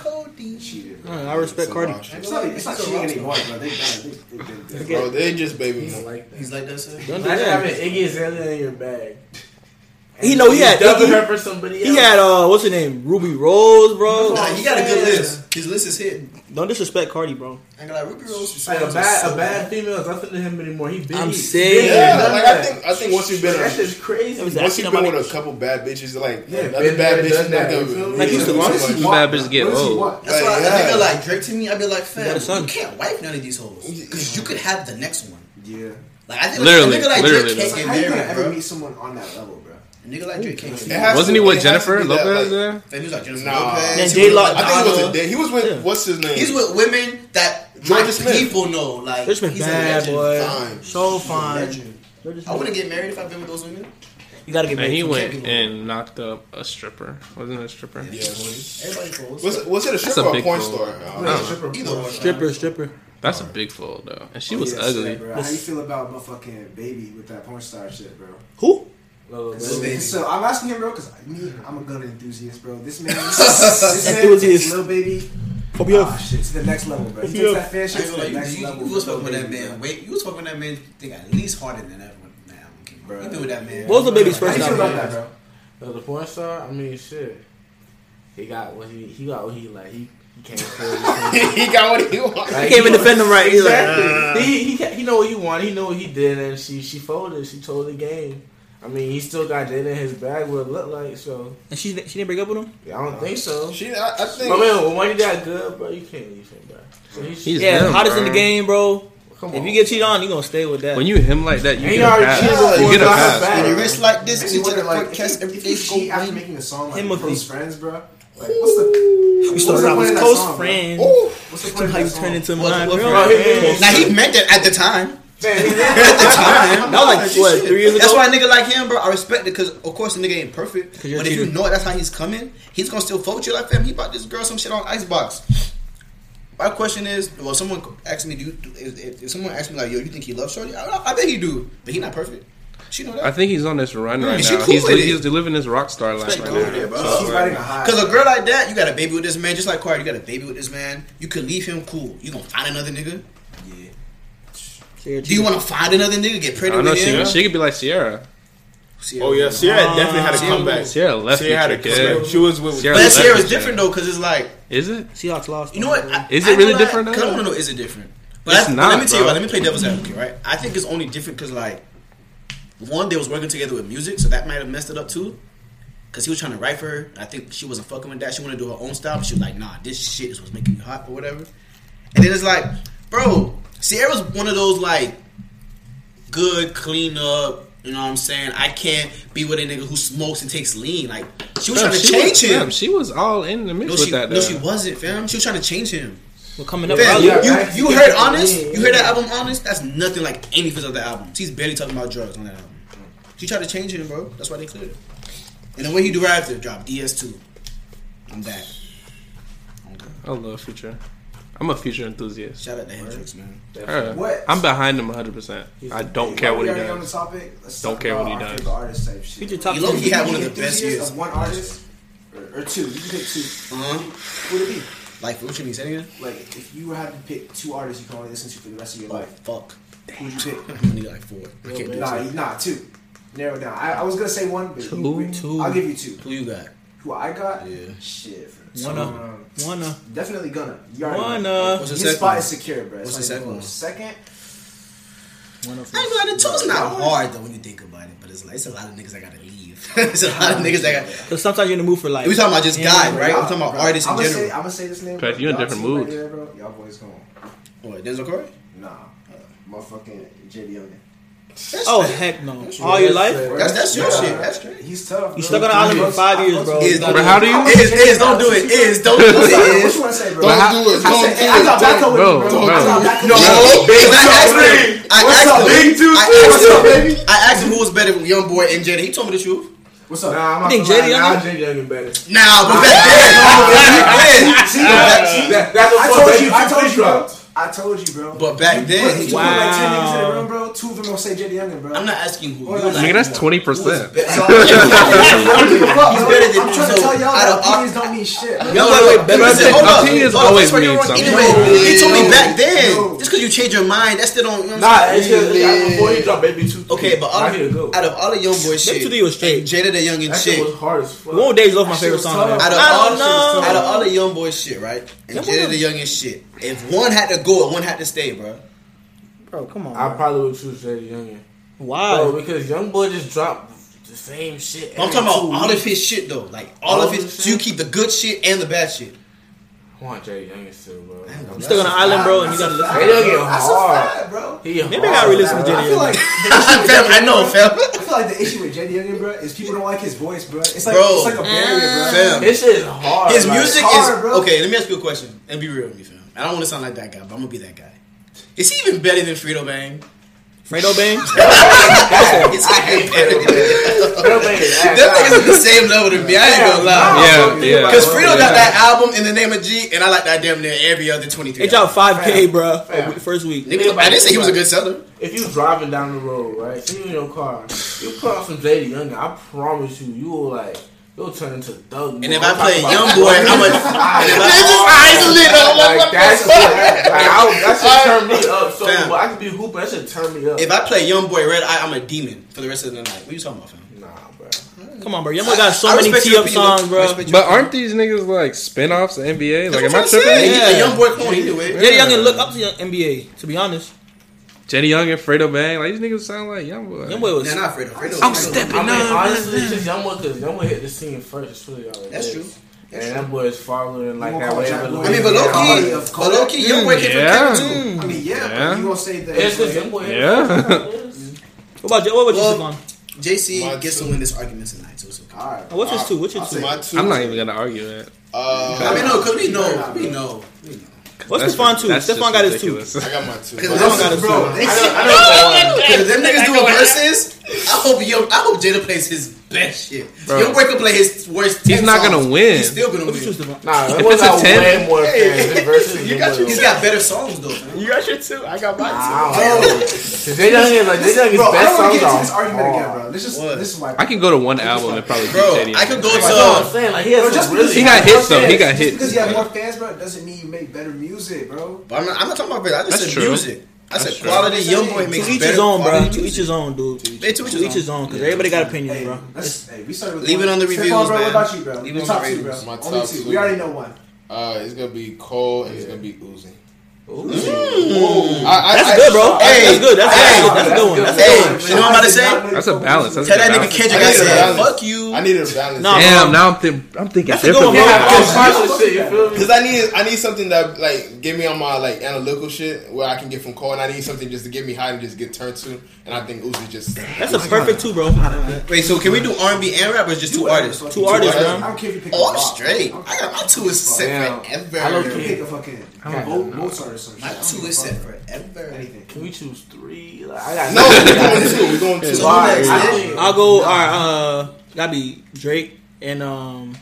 Speaker 1: Cheated. bro.
Speaker 5: Mm, I respect Cardi.
Speaker 1: It's not, it's not cheating anymore, bro. They done. it. They, they been there.
Speaker 2: Bro, they just baby.
Speaker 4: He's like that.
Speaker 3: He's like that, sir.
Speaker 5: Don't do
Speaker 4: Imagine having
Speaker 5: that.
Speaker 4: Iggy Azalea in your bag.
Speaker 5: He know he
Speaker 4: You
Speaker 5: had
Speaker 4: dubbing her
Speaker 5: Iggy.
Speaker 4: for somebody else.
Speaker 5: He had uh, what's her name? Ruby Rose, bro.
Speaker 3: Nah, he got a good
Speaker 4: Yeah.
Speaker 3: list. His list is hit.
Speaker 5: Don't disrespect Cardi, bro.
Speaker 3: And like Ruby Rose, is
Speaker 4: like a
Speaker 3: so
Speaker 4: bad
Speaker 3: bad.
Speaker 4: a bad female is nothing to him anymore. He been
Speaker 5: I'm
Speaker 4: he-
Speaker 5: saying.
Speaker 4: been
Speaker 2: Yeah,
Speaker 4: done
Speaker 2: like I
Speaker 4: that.
Speaker 2: think I think once you've been
Speaker 4: That
Speaker 2: a,
Speaker 4: shit's crazy.
Speaker 5: It was
Speaker 2: once you've been
Speaker 5: actually-
Speaker 2: with a couple bad bitches, like
Speaker 4: Yeah,
Speaker 2: another
Speaker 4: been
Speaker 2: bad
Speaker 4: there,
Speaker 2: bitch,
Speaker 4: done that,
Speaker 2: nothing
Speaker 4: you feel me?
Speaker 5: Like, he's the
Speaker 2: really
Speaker 5: longest
Speaker 2: much.
Speaker 1: What does he
Speaker 6: Bad
Speaker 1: want,
Speaker 6: bitches
Speaker 1: bro?
Speaker 6: get
Speaker 1: What does he
Speaker 6: old.
Speaker 1: want?
Speaker 3: That's why
Speaker 2: Yeah.
Speaker 3: I feel like Drake to me. I'd be like, fam,
Speaker 5: got a son.
Speaker 3: you can't wipe none of these hoes because you could have the next one.
Speaker 1: Yeah.
Speaker 3: Like I think
Speaker 6: Literally,
Speaker 3: a nigga like
Speaker 6: literally,
Speaker 3: Drake
Speaker 1: Like,
Speaker 3: can't
Speaker 1: how you
Speaker 3: get
Speaker 1: gonna
Speaker 3: married,
Speaker 1: ever
Speaker 3: bro.
Speaker 1: meet someone on that level, bro?
Speaker 3: A nigga like Drake can't get
Speaker 2: It
Speaker 3: married.
Speaker 2: has
Speaker 6: Wasn't he
Speaker 2: to-
Speaker 6: with
Speaker 2: it has to
Speaker 6: Jennifer
Speaker 2: be that,
Speaker 6: Lopez?
Speaker 2: like-
Speaker 6: there?
Speaker 3: Fam, he was like Jennifer
Speaker 2: Nah.
Speaker 3: Lopez.
Speaker 5: Then
Speaker 3: he was
Speaker 5: J-Lo-
Speaker 3: with
Speaker 2: I think it was a
Speaker 3: Madonna.
Speaker 2: day. He was with
Speaker 5: Yeah.
Speaker 2: what's his name?
Speaker 3: He's with women that
Speaker 2: Georgia
Speaker 3: my
Speaker 2: Smith.
Speaker 3: people know. Like
Speaker 5: This been
Speaker 3: he's a
Speaker 5: bad,
Speaker 3: legend.
Speaker 5: boy.
Speaker 2: Fine.
Speaker 5: So
Speaker 3: He's a
Speaker 5: fine.
Speaker 3: legend. I wouldn't get married if I've been with those women.
Speaker 5: You gotta get
Speaker 6: And he
Speaker 5: married.
Speaker 6: went and knocked up a stripper. Wasn't it a stripper?
Speaker 2: Yeah.
Speaker 3: Everybody calls.
Speaker 2: Was it, was it a
Speaker 6: a
Speaker 2: stripper or a
Speaker 6: big
Speaker 2: porn
Speaker 6: goal.
Speaker 2: star?
Speaker 6: Wait.
Speaker 2: Uh,
Speaker 4: Stripper.
Speaker 3: Either one.
Speaker 5: Stripper, stripper.
Speaker 6: That's a big fool though, and she
Speaker 1: Oh,
Speaker 6: was
Speaker 1: yeah,
Speaker 6: ugly.
Speaker 1: shit, bro. How you feel about my fucking baby with that porn star shit, bro?
Speaker 5: Who?
Speaker 1: So,
Speaker 3: Baby.
Speaker 1: so I'm asking him, bro, because me, I'm a gun enthusiast, bro. This man, this man,
Speaker 5: Enthusiast.
Speaker 1: little baby,
Speaker 5: Hope you
Speaker 1: Ah,
Speaker 5: have-
Speaker 1: shit, to the next level, bro. He
Speaker 5: Yeah.
Speaker 1: took that fan shit to
Speaker 3: Like,
Speaker 1: the next
Speaker 3: you, you,
Speaker 1: level.
Speaker 3: you was
Speaker 1: bro.
Speaker 3: fucking with that man. Wait, you was fucking with that man. Think at least harder than that one. Nah, I'm kidding.
Speaker 1: Bruh.
Speaker 3: You been with that man.
Speaker 5: What was the baby's
Speaker 1: How
Speaker 5: first
Speaker 1: you feel
Speaker 5: album?
Speaker 1: about that, bro?
Speaker 4: Uh, the porn star, I mean, shit. He got what he he got what he like. He, he came for. He
Speaker 2: he got what he wanted.
Speaker 5: I can't even defend him right. He's like,
Speaker 4: Exactly. he, he he know what he wanted. He know what he did, and she she folded. She told the game. I mean, he still got Jada in his bag. What it looked like? So
Speaker 5: and she she didn't break up with him.
Speaker 4: yeah, I don't think so.
Speaker 2: She, I, I
Speaker 4: But
Speaker 2: think.
Speaker 4: man, when money that good, bro, you can't leave him, bro. So he-
Speaker 6: He's
Speaker 5: Yeah,
Speaker 6: him,
Speaker 5: hottest in the
Speaker 6: bro.
Speaker 5: game, bro.
Speaker 4: come
Speaker 5: If you get cheated on, you gonna stay with that.
Speaker 6: When you him like that, you
Speaker 4: Ain't
Speaker 6: get a
Speaker 4: already
Speaker 6: pass.
Speaker 4: cheated
Speaker 2: on
Speaker 6: You get a
Speaker 2: one
Speaker 6: pass.
Speaker 4: time.
Speaker 3: When you wrist like this,
Speaker 1: Makes me
Speaker 3: you to
Speaker 1: wonder,
Speaker 3: the
Speaker 1: like,
Speaker 3: like,
Speaker 1: if he-
Speaker 3: cast
Speaker 1: if he
Speaker 3: everything's going
Speaker 1: cheat after making a song like
Speaker 5: Him with
Speaker 1: close
Speaker 5: me.
Speaker 1: friends, bro. Like, what's the
Speaker 5: we
Speaker 1: what's
Speaker 5: started
Speaker 1: the
Speaker 5: off
Speaker 1: point
Speaker 5: as
Speaker 1: of that
Speaker 5: close
Speaker 1: song, bro?
Speaker 5: friends.
Speaker 1: What's the point
Speaker 5: Too
Speaker 1: of
Speaker 5: how you
Speaker 1: that
Speaker 5: turn
Speaker 1: song?
Speaker 5: into
Speaker 3: Well,
Speaker 5: mine,
Speaker 3: well,
Speaker 5: girl.
Speaker 4: well, hey,
Speaker 3: Now he meant that at the time.
Speaker 4: Man, he-
Speaker 5: That was like what three years ago.
Speaker 3: That's why a nigga like him, bro. I respect it because, of course, the nigga ain't perfect. But
Speaker 5: you're
Speaker 3: if you
Speaker 5: cheating.
Speaker 3: know it, that's how he's coming, he's gonna still fuck with you like fam. He bought this girl some shit on Icebox. My question is, well, someone asked me, do you, do- if, if- if someone asked me like, yo, you think he loves Shorty? I, I, I bet he do, but he not perfect. She know
Speaker 6: I
Speaker 3: that.
Speaker 6: think he's on this run right
Speaker 3: Is she
Speaker 6: now.
Speaker 3: cool
Speaker 6: He's,
Speaker 3: with
Speaker 6: li-
Speaker 3: it?
Speaker 6: he's living his rock star life
Speaker 3: Respect
Speaker 6: right
Speaker 3: the
Speaker 6: now.
Speaker 3: over there, bro.
Speaker 6: So,
Speaker 1: She's
Speaker 6: bro,
Speaker 1: riding a high.
Speaker 3: Cause a girl like that, you got a baby with this man, just like Cardi, you got a baby with this man. You could leave him, cool. You gonna find another nigga?
Speaker 1: Yeah.
Speaker 3: Do you want to find another nigga, get
Speaker 6: I
Speaker 3: pregnant
Speaker 6: know
Speaker 3: with
Speaker 6: she,
Speaker 3: him?
Speaker 6: she could be like Sierra.
Speaker 3: Sierra.
Speaker 7: Oh yeah, Sierra
Speaker 2: Uh,
Speaker 7: definitely had a
Speaker 3: Sierra
Speaker 7: comeback.
Speaker 6: Sierra left
Speaker 7: Sierra had a
Speaker 6: the kid.
Speaker 7: comeback. She was with.
Speaker 6: Sierra-
Speaker 3: But that Sierra's
Speaker 6: Leverage,
Speaker 3: different though, cause it's like.
Speaker 6: Is it?
Speaker 5: Seahawks lost.
Speaker 3: You know what? I,
Speaker 6: Is
Speaker 3: I
Speaker 6: it really
Speaker 3: know that-
Speaker 6: different,
Speaker 3: Cause I
Speaker 6: though?
Speaker 3: want to know, is it different? But
Speaker 6: It's
Speaker 3: I,
Speaker 6: not,
Speaker 3: Let me tell you.
Speaker 6: bro.
Speaker 3: Let me play devil's advocate, right? I think it's only different because like, one, they was working together with music, so that might have messed it up too. Cause he was trying to write for her. I think she wasn't fucking with that. She wanted to do her own style. But she was like, nah, this shit is what's making you hot or whatever. And then it's like, bro, Sierra's one of those like good, clean up. You know what I'm saying? I can't be with a nigga who smokes and takes lean. Like she was
Speaker 6: Fam,
Speaker 3: trying to
Speaker 6: she
Speaker 3: change
Speaker 6: was,
Speaker 3: him.
Speaker 6: fam, she was all in the mix
Speaker 3: no,
Speaker 6: with
Speaker 3: she,
Speaker 6: that. uh,
Speaker 3: no,
Speaker 6: though.
Speaker 3: she wasn't, fam. She was trying to change him.
Speaker 5: We're coming up.
Speaker 3: Fam,
Speaker 5: Raleigh.
Speaker 3: you,
Speaker 1: yeah,
Speaker 3: you,
Speaker 1: right.
Speaker 3: you
Speaker 1: Yeah,
Speaker 3: heard
Speaker 1: yeah,
Speaker 3: Honest?
Speaker 1: yeah,
Speaker 3: You heard that album Honest? That's nothing like any of his other albums. He's barely talking about drugs on that album. She tried to change him, bro. That's why they cleared it. And the way he derived it, drop DS2. I'm back. Okay.
Speaker 6: I love Future. I'm a Future enthusiast.
Speaker 3: Shout out to Hendrix, man.
Speaker 6: Her.
Speaker 1: What?
Speaker 6: I'm behind him 100. percent I don't care
Speaker 1: While
Speaker 6: what
Speaker 1: we
Speaker 6: he
Speaker 1: already on the
Speaker 6: does.
Speaker 1: topic, let's
Speaker 6: Don't
Speaker 1: talk
Speaker 6: care what he
Speaker 1: about our
Speaker 6: does.
Speaker 1: favorite artist type shit.
Speaker 5: Future top
Speaker 3: You look-
Speaker 5: ten.
Speaker 3: he had one of the
Speaker 1: Enthusiast
Speaker 3: best E years.
Speaker 1: of one artist or, or two. You can pick two.
Speaker 3: Uh-huh.
Speaker 1: Who would it be?
Speaker 3: Like, what you mean, say it again?
Speaker 1: Like, if you had to pick two artists you can only listen to for the rest of your
Speaker 3: Oh,
Speaker 1: life,
Speaker 3: fuck.
Speaker 1: who would you pick?
Speaker 3: I'm like four. I can't do
Speaker 1: nah,
Speaker 3: this.
Speaker 1: you- nah, two. Narrow it down. I, I was gonna say one, but you,
Speaker 5: Two.
Speaker 1: I'll give you two.
Speaker 3: Who you got?
Speaker 1: Who I got?
Speaker 3: Yeah.
Speaker 1: Shit. for two,
Speaker 5: Wanna.
Speaker 1: um,
Speaker 5: Wanna.
Speaker 1: Definitely gonna. You already
Speaker 5: Wanna.
Speaker 1: know.
Speaker 3: What's the
Speaker 1: His
Speaker 3: second
Speaker 1: spot
Speaker 3: one?
Speaker 1: is secure, bro.
Speaker 3: What's
Speaker 1: It's
Speaker 3: the
Speaker 1: not even
Speaker 3: second
Speaker 1: close. Second,
Speaker 3: I ain't gonna lie, the two's not hard though when you think about it, but it's like it's a lot of niggas that gotta leave. it's a lot of niggas that got.
Speaker 5: Because sometimes you're in the mood for like.
Speaker 3: We talking about just
Speaker 5: Yeah,
Speaker 3: guy,
Speaker 5: bro.
Speaker 3: right? I'm talking about artists in
Speaker 1: I'ma
Speaker 3: general.
Speaker 1: Say, I'm gonna say this name.
Speaker 6: Pat,
Speaker 1: bro.
Speaker 6: you in
Speaker 1: Y'all
Speaker 6: different
Speaker 1: two right
Speaker 6: mood.
Speaker 1: there, bro. Y'all boys going.
Speaker 3: What, Denzel Curry?
Speaker 1: Nah, motherfucking J.D. Oden.
Speaker 5: Oh heck no! All your life.
Speaker 3: That's that's your
Speaker 1: Yeah.
Speaker 3: shit. That's crazy.
Speaker 1: He's tough.
Speaker 5: You
Speaker 1: bro.
Speaker 5: stuck on the island for five years, bro.
Speaker 3: Is,
Speaker 6: Bro, how do you?
Speaker 3: Is, is, don't do it. Is, don't do
Speaker 1: What
Speaker 3: it.
Speaker 1: you
Speaker 3: Is.
Speaker 1: want to say, bro?
Speaker 2: Don't
Speaker 6: how-
Speaker 2: do it.
Speaker 1: I said, hey, I
Speaker 2: Don't
Speaker 1: got back up with
Speaker 6: Bro,
Speaker 1: you, bro. I
Speaker 6: bro.
Speaker 1: got back up
Speaker 2: No.
Speaker 1: with you.
Speaker 3: Because I asked him. I asked him.
Speaker 1: What's up,
Speaker 3: I asked him.
Speaker 1: baby?
Speaker 3: I asked him who was better, Young Boy and Jada. He told me the truth.
Speaker 1: What's up?
Speaker 4: Nah, I'm
Speaker 5: You
Speaker 4: not
Speaker 5: think
Speaker 4: gonna
Speaker 5: Jada
Speaker 4: lie, nah,
Speaker 5: Youngin?
Speaker 4: Jada Youngin better.
Speaker 3: Nah, but back
Speaker 1: See,
Speaker 3: then,
Speaker 1: back- see,
Speaker 4: That, that's
Speaker 1: I
Speaker 4: what
Speaker 1: told you,
Speaker 4: you.
Speaker 1: I told you, bro.
Speaker 4: dropped.
Speaker 1: I told you, bro.
Speaker 3: but back
Speaker 1: Look,
Speaker 3: then,
Speaker 1: you
Speaker 3: he-
Speaker 1: put like ten niggas in
Speaker 5: Wow.
Speaker 1: the room, bro. Two of them gonna say J.D. Youngin, bro.
Speaker 3: I'm not asking who.
Speaker 1: Or
Speaker 3: You
Speaker 1: like-
Speaker 3: like,
Speaker 6: Nigga, that's 20
Speaker 1: I
Speaker 6: percent.
Speaker 1: don't give a fuck,
Speaker 3: He's
Speaker 1: bro.
Speaker 3: better than
Speaker 1: I'm trying
Speaker 3: Denzel.
Speaker 1: to tell y'all
Speaker 3: Out
Speaker 1: that
Speaker 3: of-
Speaker 1: opinions don't mean shit. bro.
Speaker 3: Young Boy way better than Hold up. Hold
Speaker 6: Opinions
Speaker 3: up,
Speaker 6: always
Speaker 3: that's why you're
Speaker 6: mean
Speaker 3: wrong.
Speaker 6: something.
Speaker 3: Anyway, he told me
Speaker 1: No.
Speaker 3: back then.
Speaker 1: No.
Speaker 3: Just because you change your mind, that still don't. You know what I'm
Speaker 4: Nah, it's
Speaker 3: saying?
Speaker 4: just like, before he dropped Baby Two.
Speaker 3: Okay, but out
Speaker 4: I need to go.
Speaker 3: of, out of all the young boy
Speaker 5: Them
Speaker 3: shit,
Speaker 5: two D was straight.
Speaker 3: Jada the young and
Speaker 4: That
Speaker 3: shit.
Speaker 4: shit was hard as fuck.
Speaker 5: One Days Love my
Speaker 1: That shit
Speaker 5: favorite
Speaker 1: was
Speaker 5: song.
Speaker 1: tough.
Speaker 5: man.
Speaker 3: out of
Speaker 1: I don't know.
Speaker 3: all out of all the young boy shit, right? And
Speaker 5: Them
Speaker 3: Jada
Speaker 5: boys-
Speaker 3: the youngest shit. If one had to go, one had to stay, bro.
Speaker 5: Bro, come on.
Speaker 4: I probably would choose Jada Youngin.
Speaker 5: Why?
Speaker 4: Bro, because Youngboy just dropped the same shit.
Speaker 3: I'm talking
Speaker 4: every two
Speaker 3: about all
Speaker 4: weeks.
Speaker 3: of his shit though, like all,
Speaker 4: All
Speaker 3: of
Speaker 4: of
Speaker 3: his.
Speaker 4: his
Speaker 3: So you
Speaker 4: shit?
Speaker 3: keep the good shit and the bad shit.
Speaker 4: I want Jada Youngin still, bro.
Speaker 5: You stuck on an island, bro, and you gotta listen.
Speaker 4: Jada Youngin
Speaker 1: That's a
Speaker 4: hard.
Speaker 1: fact, bro.
Speaker 4: He hard.
Speaker 5: Maybe I gotta re-listen to
Speaker 1: I
Speaker 5: Jada
Speaker 1: feel
Speaker 5: Youngin.
Speaker 1: like
Speaker 3: Fam, I know, fam.
Speaker 1: I feel like the issue with J.D. Youngin, bro, is people don't like his voice, bro. It's like
Speaker 3: Bro.
Speaker 1: it's like a barrier,
Speaker 3: Fam.
Speaker 1: bro.
Speaker 4: This shit is hard.
Speaker 3: His
Speaker 4: like,
Speaker 3: music
Speaker 1: hard,
Speaker 3: is
Speaker 1: bro.
Speaker 3: okay. Let me ask you a question and be real with me, fam. I don't want to sound like that guy, but I'm gonna be that guy. Is he even better than Frito Bang?
Speaker 5: Fredo Bang.
Speaker 3: Is he even better than
Speaker 4: That man is ass
Speaker 3: Them
Speaker 4: out.
Speaker 3: niggas at the same level to me. I ain't gonna lie.
Speaker 6: Yeah, yeah.
Speaker 3: Cause Frito got that album in the name of G, and I like that damn near every other twenty three.
Speaker 5: It dropped five K,
Speaker 4: Fam.
Speaker 5: bro.
Speaker 4: Fam.
Speaker 5: the First week.
Speaker 3: Niggas, I didn't say he was a good seller.
Speaker 4: If you driving down the road, right, sitting in your car, you put on some Jada Youngin, I promise you, you will like You'll turn into thug.
Speaker 3: And if I play Youngboy, I'm a. And if
Speaker 2: It's just
Speaker 3: I,
Speaker 2: eyes lit up. Like,
Speaker 4: Like
Speaker 2: what
Speaker 4: that's
Speaker 2: the
Speaker 4: just,
Speaker 2: fuck?
Speaker 4: like, I would- that should turn me up. So
Speaker 3: Fam.
Speaker 4: well, I could be hooping. That should turn me up.
Speaker 3: if I play Youngboy Red Eye, I'm a demon for the rest of the night. What you talking about, fam?
Speaker 4: nah, bro.
Speaker 5: Come on, bro. Y'all got so
Speaker 3: I
Speaker 5: many
Speaker 3: respect
Speaker 5: tee
Speaker 3: your
Speaker 5: up
Speaker 3: opinion,
Speaker 5: songs, bro.
Speaker 8: Respect your
Speaker 6: But aren't these niggas like spin-offs of NBA? Like, am I
Speaker 3: That's what I'm saying.
Speaker 6: tripping?
Speaker 3: He the young boy clone either way.
Speaker 5: Jay Young and look up to young NBA. To be honest,
Speaker 6: Jenny Young and Fredo Bang. Like, these niggas sound like Youngboy.
Speaker 5: Young Boy was.
Speaker 8: Nah, not Fredo. Fredo.
Speaker 3: I'm
Speaker 8: Fredo.
Speaker 3: stepping
Speaker 4: I mean,
Speaker 3: up.
Speaker 4: honestly, it's just Youngboy because Youngboy hit the scene first. It's really all it
Speaker 8: That's
Speaker 4: is.
Speaker 8: true. That's
Speaker 4: and that boy is following like
Speaker 1: You
Speaker 4: that
Speaker 1: wanna
Speaker 4: way.
Speaker 1: call
Speaker 4: of
Speaker 1: Jack
Speaker 4: Louis-
Speaker 8: I mean, but low key,
Speaker 1: Yeah.
Speaker 8: but low key, Youngboy came
Speaker 6: Yeah.
Speaker 8: from Kevin too.
Speaker 1: I mean, yeah,
Speaker 6: Yeah.
Speaker 1: but you won't say that.
Speaker 4: It's just Youngboy.
Speaker 6: Yeah.
Speaker 5: What about Jay? What about
Speaker 8: Well,
Speaker 5: you, Savon?
Speaker 8: JC
Speaker 2: My
Speaker 8: gets
Speaker 2: two.
Speaker 8: to win this argument tonight, so it's okay.
Speaker 1: All right.
Speaker 5: Oh, What's his two? What's your
Speaker 2: So
Speaker 5: two?
Speaker 2: my two.
Speaker 6: I'm not even gonna argue that.
Speaker 2: Uh,
Speaker 3: I mean, no, because we know. We know.
Speaker 5: What's
Speaker 6: That's-
Speaker 5: Stefan two?
Speaker 6: that's just
Speaker 5: Stefan got his two.
Speaker 6: ridiculous.
Speaker 2: I got my two.
Speaker 8: Because
Speaker 5: Stefan got his
Speaker 1: Bro,
Speaker 5: two.
Speaker 1: they
Speaker 8: Because them niggas doing verses, I hope Young, I hope Jada plays his best shit.
Speaker 6: Bro.
Speaker 8: Young Boy can play his worst. 10
Speaker 6: He's not
Speaker 8: songs.
Speaker 6: gonna win.
Speaker 8: He's still gonna win.
Speaker 5: What's your two, Stefan?
Speaker 4: Nah, that
Speaker 6: If
Speaker 4: boy
Speaker 6: it's a
Speaker 4: got
Speaker 6: 10
Speaker 4: way more fans than versus
Speaker 8: He's
Speaker 4: Youngboy.
Speaker 8: got better songs though. Man.
Speaker 6: You got your two. I got mine.
Speaker 4: I don't know. 'Cause Jay Young is like Jay Young is
Speaker 1: Bro, I
Speaker 4: best
Speaker 1: don't want to get into
Speaker 4: songs
Speaker 1: this
Speaker 4: are
Speaker 1: argument again,
Speaker 4: hard.
Speaker 1: bro. This is
Speaker 8: What?
Speaker 1: this is why
Speaker 6: I can go to one album and probably beat
Speaker 3: Bro,
Speaker 6: Jenny.
Speaker 3: I could go
Speaker 4: Like, you know what I'm
Speaker 3: to.
Speaker 4: saying? Like, he has
Speaker 1: Bro,
Speaker 4: some
Speaker 1: just
Speaker 4: really
Speaker 1: because-
Speaker 6: He got hits though. He
Speaker 1: Just
Speaker 6: got
Speaker 1: Because you have more
Speaker 6: hits.
Speaker 1: fans, bro, doesn't mean you make better music, bro.
Speaker 3: But I'm not, I'm not talking about Red. I just
Speaker 6: That's
Speaker 3: said
Speaker 6: true.
Speaker 3: music. I
Speaker 6: That's
Speaker 3: said
Speaker 6: true.
Speaker 3: quality. Young boy
Speaker 1: To
Speaker 3: makes
Speaker 5: To each
Speaker 3: better
Speaker 5: his own, bro.
Speaker 3: quality
Speaker 5: To
Speaker 3: music.
Speaker 5: each his own, dude.
Speaker 3: Hey, to each his own.
Speaker 5: because everybody got opinions,
Speaker 1: Hey,
Speaker 5: bro.
Speaker 1: let's, hey, we started with
Speaker 3: Leave
Speaker 1: one.
Speaker 3: it on the
Speaker 1: Stephon,
Speaker 3: reviews,
Speaker 1: bro.
Speaker 3: man.
Speaker 1: What about you, bro?
Speaker 3: Leave it
Speaker 1: Your
Speaker 3: on
Speaker 1: top
Speaker 3: the
Speaker 1: two,
Speaker 3: reviews.
Speaker 1: bro.
Speaker 2: My
Speaker 1: Only
Speaker 2: top
Speaker 1: two.
Speaker 2: two.
Speaker 1: We already know one.
Speaker 2: Uh, it's gonna be Cole and it's gonna be Uzi.
Speaker 4: Ooh.
Speaker 2: I, I,
Speaker 5: That's
Speaker 2: I,
Speaker 5: good, bro.
Speaker 3: Hey,
Speaker 5: that's good. That's,
Speaker 3: hey,
Speaker 5: that's, a good one. That's a
Speaker 3: Hey,
Speaker 5: good one.
Speaker 3: you know what I'm about to say?
Speaker 6: That's a balance. That's
Speaker 3: Tell that
Speaker 6: a
Speaker 3: nigga
Speaker 6: balance.
Speaker 3: Kendrick
Speaker 2: I
Speaker 3: I
Speaker 2: need a
Speaker 3: said,
Speaker 2: balance.
Speaker 3: fuck you.
Speaker 2: I need a balance.
Speaker 5: Nah,
Speaker 6: Damn. Now I'm thinking. I'm thinking
Speaker 5: That's a good one,
Speaker 6: differently.
Speaker 5: bro.
Speaker 4: Yeah, all kinds of shit, you feel me?
Speaker 2: Cause I need I need something that like give me on my like analytical shit where I can get from Cole, and I need something just to get me high and just get turned to. And I think Uzi just
Speaker 5: That's a perfect two, bro.
Speaker 3: Wait, so can we do R&B and rap or just two artists?
Speaker 1: Two,
Speaker 5: artists,
Speaker 1: I
Speaker 5: bro.
Speaker 1: don't care if you pick
Speaker 3: Oh,
Speaker 1: a
Speaker 3: I'm
Speaker 1: rock.
Speaker 3: straight.
Speaker 1: I don't
Speaker 3: I
Speaker 1: care.
Speaker 3: got my two is set
Speaker 4: Damn.
Speaker 3: forever.
Speaker 4: I
Speaker 1: You
Speaker 4: don't
Speaker 1: can
Speaker 4: care.
Speaker 1: pick a fucking
Speaker 6: don't
Speaker 1: Mo-
Speaker 6: know.
Speaker 1: Mozart or some shit.
Speaker 3: My
Speaker 1: I don't
Speaker 3: two
Speaker 1: give a
Speaker 3: is
Speaker 1: fuck.
Speaker 3: set forever.
Speaker 1: Anything.
Speaker 4: Can we choose three? Like, I got
Speaker 2: no. We're going two. We're going two.
Speaker 4: Why?
Speaker 3: next,
Speaker 4: I
Speaker 3: yeah.
Speaker 4: think-
Speaker 5: I'll go. All right, uh, gotta be Drake and um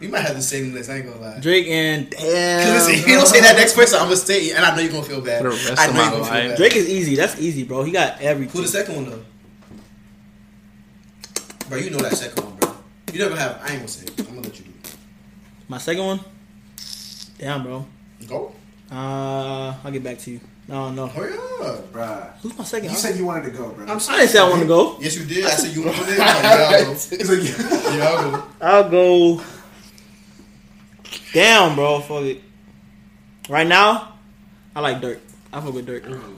Speaker 3: You might have the same list. I ain't gonna lie.
Speaker 5: Drake and
Speaker 3: Because if you
Speaker 5: damn.
Speaker 3: don't say that next person, I'm gonna stay, and I know you're gonna feel bad.
Speaker 6: For the rest
Speaker 3: I
Speaker 6: of
Speaker 3: know
Speaker 6: my
Speaker 3: you're gonna
Speaker 6: life.
Speaker 3: feel bad.
Speaker 5: Drake is easy. That's easy, bro. He got every.
Speaker 3: Who the second one though? Bro, you know that second one, bro. You never have. I ain't gonna say. It. I'm gonna let you do.
Speaker 5: My second one. Damn, bro.
Speaker 3: It. Go.
Speaker 5: Uh, I'll get back to you. I don't know.
Speaker 3: Hurry up.
Speaker 1: Bruh.
Speaker 5: Who's my second?
Speaker 1: You said you wanted to go, bro.
Speaker 5: I didn't say I want to go.
Speaker 3: Yes, you did. I said you wanted it. Like,
Speaker 1: He's like,
Speaker 3: yeah, yeah, I'll go.
Speaker 5: I'll go. Damn, bro. Fuck it. Right now, I like Dirk. I fuck with Dirk. I fuck with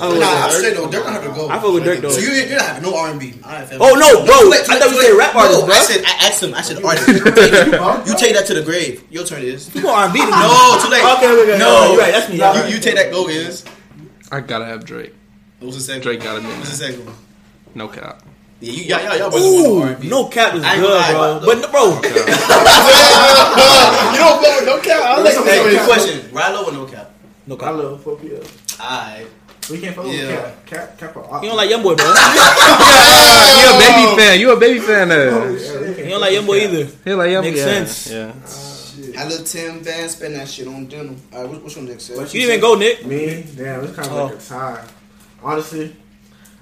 Speaker 3: Nah, I'm
Speaker 5: Dirk.
Speaker 3: straight though. They're gonna have to go.
Speaker 5: I fuck with Dirk
Speaker 3: So
Speaker 5: though.
Speaker 3: you, you're not having no R&B. I ain't
Speaker 5: Oh no, bro!
Speaker 3: Wait,
Speaker 5: I thought you
Speaker 3: wait,
Speaker 5: said rap
Speaker 3: no,
Speaker 5: artist, bro.
Speaker 3: I said I asked him. I said artist. You take- you take that to the grave. Your turn is.
Speaker 5: You want R&B?
Speaker 3: No, too late.
Speaker 5: Okay, okay, okay.
Speaker 3: No,
Speaker 5: You're right, that's me.
Speaker 3: You, you take that go is.
Speaker 6: I gotta have Drake.
Speaker 3: What was the second?
Speaker 6: Drake gotta be in
Speaker 3: What was
Speaker 6: there.
Speaker 3: the second one?
Speaker 6: No cap.
Speaker 3: Yeah, you, y'all, y'all, y'all boys are going
Speaker 5: Ooh,
Speaker 3: R&B.
Speaker 5: no cap is
Speaker 3: I
Speaker 5: good,
Speaker 3: ain't gonna lie,
Speaker 5: bro. But no, bro,
Speaker 2: You don't go. No cap. I'll let you
Speaker 3: Hey,
Speaker 2: go.
Speaker 3: quick question. Rilo or no cap?
Speaker 5: no cap.
Speaker 4: I love fuck you. up.
Speaker 3: Alright.
Speaker 4: We can't fuck
Speaker 3: Yeah.
Speaker 4: with Cap. Cap, Cap, or Op.
Speaker 5: You don't like YoungBoy, bro.
Speaker 6: You a baby fan? You a baby fan? Uh,
Speaker 5: You don't like YoungBoy either.
Speaker 6: he like Young.
Speaker 5: Makes
Speaker 6: yeah,
Speaker 5: sense.
Speaker 6: Yeah.
Speaker 8: Shit.
Speaker 3: I little Tim Van spend that shit on denim. Alright, what, what's your next set?
Speaker 1: What
Speaker 5: You didn't even go, Nick.
Speaker 4: Me, damn, it's kind of like a tie. Honestly,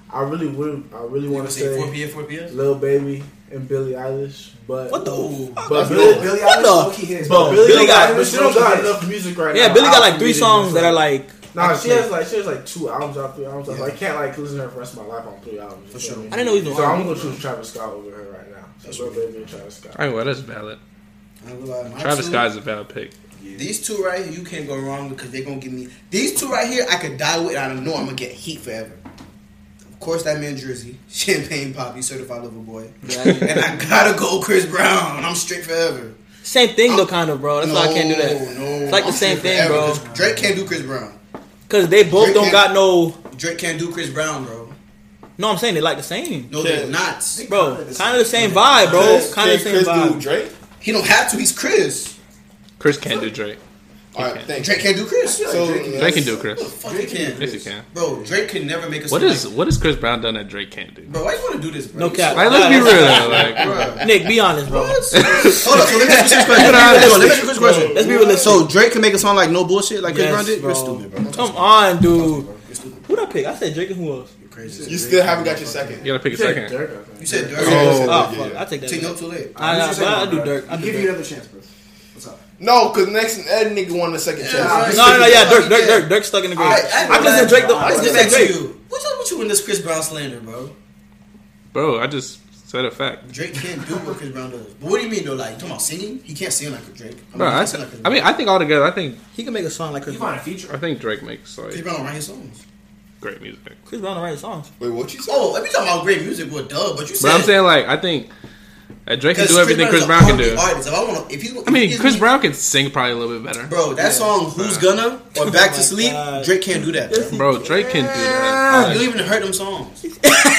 Speaker 4: I really would. I really want to say
Speaker 3: p.m. 4 p.m.?
Speaker 4: Lil Baby and Billie Eilish, but
Speaker 5: What the?
Speaker 3: Oh.
Speaker 5: fuck?
Speaker 4: but
Speaker 1: Billy,
Speaker 4: Billie,
Speaker 1: Billy,
Speaker 5: What
Speaker 1: I
Speaker 5: the-
Speaker 1: low key hits,
Speaker 4: but
Speaker 1: bro.
Speaker 4: Billie,
Speaker 5: Billie got-
Speaker 4: Eilish, she don't got enough music right now.
Speaker 5: Yeah, Billy got like
Speaker 4: I'll
Speaker 5: three
Speaker 4: be
Speaker 5: songs that
Speaker 4: just
Speaker 5: are
Speaker 4: like-
Speaker 5: like.
Speaker 4: Nah, she
Speaker 5: Yeah.
Speaker 4: has like she has like two albums out, three albums out. So I can't like listen to her for the rest of my life on three albums. For
Speaker 3: sure.
Speaker 5: I didn't know he was doing
Speaker 4: So I'm
Speaker 5: R&B.
Speaker 4: gonna choose Travis Scott over her right now. So Lil Baby and Travis Scott.
Speaker 6: All right. Well, that's valid.
Speaker 3: I ain't gonna lie, my
Speaker 6: Travis
Speaker 3: two-
Speaker 6: Scott's a valid pick.
Speaker 3: These two right here, you can't go wrong because they're gonna give me these two right here. I could die with, and I know I'm gonna get heat forever. Of course, that man Drizzy, Champagne Poppy, Certified Lover Boy, and I gotta go Chris Brown. I'm straight forever.
Speaker 5: Same thing though, kind of, bro. That's why I can't do that.
Speaker 3: No,
Speaker 5: It's like the
Speaker 3: I'm
Speaker 5: same
Speaker 3: straight
Speaker 5: thing, bro.
Speaker 3: 'cause Drake can't do Chris Brown.
Speaker 5: Cause they both
Speaker 3: Drake
Speaker 5: don't
Speaker 3: and-
Speaker 5: got no.
Speaker 3: Drake can't do Chris Brown, bro.
Speaker 5: No, I'm saying they like the same,
Speaker 3: No, they're not.
Speaker 5: bro. Kind of the same vibe, bro. Kind of the same
Speaker 2: Chris do
Speaker 5: vibe.
Speaker 2: Drake.
Speaker 3: He don't have to. He's Chris.
Speaker 6: Chris can't do Drake.
Speaker 2: All right, thanks.
Speaker 3: Drake can't do Chris.
Speaker 2: So
Speaker 6: Drake can do Chris.
Speaker 3: Fuck, he can't.
Speaker 6: Yes, he can.
Speaker 3: Bro, Drake can never make a.
Speaker 6: What
Speaker 3: song
Speaker 6: is
Speaker 3: like-
Speaker 6: what is Chris Brown done that Drake can't do?
Speaker 3: Bro, why you want to do this, bro?
Speaker 5: No cap.
Speaker 6: Like, let's be real. though, Like,
Speaker 3: Bro.
Speaker 5: Nick, be honest, bro.
Speaker 3: What? Hold up, so let me ask you this question.
Speaker 6: Let's
Speaker 3: Hold
Speaker 6: be
Speaker 3: on, Let me ask you this question.
Speaker 5: Let's be realistic.
Speaker 3: So Drake can make a song like No Bullshit, like Chris
Speaker 5: Yes,
Speaker 3: Brown did?
Speaker 5: bro.
Speaker 3: You're stupid, bro.
Speaker 5: Come on, dude. Who'd I pick? I said Drake and who else?
Speaker 3: crazy.
Speaker 2: You still haven't got your second.
Speaker 6: You gotta pick a second.
Speaker 1: Dirk, I think.
Speaker 3: You said Dirk.
Speaker 2: Oh,
Speaker 5: Oh,
Speaker 2: yeah,
Speaker 5: fuck. I take that.
Speaker 3: Take
Speaker 5: back.
Speaker 3: no too late.
Speaker 1: Who's
Speaker 5: I, I,
Speaker 1: your
Speaker 5: but I
Speaker 1: second
Speaker 5: do
Speaker 1: one,
Speaker 5: Dirk.
Speaker 1: bro?
Speaker 5: I do
Speaker 1: give you
Speaker 5: Dirk.
Speaker 1: another chance, bro. What's up?
Speaker 2: No, because next that nigga won the second chance.
Speaker 5: No, no, no, yeah, Dirk, Dirk, Dirk, Dirk stuck in the grave. I, just said Drake. Though. I just
Speaker 3: Let's get back
Speaker 5: said
Speaker 3: to
Speaker 5: Drake.
Speaker 3: you. What's up with you in this Chris Brown slander, bro?
Speaker 6: Bro, I just said a fact.
Speaker 3: Drake can't do what Chris Brown does. But what do you mean though? Like, you talking about singing? He can't sing like a Drake. I mean,
Speaker 6: Bro,
Speaker 3: he
Speaker 6: I,
Speaker 3: can't sing like a
Speaker 6: I mean, I think altogether, I think
Speaker 5: He can make a song like Chris
Speaker 1: You find
Speaker 5: Brown.
Speaker 1: a feature?
Speaker 6: I think Drake makes
Speaker 3: Chris
Speaker 6: like
Speaker 3: Brown don't write his songs.
Speaker 6: great music.
Speaker 5: Chris Brown don't write songs.
Speaker 2: Wait, what you said?
Speaker 3: Oh, if you talking about great music, well, duh. But you said.
Speaker 6: But I'm saying like I think uh, Drake can
Speaker 3: 'cause
Speaker 6: do everything Chris
Speaker 3: is
Speaker 6: Brown can
Speaker 3: a
Speaker 6: do.
Speaker 3: R&B Artist. If I, wanna, if he's,
Speaker 6: I mean, Chris Brown can sing probably a little bit better.
Speaker 3: Bro, that song "Who's Gonna" or "Back
Speaker 5: Oh
Speaker 3: to
Speaker 5: my
Speaker 3: Sleep,"
Speaker 5: God.
Speaker 3: Drake can't do that. Bro.
Speaker 6: Bro, Drake can do
Speaker 3: You
Speaker 6: that.
Speaker 3: don't even heard them songs.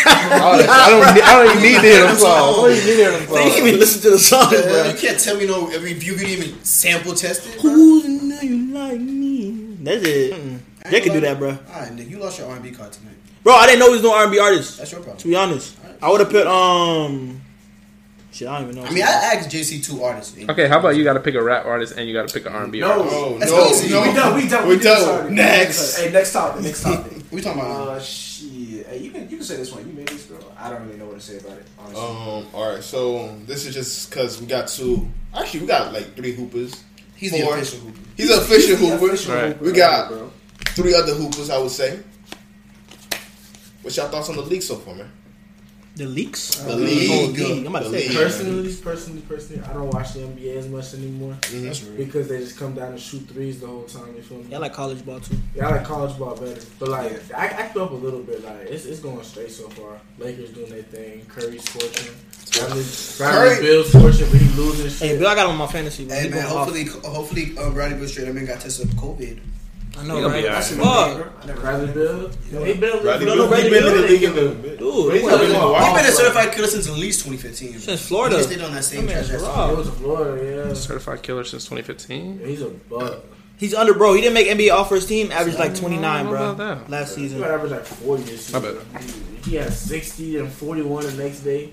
Speaker 2: I don't, I don't even need to hear them songs.
Speaker 3: Songs.
Speaker 5: They didn't even listen to the songs,
Speaker 3: Bro,
Speaker 5: bro.
Speaker 3: you can't tell me no review. You didn't even sample test it. bro.
Speaker 5: Who's know you like me? That's it. Mm-mm. They could do that, bro.
Speaker 3: All right, Nick, you lost your R&B card tonight.
Speaker 5: Bro, I didn't know he was no R and B artist.
Speaker 3: That's your
Speaker 5: To
Speaker 3: problem.
Speaker 5: be honest, I would have put um. Shit, I don't even know.
Speaker 3: I mean, I asked JC two artists. and-
Speaker 6: Okay, how about you got to pick a rap artist and you got to pick an R&B artist?
Speaker 2: Oh,
Speaker 3: That's
Speaker 2: no,
Speaker 3: easy.
Speaker 2: no.
Speaker 1: We done. We done.
Speaker 2: We
Speaker 1: did this
Speaker 2: done.
Speaker 1: already.
Speaker 2: Next.
Speaker 1: Hey, next topic. Next topic.
Speaker 3: We talking about
Speaker 1: Uh, shit. Hey, you can you can say this one. You made this, girl. I don't really know what to say about it. Honestly.
Speaker 4: Oh,
Speaker 2: Um. All right. So this is just because we got two. Actually, we got like three hoopers.
Speaker 3: he's the
Speaker 2: Four.
Speaker 3: official. Hooper.
Speaker 2: He's an official hooper.
Speaker 6: Right.
Speaker 2: We got three other hoopers. I would say. What's y'all thoughts on the league so far, man?
Speaker 5: the leaks.
Speaker 2: The
Speaker 5: Oh,
Speaker 2: league.
Speaker 5: dang, I'm about to
Speaker 2: The
Speaker 5: say
Speaker 2: league.
Speaker 4: Personally, personally, personally, I don't watch the NBA as much anymore
Speaker 3: That's
Speaker 2: Mm-hmm.
Speaker 3: rude.
Speaker 4: because they just come down and shoot threes the whole time. You feel me?
Speaker 5: Yeah, I like college ball too.
Speaker 4: Yeah, I like college ball better, but like I, I feel up a little bit. Like it's, it's going straight so far. Lakers doing their thing. Curry's fortune. Bradley- Bradley
Speaker 2: Curry-
Speaker 4: Bill's fortune, but he losing. Shit.
Speaker 5: Hey, Bill, I got him on my fantasy. Bro.
Speaker 3: Hey
Speaker 5: He
Speaker 3: man,
Speaker 5: going off.
Speaker 3: hopefully, hopefully, um, Roddy Bush Straight Man got tested for COVID.
Speaker 5: I know,
Speaker 6: He'll
Speaker 5: right?
Speaker 6: be alright.
Speaker 5: Fuck,
Speaker 1: I never
Speaker 4: Bradley Bill. He been
Speaker 2: Bradley
Speaker 4: no,
Speaker 2: Beal.
Speaker 4: no, Bradley Beal
Speaker 5: He been in
Speaker 4: in
Speaker 5: the
Speaker 4: the league a little bit.
Speaker 5: dude.
Speaker 4: He's been
Speaker 5: what-
Speaker 3: He's been a
Speaker 4: a
Speaker 3: certified killer since at least 2015.
Speaker 5: Since
Speaker 3: He
Speaker 5: Florida,
Speaker 3: stayed on that same
Speaker 5: That man's
Speaker 3: track.
Speaker 6: Oh.
Speaker 5: raw.
Speaker 4: He was a Florida, yeah.
Speaker 6: Certified Killer since 2015.
Speaker 4: He's a buck.
Speaker 5: he's under, bro. He didn't make NBA All First Team. Averaged like 29,
Speaker 6: know
Speaker 5: bro.
Speaker 6: about that.
Speaker 5: Last
Speaker 4: He
Speaker 5: season.
Speaker 4: might average like 40 this
Speaker 6: I
Speaker 4: season.
Speaker 6: bet.
Speaker 4: He- He had 60 and 41 the next day.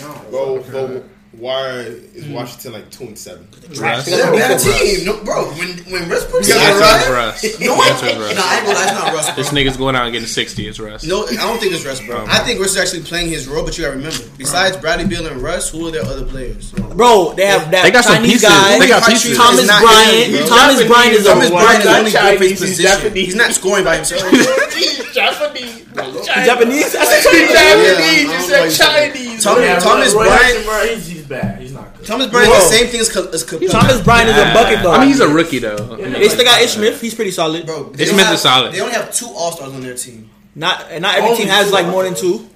Speaker 1: Damn.
Speaker 2: Bro, bro, why is Washington like two and seven?
Speaker 6: Russ.
Speaker 3: That's a bad team, no, bro. When when Westbrook
Speaker 2: Yeah,
Speaker 3: signed,
Speaker 2: right.
Speaker 6: That's Russ.
Speaker 3: no, I,
Speaker 6: That's
Speaker 3: no, I
Speaker 6: Russ.
Speaker 3: ain't gonna lie, it's not Russ. Bro.
Speaker 6: This nigga's going out and getting 60. It's Russ.
Speaker 3: No, I don't think it's Russ, bro. I think Russ is actually playing his role, but you gotta remember, besides Bradley Beal and Russ, who are their other players?
Speaker 5: Bro, they have that
Speaker 6: They got some
Speaker 5: Chinese
Speaker 6: pieces.
Speaker 5: guy.
Speaker 6: They got
Speaker 5: Thomas
Speaker 6: pieces.
Speaker 5: Thomas
Speaker 3: It's not
Speaker 5: Bryant.
Speaker 3: him, bro.
Speaker 5: Thomas Bryant is a
Speaker 3: Thomas Bryant is
Speaker 5: white
Speaker 3: only good for his position. He's not scoring by himself.
Speaker 5: Japanese. I said Chinese.
Speaker 3: Thomas, Thomas
Speaker 4: Roy
Speaker 3: Bryant,
Speaker 4: Hudson, bro, he's, he's bad. He's not good.
Speaker 3: Thomas Bryant, is
Speaker 5: Bro.
Speaker 3: the same thing as, Ka- as Capella.
Speaker 5: Thomas Bryant is a bucket though.
Speaker 6: I mean, he's a rookie though.
Speaker 5: They still got Ish Smith. He's pretty solid.
Speaker 3: bro.
Speaker 6: Ishmael's
Speaker 3: they don't have-
Speaker 6: is solid.
Speaker 3: They only have two All Stars on their team.
Speaker 5: Not and not every team has like more than two.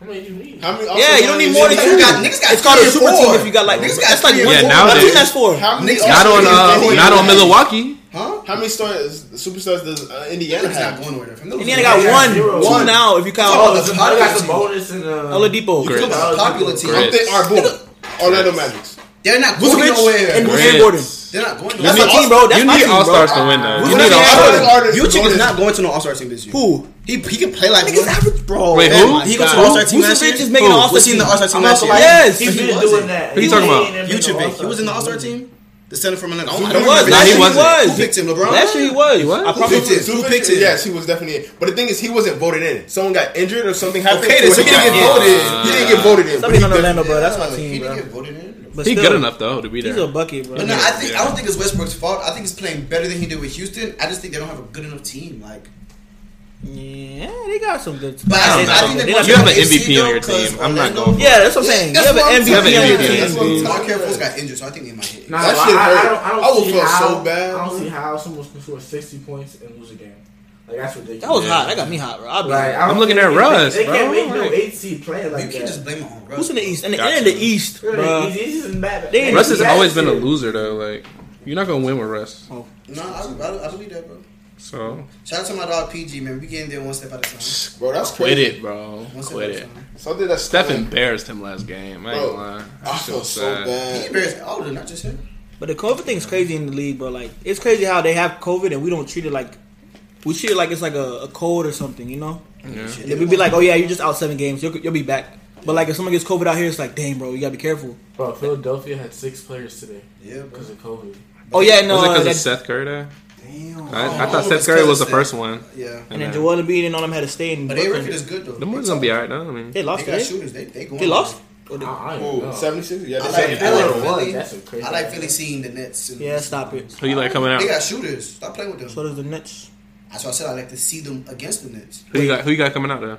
Speaker 4: How many do you need?
Speaker 2: How many?
Speaker 5: Yeah, you don't need more than
Speaker 3: Niggas
Speaker 5: two.
Speaker 3: got- niggas got
Speaker 5: It's called a
Speaker 3: three or
Speaker 5: super team
Speaker 3: four.
Speaker 5: if you got like.
Speaker 3: Niggas got
Speaker 5: That's like
Speaker 3: three or
Speaker 5: one.
Speaker 6: Yeah,
Speaker 5: four.
Speaker 6: nowadays.
Speaker 5: My team has four.
Speaker 2: How many?
Speaker 6: Not on uh, not on Milwaukee.
Speaker 3: Huh?
Speaker 2: How many stars, superstars does uh, Indiana
Speaker 3: It's not
Speaker 2: have?
Speaker 3: going nowhere.
Speaker 5: Indiana got
Speaker 4: Yeah,
Speaker 5: one,
Speaker 4: zero.
Speaker 5: two
Speaker 4: One.
Speaker 5: now if you count
Speaker 3: Oh,
Speaker 5: oh,
Speaker 3: that's-
Speaker 4: I got the bonus and uh,
Speaker 5: Oladipo.
Speaker 6: Great.
Speaker 3: Talking about a popular team.
Speaker 2: I'm
Speaker 6: Great.
Speaker 2: thinking, all right, boom. Orlando Magic.
Speaker 3: They're not going
Speaker 5: Vucevic
Speaker 3: nowhere.
Speaker 5: and
Speaker 6: Great.
Speaker 5: Boogie Gordon.
Speaker 3: They're not going
Speaker 5: That's
Speaker 3: nowhere.
Speaker 5: my team, bro. That's
Speaker 6: you
Speaker 5: my
Speaker 6: need
Speaker 5: team,
Speaker 6: all stars
Speaker 5: bro.
Speaker 6: to win though.
Speaker 5: Who's
Speaker 6: You need
Speaker 5: gonna
Speaker 6: all
Speaker 5: be
Speaker 6: stars.
Speaker 5: Gordon.
Speaker 2: Artists
Speaker 3: Vucevic
Speaker 2: bonus.
Speaker 3: is not going to an All Star team this year.
Speaker 5: Who?
Speaker 3: He, he can play like one.
Speaker 5: Niggas average, bro.
Speaker 6: Wait,
Speaker 5: Man,
Speaker 6: who?
Speaker 3: He goes to
Speaker 5: God.
Speaker 3: an All-Star team last
Speaker 5: Vucevic
Speaker 3: year?
Speaker 5: just making an
Speaker 6: Who?
Speaker 5: All-Star
Speaker 3: Was he in
Speaker 5: team.
Speaker 3: the All Star team
Speaker 1: I'm
Speaker 3: last
Speaker 1: also
Speaker 3: year?
Speaker 1: like,
Speaker 5: Yes.
Speaker 1: he's been
Speaker 3: wasn't.
Speaker 1: doing that.
Speaker 6: Who you talking about?
Speaker 3: Vucevic. He was in the All Star team. The center from Atlanta. I don't- I
Speaker 5: He
Speaker 3: don't
Speaker 5: was.
Speaker 3: remember
Speaker 5: Last
Speaker 6: he
Speaker 5: year he
Speaker 6: wasn't.
Speaker 5: was.
Speaker 3: Who picked him? LeBron.
Speaker 5: Last year he was.
Speaker 6: He was?
Speaker 5: I
Speaker 6: Who
Speaker 5: probably
Speaker 3: picked him? Who
Speaker 2: Zubac-
Speaker 3: picked him?
Speaker 2: Yes, he was definitely in. But the thing is, he wasn't voted in. Someone got injured or something happened.
Speaker 3: Okay, then
Speaker 2: so he
Speaker 3: somebody
Speaker 2: didn't get
Speaker 3: got
Speaker 2: voted. in. He didn't get voted in. but
Speaker 5: Somebody
Speaker 2: he
Speaker 5: in Orlando,
Speaker 2: definitely-
Speaker 5: bro. That's my
Speaker 3: He
Speaker 5: team,
Speaker 3: didn't get
Speaker 5: bro.
Speaker 3: voted in.
Speaker 5: But
Speaker 6: He's
Speaker 5: still,
Speaker 6: good enough though to be
Speaker 5: He's a
Speaker 6: there.
Speaker 5: bucket, bro.
Speaker 3: But no, I think I don't think it's Westbrook's fault. I think he's playing better than he did with Houston. I just think they don't have a good enough team. Like,
Speaker 5: Yeah, they got some good.
Speaker 3: but
Speaker 6: I don't
Speaker 3: I,
Speaker 6: know.
Speaker 3: think
Speaker 5: You
Speaker 3: they want
Speaker 6: You have an
Speaker 3: the AC
Speaker 6: MVP on
Speaker 3: though,
Speaker 6: your
Speaker 3: 'cause
Speaker 6: team. I'm not
Speaker 3: Orlando-
Speaker 6: going.
Speaker 5: Yeah, that's what I'm saying. You
Speaker 3: That's
Speaker 5: have
Speaker 3: what I'm
Speaker 5: an
Speaker 3: saying.
Speaker 5: MVP on your
Speaker 6: Yeah.
Speaker 5: team.
Speaker 2: That's what I'm talking
Speaker 3: Markelle Fultz got injured, so I think they might hit.
Speaker 4: Nah,
Speaker 2: That
Speaker 4: I-
Speaker 2: shit
Speaker 4: I,
Speaker 2: hurt.
Speaker 4: I don't, I don't
Speaker 2: I would
Speaker 4: see
Speaker 2: feel
Speaker 4: how,
Speaker 2: so bad.
Speaker 4: I don't see how someone can score 60 points and lose a game. Like, that's ridiculous.
Speaker 5: That was hot. That got me hot, bro. I'll be
Speaker 4: Like, I don't
Speaker 6: I'm looking
Speaker 4: think
Speaker 6: at
Speaker 4: they can make-
Speaker 6: Russ,
Speaker 4: They can't
Speaker 6: bro.
Speaker 4: make no
Speaker 6: Like-
Speaker 4: 8 seed player
Speaker 3: You
Speaker 4: like
Speaker 3: can't just
Speaker 4: that.
Speaker 3: blame it on Russ.
Speaker 5: Who's in the East? And the
Speaker 6: Gotcha.
Speaker 5: end of the East, bro.
Speaker 4: He's, he's just bad.
Speaker 5: They-
Speaker 6: Russ has
Speaker 4: Bad
Speaker 6: always been a
Speaker 4: shit.
Speaker 6: loser though. Like you're not gonna win with Russ.
Speaker 3: No, I, I, I believe that, bro.
Speaker 6: So
Speaker 3: Shout out to my dog PG, man. We getting there one step at a time.
Speaker 2: Bro, that's
Speaker 6: quit
Speaker 2: crazy.
Speaker 6: it, bro.
Speaker 3: One step
Speaker 6: Quit
Speaker 3: at a
Speaker 6: it.
Speaker 3: time.
Speaker 2: Something that's
Speaker 6: Steph embarrassed him last game. I ain't
Speaker 2: Bro,
Speaker 6: gonna lie.
Speaker 2: I feel so
Speaker 3: He
Speaker 2: bad.
Speaker 3: embarrassed all of them, not just him.
Speaker 5: But the COVID thing's crazy in the league, bro. Like it's crazy how they have COVID and we don't treat it like we treat it like it's like a, a cold or something, you know?
Speaker 6: Yeah.
Speaker 3: Shit,
Speaker 5: Yeah, we'd be like, oh yeah, you're just out seven games, you'll, you'll be back. But like if someone gets COVID out here, it's like, damn, bro, you gotta be careful.
Speaker 4: Bro, Philadelphia had six players today
Speaker 3: yeah, bro.
Speaker 4: because of COVID.
Speaker 5: Oh yeah, no,
Speaker 6: Was it because
Speaker 5: that-
Speaker 6: of Seth Curry? though?
Speaker 1: Damn.
Speaker 6: I, I
Speaker 3: Oh,
Speaker 6: thought Seth
Speaker 3: it's
Speaker 6: Curry was the
Speaker 3: Cousins.
Speaker 6: first one.
Speaker 3: Yeah.
Speaker 5: And
Speaker 6: And then
Speaker 5: then Joel Embiid and all them had to stay in
Speaker 3: But their
Speaker 5: Brooklyn.
Speaker 3: record is good though.
Speaker 6: the Warriors gonna be alright though. I mean,
Speaker 5: They
Speaker 3: They
Speaker 5: lost
Speaker 3: got
Speaker 5: today.
Speaker 3: shooters. They they going.
Speaker 5: They lost.
Speaker 4: I, I,
Speaker 2: Ooh, 76? Yeah,
Speaker 3: I
Speaker 2: they
Speaker 3: like
Speaker 2: said
Speaker 3: Philly.
Speaker 2: it.
Speaker 4: That's a crazy.
Speaker 3: I like Philly seeing the Nets. and-
Speaker 5: Yeah, stop it.
Speaker 6: who you like coming out?
Speaker 3: They got shooters. Stop playing with them.
Speaker 5: So does the Nets.
Speaker 3: That's why I said I like to see them against the Nets.
Speaker 6: Who you got? Who you got coming out though?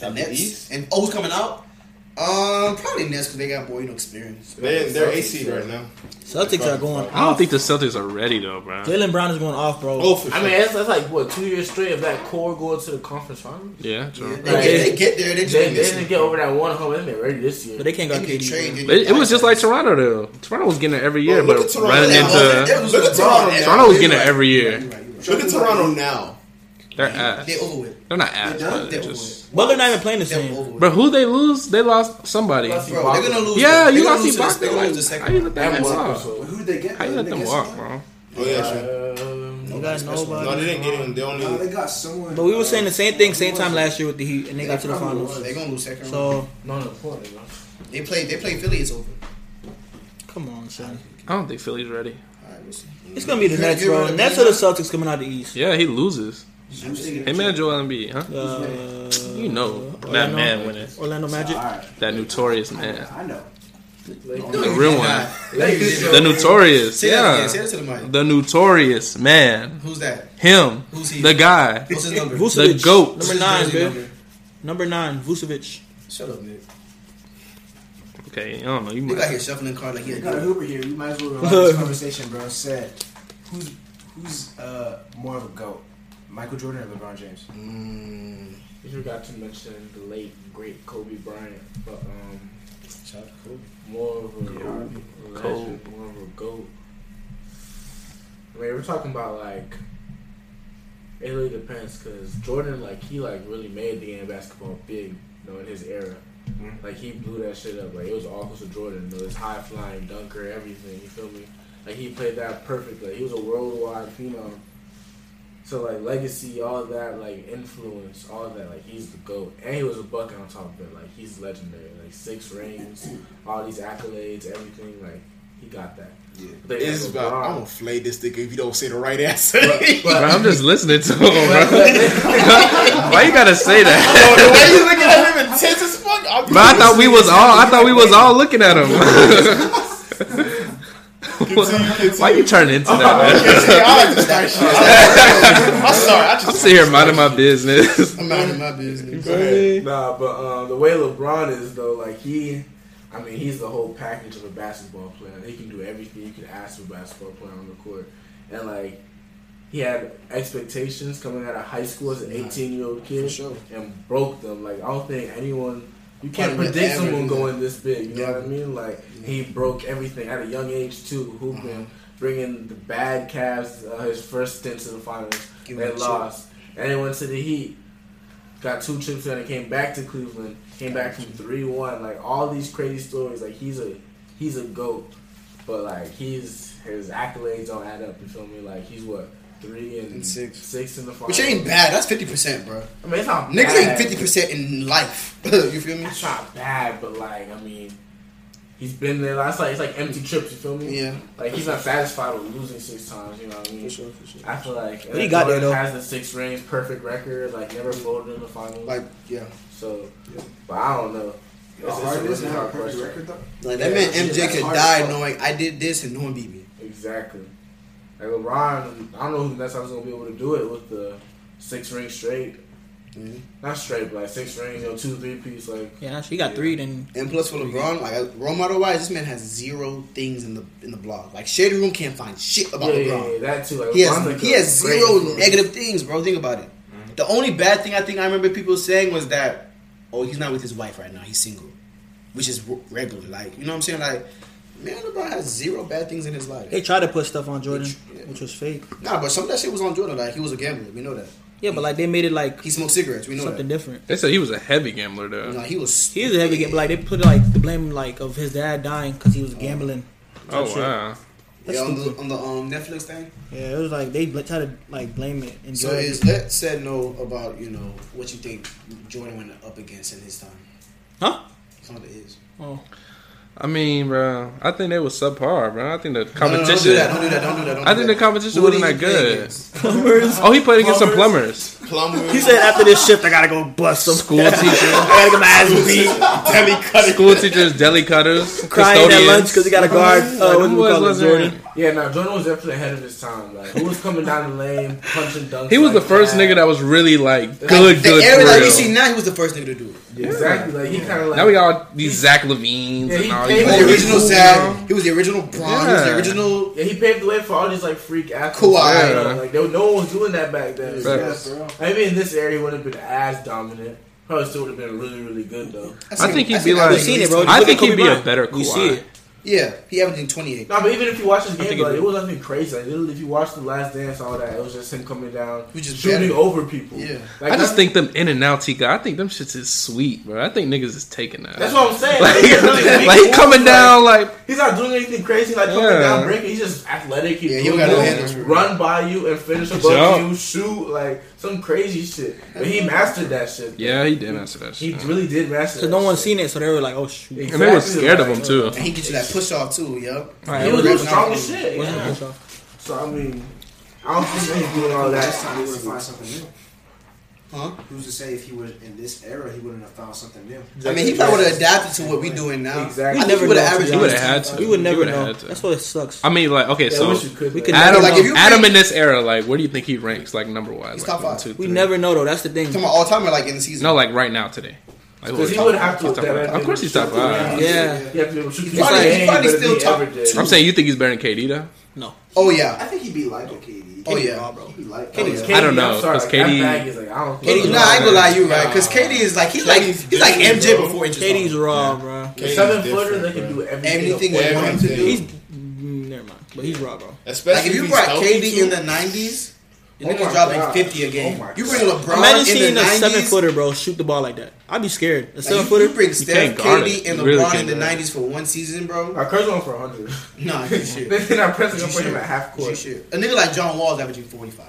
Speaker 3: The
Speaker 2: Of the
Speaker 3: Nets
Speaker 2: East?
Speaker 3: and oh, who's coming out? Um, probably Nets because they got boy, you know, experience.
Speaker 2: They- They're AC right now.
Speaker 5: Celtics are going
Speaker 6: I don't
Speaker 5: off.
Speaker 6: think the Celtics are ready though, bro.
Speaker 5: Jalen Brown is going off, bro.
Speaker 2: Oh, for sure.
Speaker 4: I mean, that's, that's like what two years straight of that core going to the conference finals.
Speaker 6: Yeah, true.
Speaker 3: They, get, they get there. They just
Speaker 4: They,
Speaker 3: they,
Speaker 4: they didn't get over that one home. They've been ready this year.
Speaker 5: But they can't go
Speaker 3: they get
Speaker 5: KD.
Speaker 3: traded.
Speaker 5: bro.
Speaker 6: It, it was just like Toronto though. Toronto was getting it every year,
Speaker 2: Bro, look
Speaker 6: but
Speaker 2: at Toronto.
Speaker 6: running
Speaker 2: They
Speaker 3: That
Speaker 6: into
Speaker 3: was-
Speaker 2: Look at
Speaker 3: that was-
Speaker 2: Toronto.
Speaker 6: Toronto was
Speaker 2: You're
Speaker 6: getting it
Speaker 2: right.
Speaker 6: every year.
Speaker 3: Right, you're right.
Speaker 2: Look at Toronto now.
Speaker 6: They're ass.
Speaker 3: They over with.
Speaker 6: They're not ass,
Speaker 3: They're done.
Speaker 6: but
Speaker 3: They're
Speaker 6: they're
Speaker 3: over
Speaker 6: just.
Speaker 3: with.
Speaker 5: Butler not even playing the
Speaker 3: They're
Speaker 5: same.
Speaker 3: over with.
Speaker 6: But who they lose? They lost somebody.
Speaker 3: Bro, they're gonna lose.
Speaker 6: Yeah,
Speaker 3: They're
Speaker 6: you
Speaker 3: gonna
Speaker 6: lost
Speaker 3: lose to the-
Speaker 6: Ibaka.
Speaker 3: They're gonna lose the
Speaker 6: How
Speaker 3: second
Speaker 6: you
Speaker 3: round.
Speaker 6: let them walk?
Speaker 4: uh,
Speaker 1: But who did they get?
Speaker 6: How you
Speaker 1: though?
Speaker 6: let
Speaker 1: Did
Speaker 6: them
Speaker 1: they get
Speaker 6: walk,
Speaker 1: someone?
Speaker 6: bro?
Speaker 2: Oh, yeah, sure.
Speaker 5: They got nobody.
Speaker 2: No, they didn't get him. They only.
Speaker 1: No, they got someone.
Speaker 5: But we were saying the same thing same time last year with the Heat, and they got to the
Speaker 1: probably
Speaker 5: finals.
Speaker 3: They're gonna lose second round.
Speaker 5: So
Speaker 4: No, no, poor nigga.
Speaker 3: They play. They play Philly. It's over.
Speaker 5: come on, son.
Speaker 6: I don't think Philly's ready.
Speaker 3: All right, we'll see.
Speaker 5: It's gonna be the
Speaker 3: You're
Speaker 5: Nets,
Speaker 3: giving
Speaker 5: bro.
Speaker 3: it a
Speaker 5: Nets
Speaker 3: beat,
Speaker 5: or the Celtics coming out of the East.
Speaker 6: Yeah, he loses.
Speaker 1: I'm thinking-
Speaker 6: Hey man, Joel Embiid, huh?
Speaker 5: Uh,
Speaker 6: You know
Speaker 3: Oh,
Speaker 6: that
Speaker 5: Orlando-
Speaker 6: man winning.
Speaker 5: Uh, Orlando Magic.
Speaker 1: All right,
Speaker 6: That notorious man.
Speaker 1: I know.
Speaker 6: The real one. The
Speaker 3: The
Speaker 6: notorious.
Speaker 3: Say that again. Say
Speaker 6: Yeah.
Speaker 3: that to the mic.
Speaker 6: The notorious man.
Speaker 3: Who's that?
Speaker 6: Him.
Speaker 3: Who's he?
Speaker 6: The guy.
Speaker 3: What's his number?
Speaker 5: Vucevic.
Speaker 6: GOAT.
Speaker 5: Number nine, man. Number nine, Vucevic.
Speaker 3: Shut up, Nick.
Speaker 6: Okay, I don't know. You
Speaker 3: Nick out
Speaker 6: might.
Speaker 3: here shuffling card like he a
Speaker 1: We got a
Speaker 5: Ah!
Speaker 3: dude.
Speaker 1: Hooper here. We might as well revive this conversation, bro. Said, who's who's uh more of a goat, Michael Jordan or LeBron James?
Speaker 3: Mm,
Speaker 4: You forgot to mention the late great Kobe Bryant, but um,
Speaker 3: shout out to Kobe.
Speaker 4: more of a legend, more of a goat. I mean, we're talking about like it really depends because Jordan, like he like really made the game of basketball big, you know, in his era. Like he blew that shit up. Like it was all because of Jordan. You know, his high flying dunker, everything. You feel me? Like he played that perfect. Like he was a worldwide phenom. So like legacy, all that, like influence, all that, like he's the goat, and he was a bucket on top of it. Like he's legendary. Like six rings, all these accolades, everything. Like he got that. They got
Speaker 2: It's about,
Speaker 4: LeBron.
Speaker 2: I'm gonna flay this nigga if you don't say the right answer.
Speaker 6: Bro, I'm just listening to him, bro. Why you gotta say that?
Speaker 2: the way you looking at him intense as fuck. I'm
Speaker 6: Bro, I thought we was all. I thought we was all looking at him. Why you turning into that? Man?
Speaker 2: I like to start shit. I'm sorry. I
Speaker 6: I'm
Speaker 2: just
Speaker 6: sitting here minding my business.
Speaker 3: I'm out of my business.
Speaker 2: Go ahead.
Speaker 4: Nah, but um, the way LeBron is though, like he, I mean, he's the whole package of a basketball player. He can do everything you can ask of a basketball player on the court, and like he had expectations coming out of high school as an eighteen-year-old kid
Speaker 3: sure.
Speaker 4: and broke them. Like I don't think anyone. You can't
Speaker 3: Probably
Speaker 4: predict
Speaker 3: never
Speaker 4: someone
Speaker 3: do that.
Speaker 4: going this big. You know
Speaker 3: Yeah. Mm-hmm.
Speaker 4: what I mean? Like he broke everything at a young age too, hooping, bringing the bad Cavs uh, his first stint to the finals.
Speaker 3: Give
Speaker 4: they
Speaker 3: him a
Speaker 4: lost, and they went to the Heat got two chips and came back to Cleveland, came back from three one, like all these crazy stories. Like he's a he's a goat, but like he's his accolades don't add up. You feel me? Like he's what three and,
Speaker 3: And six.
Speaker 4: six in the finals.
Speaker 3: Which ain't bad. That's fifty percent, bro.
Speaker 4: I mean, it's not
Speaker 3: Niggas
Speaker 4: bad.
Speaker 3: ain't fifty percent in life. you feel me?
Speaker 4: It's not bad, but like I mean, he's been there. That's like it's like empty trips. You feel me?
Speaker 3: Yeah,
Speaker 4: Like he's not satisfied with losing six times. You know what I mean?
Speaker 3: for sure, for sure.
Speaker 4: I feel like
Speaker 5: He got
Speaker 4: Jordan
Speaker 5: there, though.
Speaker 4: Has the six rings, perfect record, like never folded in the finals.
Speaker 3: Like, yeah.
Speaker 4: So, but I don't know. It's, it's a
Speaker 1: Harden
Speaker 4: really
Speaker 1: doesn't have a
Speaker 4: hard
Speaker 1: perfect record
Speaker 4: question.
Speaker 1: though.
Speaker 3: Like,
Speaker 4: Yeah,
Speaker 3: that meant
Speaker 4: yeah,
Speaker 3: MJ
Speaker 4: that's
Speaker 3: could
Speaker 1: hard as
Speaker 3: die
Speaker 1: fuck.
Speaker 3: knowing I did this and no one beat me.
Speaker 4: Exactly. Like LeBron, I don't know who the next time was gonna be able to do it with the six ring straight.
Speaker 3: Mhm.
Speaker 4: Not straight, but like six rings, you know, two three piece. Like
Speaker 5: Yeah, actually, he got three. Then
Speaker 3: And plus, for LeBron, like role model wise, this man has zero things in the in the blog. Like, Shady Room can't find shit
Speaker 4: yeah,
Speaker 3: about
Speaker 4: yeah,
Speaker 3: LeBron.
Speaker 4: yeah, that too. Like
Speaker 3: He
Speaker 4: LeBron's
Speaker 3: has
Speaker 4: like
Speaker 3: he
Speaker 4: a Mm-hmm.
Speaker 3: has
Speaker 4: great
Speaker 3: zero
Speaker 4: influence.
Speaker 3: negative things, bro. Think about it. The only bad thing I think I remember people saying was that, oh, he's not with his wife right now. He's single, which is w- regular. Like, you know what I'm saying? Like, man, LeBron has zero bad things in his life.
Speaker 5: they tried to put stuff on Jordan,
Speaker 3: Yeah.
Speaker 5: which was fake.
Speaker 3: Nah, but some of that shit was on Jordan. Like, he was a gambler. We know that.
Speaker 5: Yeah, but like they made it like
Speaker 3: He smoked cigarettes. We know
Speaker 5: something different.
Speaker 6: They said he was a heavy gambler though.
Speaker 3: that. No, he was.
Speaker 5: He is a heavy game. Like they put like the blame like of his dad dying because he was gambling.
Speaker 6: Oh wow.
Speaker 5: That's
Speaker 3: Yeah, on
Speaker 5: stupid.
Speaker 3: the, on the um, Netflix thing.
Speaker 5: Yeah, it was like they bl- tried to like blame it. And
Speaker 3: So
Speaker 5: Jordan.
Speaker 3: is let said no about you know what you think Jordan went up against in his time?
Speaker 5: Huh?
Speaker 3: Kind of is.
Speaker 5: Oh,
Speaker 6: I mean, bro, I think they was subpar, bro. I think
Speaker 3: No, no, no,
Speaker 6: the
Speaker 3: don't do
Speaker 6: competition.
Speaker 3: that. Don't do that. Don't do that. Don't
Speaker 6: I
Speaker 3: do
Speaker 6: think
Speaker 3: that.
Speaker 6: the competition
Speaker 3: Who did
Speaker 6: wasn't
Speaker 3: he
Speaker 6: that
Speaker 3: play
Speaker 6: good.
Speaker 3: against?
Speaker 6: Oh, he played against some plumbers,
Speaker 2: Plumbers.
Speaker 5: He said after this shift, I gotta go bust some.
Speaker 6: school teachers,
Speaker 5: I gotta get my ass beat,
Speaker 6: school teachers, deli cutters,
Speaker 5: crying at
Speaker 6: custodians.
Speaker 5: lunch because he got a guard. Uh, what
Speaker 6: Them boys
Speaker 5: do we call it,
Speaker 6: wasn't-
Speaker 5: Jordan?
Speaker 4: Yeah, no, Jordan was definitely ahead of his time. Like, who was coming down the lane, punching dunks?
Speaker 6: He was
Speaker 4: like
Speaker 6: the first nigga that was really like good,
Speaker 3: The
Speaker 6: good.
Speaker 3: era
Speaker 6: for
Speaker 3: that we
Speaker 6: real.
Speaker 3: see now, he was the first nigga to do it.
Speaker 4: Yeah, exactly. Like, he kind of like.
Speaker 6: Now we got these Zach Levines
Speaker 4: Yeah, he
Speaker 6: and all
Speaker 4: came
Speaker 6: these.
Speaker 3: He was
Speaker 4: Oh,
Speaker 3: the
Speaker 4: he's
Speaker 3: original
Speaker 4: cool,
Speaker 3: Zach. He was the original Braun. He was the
Speaker 6: Yeah.
Speaker 3: original.
Speaker 4: Yeah, he paved the way for all these like freak athletes.
Speaker 3: Kawhi.
Speaker 4: you know? Like, there, no one was doing that back then.
Speaker 6: Right.
Speaker 4: Yes. Maybe in this area he wouldn't have been as dominant. Probably still would have been really, really good though.
Speaker 6: I think he'd be
Speaker 3: I
Speaker 6: like.
Speaker 5: We've seen it, bro. Just
Speaker 6: I
Speaker 5: look
Speaker 6: think
Speaker 5: at
Speaker 6: he'd
Speaker 5: Kobe
Speaker 6: be a
Speaker 5: Bryant.
Speaker 6: better
Speaker 5: You see
Speaker 6: Kawhi.
Speaker 5: it.
Speaker 3: Yeah, he averaging 28.
Speaker 4: No, but even if you watch this game,
Speaker 6: think it
Speaker 4: like,
Speaker 6: would.
Speaker 4: it was nothing crazy. Like, literally, if you watch the Last Dance, all that, it was just him coming down,
Speaker 3: We just
Speaker 4: shooting
Speaker 3: batted.
Speaker 4: over people.
Speaker 3: Yeah.
Speaker 4: like,
Speaker 6: I
Speaker 4: that's-
Speaker 6: just think them in and out Tika. I think them shits is sweet, bro. I think niggas is taking that.
Speaker 4: that's what I'm saying.
Speaker 6: like,
Speaker 4: Like, he's really big
Speaker 6: like, he
Speaker 4: forward,
Speaker 6: coming
Speaker 4: like,
Speaker 6: down like
Speaker 4: He's not doing anything crazy, like coming
Speaker 6: Yeah.
Speaker 4: down breaking. He's just athletic. He
Speaker 3: Yeah, he
Speaker 4: dribbles,
Speaker 3: don't got no handles for real.
Speaker 4: run by you and finish above
Speaker 6: Jump.
Speaker 4: you, shoot like some crazy shit. But he mastered that shit.
Speaker 6: Yeah, he did answer that
Speaker 4: He
Speaker 6: shit.
Speaker 4: really did master.
Speaker 5: Because
Speaker 4: that
Speaker 5: no one
Speaker 4: shit.
Speaker 5: seen it, so they were like, "Oh shoot."
Speaker 6: And they were scared of
Speaker 4: like,
Speaker 6: him too.
Speaker 3: And he gets you that push off too, yo.
Speaker 5: Right.
Speaker 4: He
Speaker 5: it
Speaker 4: was
Speaker 5: was-
Speaker 4: the strongest shit.
Speaker 5: wasn't
Speaker 4: yeah.
Speaker 5: a push off.
Speaker 4: So I mean, I don't think he's doing all
Speaker 1: This time he
Speaker 4: that.
Speaker 1: would have found something new.
Speaker 3: Oh, Huh?
Speaker 1: Who's to say if he was in this era he wouldn't have found something new?
Speaker 3: I mean, he probably would have adapted to what we doing now.
Speaker 4: Exactly.
Speaker 3: I think he would have averaged.
Speaker 5: We
Speaker 6: He would have
Speaker 3: almost-
Speaker 6: had to.
Speaker 5: We would
Speaker 6: He
Speaker 5: never
Speaker 6: would've
Speaker 5: know.
Speaker 6: had to.
Speaker 5: That's what it sucks.
Speaker 6: I mean, like, okay,
Speaker 4: Yeah, I
Speaker 6: so
Speaker 4: wish you could.
Speaker 5: We
Speaker 4: like-
Speaker 5: could
Speaker 6: Adam,
Speaker 3: Like, if you
Speaker 6: Adam
Speaker 3: think-
Speaker 6: in this era, like, where do you think he ranks, like, number wise?
Speaker 3: He's
Speaker 6: like,
Speaker 3: top
Speaker 6: one,
Speaker 3: five.
Speaker 6: two,
Speaker 5: We
Speaker 6: three?
Speaker 5: never know though. That's the thing.
Speaker 3: Talking about all time or like in the season.
Speaker 6: No, like right now today. Like,
Speaker 4: Because he
Speaker 6: who-
Speaker 4: would have to.
Speaker 6: He's top five. Of course he's top five.
Speaker 5: Yeah.
Speaker 4: You have to be able to shoot the
Speaker 3: He's probably-
Speaker 4: ball.
Speaker 3: he's probably
Speaker 4: Better than
Speaker 3: still
Speaker 4: he
Speaker 3: top
Speaker 4: ever did.
Speaker 6: I'm saying you think he's better than KD though.
Speaker 3: Oh yeah.
Speaker 1: I think he'd be like a KD.
Speaker 3: Oh yeah.
Speaker 1: He'd be like
Speaker 4: Katie-
Speaker 1: oh,
Speaker 4: Katie,
Speaker 6: I don't
Speaker 4: I'm
Speaker 6: know,
Speaker 4: sorry,
Speaker 6: 'cause
Speaker 4: like, that
Speaker 6: Katie-
Speaker 4: bag is like, I don't
Speaker 5: Katie-
Speaker 3: Nah, I ain't gonna lie, you right? Because KD is like he's like he's like MJ before it just
Speaker 5: KD's raw, bro.
Speaker 2: Katie's
Speaker 4: seven footer,
Speaker 2: different,
Speaker 4: they can
Speaker 2: bro.
Speaker 4: do everything.
Speaker 3: anything
Speaker 2: Yeah,
Speaker 3: we want him to do.
Speaker 5: He's mm, never mind, but he's raw, bro.
Speaker 2: Especially
Speaker 3: Like if you
Speaker 2: he's
Speaker 3: brought
Speaker 2: healthy,
Speaker 3: KD
Speaker 2: too.
Speaker 3: in the nineties, the
Speaker 4: Oh
Speaker 3: nigga's
Speaker 4: my
Speaker 3: dropping
Speaker 4: God.
Speaker 3: fifty a game.
Speaker 4: Oh my
Speaker 3: you bring LeBron
Speaker 5: Imagine
Speaker 3: in
Speaker 5: seeing
Speaker 3: the
Speaker 5: a seven
Speaker 3: nineties. Like
Speaker 5: footer, bro, shoot the ball like that. I'd be scared. A
Speaker 3: you,
Speaker 5: seven
Speaker 3: you
Speaker 5: footer.
Speaker 3: bring
Speaker 6: can't
Speaker 3: Steph,
Speaker 6: guard
Speaker 3: KD,
Speaker 6: it.
Speaker 3: and
Speaker 6: You really
Speaker 3: LeBron
Speaker 6: can't
Speaker 3: in the
Speaker 6: guard it.
Speaker 3: nineties for one season, bro.
Speaker 4: My curse went for 100.
Speaker 3: Nah, you shit.
Speaker 4: They're not pressing
Speaker 3: You
Speaker 4: up for him at
Speaker 3: shit.
Speaker 4: half
Speaker 3: You
Speaker 4: court.
Speaker 3: shit. A nigga like John Wall's averaging forty five.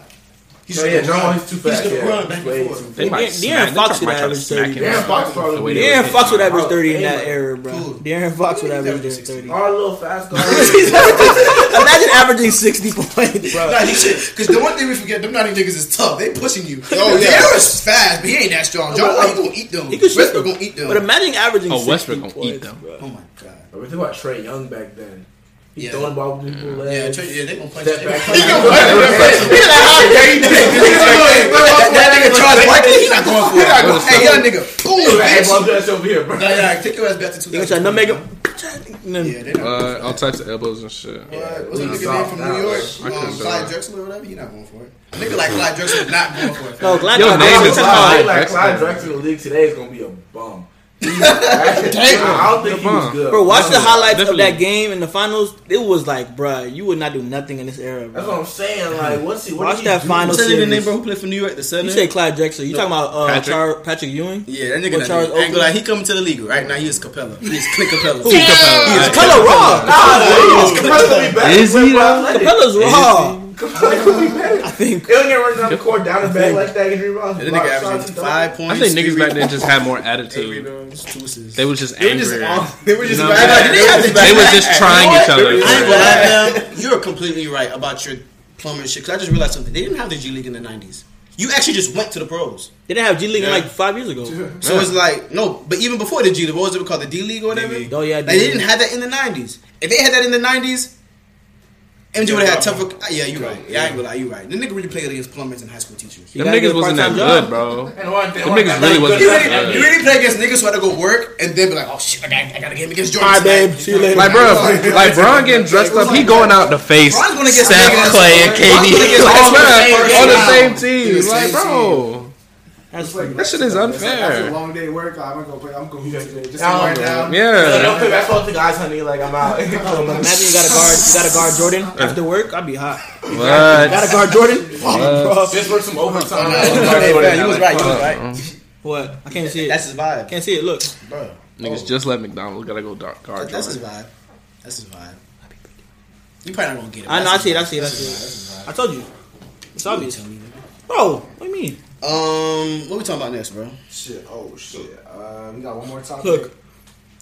Speaker 4: So yeah, John Wall, he's too fast.
Speaker 3: He's gonna
Speaker 4: yeah.
Speaker 3: run back and
Speaker 4: Way
Speaker 3: forth.
Speaker 4: too fast.
Speaker 6: They might
Speaker 5: De'Aaron
Speaker 6: smack- they
Speaker 5: Fox
Speaker 6: might
Speaker 5: would
Speaker 6: try to
Speaker 5: average
Speaker 6: smack him
Speaker 5: 30.
Speaker 6: up.
Speaker 4: De'Aaron Fox probably
Speaker 6: The way
Speaker 4: would.
Speaker 6: they
Speaker 5: De'Aaron
Speaker 6: was
Speaker 5: Fox
Speaker 6: hitting
Speaker 5: would
Speaker 6: him.
Speaker 5: average
Speaker 4: Oh,
Speaker 5: thirty in
Speaker 4: yeah.
Speaker 5: that era, bro.
Speaker 3: Cool.
Speaker 5: De'Aaron Fox would
Speaker 3: He's
Speaker 5: average
Speaker 3: averaging 60.
Speaker 5: thirty.
Speaker 4: All little fast guys.
Speaker 5: Imagine averaging sixty points, bro.
Speaker 3: Nah, he shit. Because the one thing we forget, them naughty niggas is tough. They pushing you.
Speaker 2: Oh, yeah.
Speaker 3: De'Aaron's fast, but he ain't that strong. John Wall, he gonna eat them.
Speaker 5: He could shoot
Speaker 3: Westbrook
Speaker 5: them.
Speaker 3: gonna eat them.
Speaker 5: But imagine averaging
Speaker 6: Oh,
Speaker 5: 60
Speaker 6: Westbrook gonna
Speaker 5: points,
Speaker 6: eat them.
Speaker 5: bro.
Speaker 3: oh my god.
Speaker 4: But think about Trey Young back then. He
Speaker 3: Yeah.
Speaker 4: throwing the ball with people's
Speaker 3: Yeah,
Speaker 4: legs.
Speaker 3: Trey- yeah, they gonna punch
Speaker 4: Step
Speaker 3: you.
Speaker 4: back.
Speaker 3: That nigga Charles Barkley, he not going for it.
Speaker 6: going for
Speaker 3: Hey,
Speaker 6: it.
Speaker 3: young nigga, boom,
Speaker 4: Hey, bro,
Speaker 3: bitch.
Speaker 4: I'm just over here, bro.
Speaker 3: Nah, yeah, take your ass back to two
Speaker 5: They gonna try
Speaker 3: thousand.
Speaker 5: to make him.
Speaker 3: Yeah, they not.
Speaker 6: Uh, all types of elbows and shit.
Speaker 3: What? What's a
Speaker 4: He's
Speaker 3: nigga name
Speaker 4: soft
Speaker 3: from
Speaker 4: now,
Speaker 3: New York?
Speaker 6: bro. I
Speaker 3: Um,
Speaker 6: couldn't do
Speaker 3: Clyde
Speaker 6: it.
Speaker 3: Drexler or whatever? He not going for it. A nigga like Clyde Drexler not going for it.
Speaker 5: No, glad
Speaker 6: Yo,
Speaker 5: y'all-
Speaker 6: Davis
Speaker 5: I'm
Speaker 6: is
Speaker 5: talking
Speaker 6: high.
Speaker 5: about-
Speaker 4: Somebody like Clyde
Speaker 6: Drexler.
Speaker 4: Drexler in the league today is gonna be a bum. I don't think he was good.
Speaker 5: Bro, watch the
Speaker 6: No,
Speaker 5: highlights
Speaker 6: definitely.
Speaker 5: of that game in the finals. It was like, bruh, you would not do nothing in this era. Bro.
Speaker 4: That's what I'm saying. Like, what's he? What
Speaker 5: Watch
Speaker 4: did he
Speaker 5: that
Speaker 4: do?
Speaker 5: final
Speaker 7: What's that nigga
Speaker 5: series.
Speaker 7: name, bro? Who played for New York? The seven.
Speaker 5: You say Clyde Drexler. You talking about uh,
Speaker 6: Patrick.
Speaker 5: Patrick. Patrick Ewing?
Speaker 7: yeah, that
Speaker 5: Or
Speaker 7: nigga.
Speaker 5: Charles
Speaker 7: Charles Angle,
Speaker 5: Oakley?
Speaker 7: like, he coming to the league right now. He is Capella. He is Clint Capella.
Speaker 6: He's Capella.
Speaker 5: Capella raw.
Speaker 4: Oh, Capella's be back.
Speaker 6: Is he
Speaker 4: We're
Speaker 6: though?
Speaker 4: athletic.
Speaker 5: Capella's raw.
Speaker 4: Capella could be better.
Speaker 5: I think.
Speaker 4: He'll get run down the court, down the back like that, and rebound.
Speaker 7: That nigga averaging five
Speaker 6: I
Speaker 7: points.
Speaker 6: think niggas
Speaker 7: three
Speaker 6: back then
Speaker 7: rebounds,
Speaker 6: just had more
Speaker 7: eight
Speaker 6: attitude.
Speaker 7: rebounds, two assists.
Speaker 6: They was just angry.
Speaker 3: They were just
Speaker 6: No,
Speaker 3: mad.
Speaker 6: man.
Speaker 3: Like, they had to
Speaker 6: They
Speaker 3: back
Speaker 6: was
Speaker 3: back.
Speaker 6: just trying each other.
Speaker 7: I ain't gonna lie, man. You're completely right about your plumbing shit. Cause I just realized something. They didn't have the G League in the '90s. You actually just went to the pros.
Speaker 5: They didn't have G League in
Speaker 7: Yeah.
Speaker 5: like five years ago. bro.
Speaker 7: So it's like no, but even before the G League, what was it called? The D League or whatever.
Speaker 5: D-League. Oh, yeah,
Speaker 7: like, they
Speaker 5: D-League.
Speaker 7: didn't have that in the '90s. If they had that in the '90s, MJ would have had tougher. ah, Yeah, you right. Yeah, I ain't gonna lie, you right. The nigga really played against plumbers and high school teachers.
Speaker 6: Them niggas wasn't that good, bro.
Speaker 4: And one thing,
Speaker 6: Them niggas really wasn't
Speaker 7: You really,
Speaker 6: that good.
Speaker 7: you really play against niggas who had to go work and then be like, oh shit, I got, I got a game against Jordan.
Speaker 5: All right,
Speaker 7: tonight.
Speaker 5: babe. See you later.
Speaker 6: Like, bro, like, Bron getting dressed up, he going out to face
Speaker 7: Bron's gonna get
Speaker 6: Steph,
Speaker 7: smacked.
Speaker 6: Clay, and
Speaker 7: Bron's gonna
Speaker 6: KD.
Speaker 7: get
Speaker 6: Like,
Speaker 7: smacked
Speaker 6: bruh,
Speaker 7: first
Speaker 6: on the
Speaker 7: round.
Speaker 6: same team.
Speaker 3: the
Speaker 6: Like,
Speaker 3: same
Speaker 6: bro,
Speaker 5: That's
Speaker 6: that shit is
Speaker 1: After a
Speaker 6: unfair.
Speaker 1: long day work, I'm gonna go play. I'm gonna go today. Just to
Speaker 4: Yeah.
Speaker 1: wind down.
Speaker 4: Yeah,
Speaker 6: Yeah.
Speaker 4: don't play basketball to guys, honey. Like I'm out.
Speaker 5: Imagine you gotta guard. You gotta guard Jordan after work. I'd be hot.
Speaker 6: What?
Speaker 5: Gotta guard Jordan.
Speaker 4: Just work some overtime.
Speaker 7: Hey, man, you was right. You was right.
Speaker 5: What? I can't see
Speaker 7: That's
Speaker 5: it.
Speaker 7: his vibe,
Speaker 5: Can't see it. Look.
Speaker 7: bro.
Speaker 6: Niggas just left McDonald's. Gotta go dark guard.
Speaker 7: That's his
Speaker 6: Jordan.
Speaker 7: vibe. That's his vibe. You probably not gonna get it.
Speaker 5: I know. I
Speaker 7: That's
Speaker 5: see it. I
Speaker 7: his
Speaker 5: see it. I see it. I told you. It's
Speaker 7: vibe.
Speaker 5: obvious, bro. What do you mean?
Speaker 7: Um, what we talking about next, bro?
Speaker 4: Uh,
Speaker 1: Shit. Oh shit. Um, we got one more topic.
Speaker 5: Look.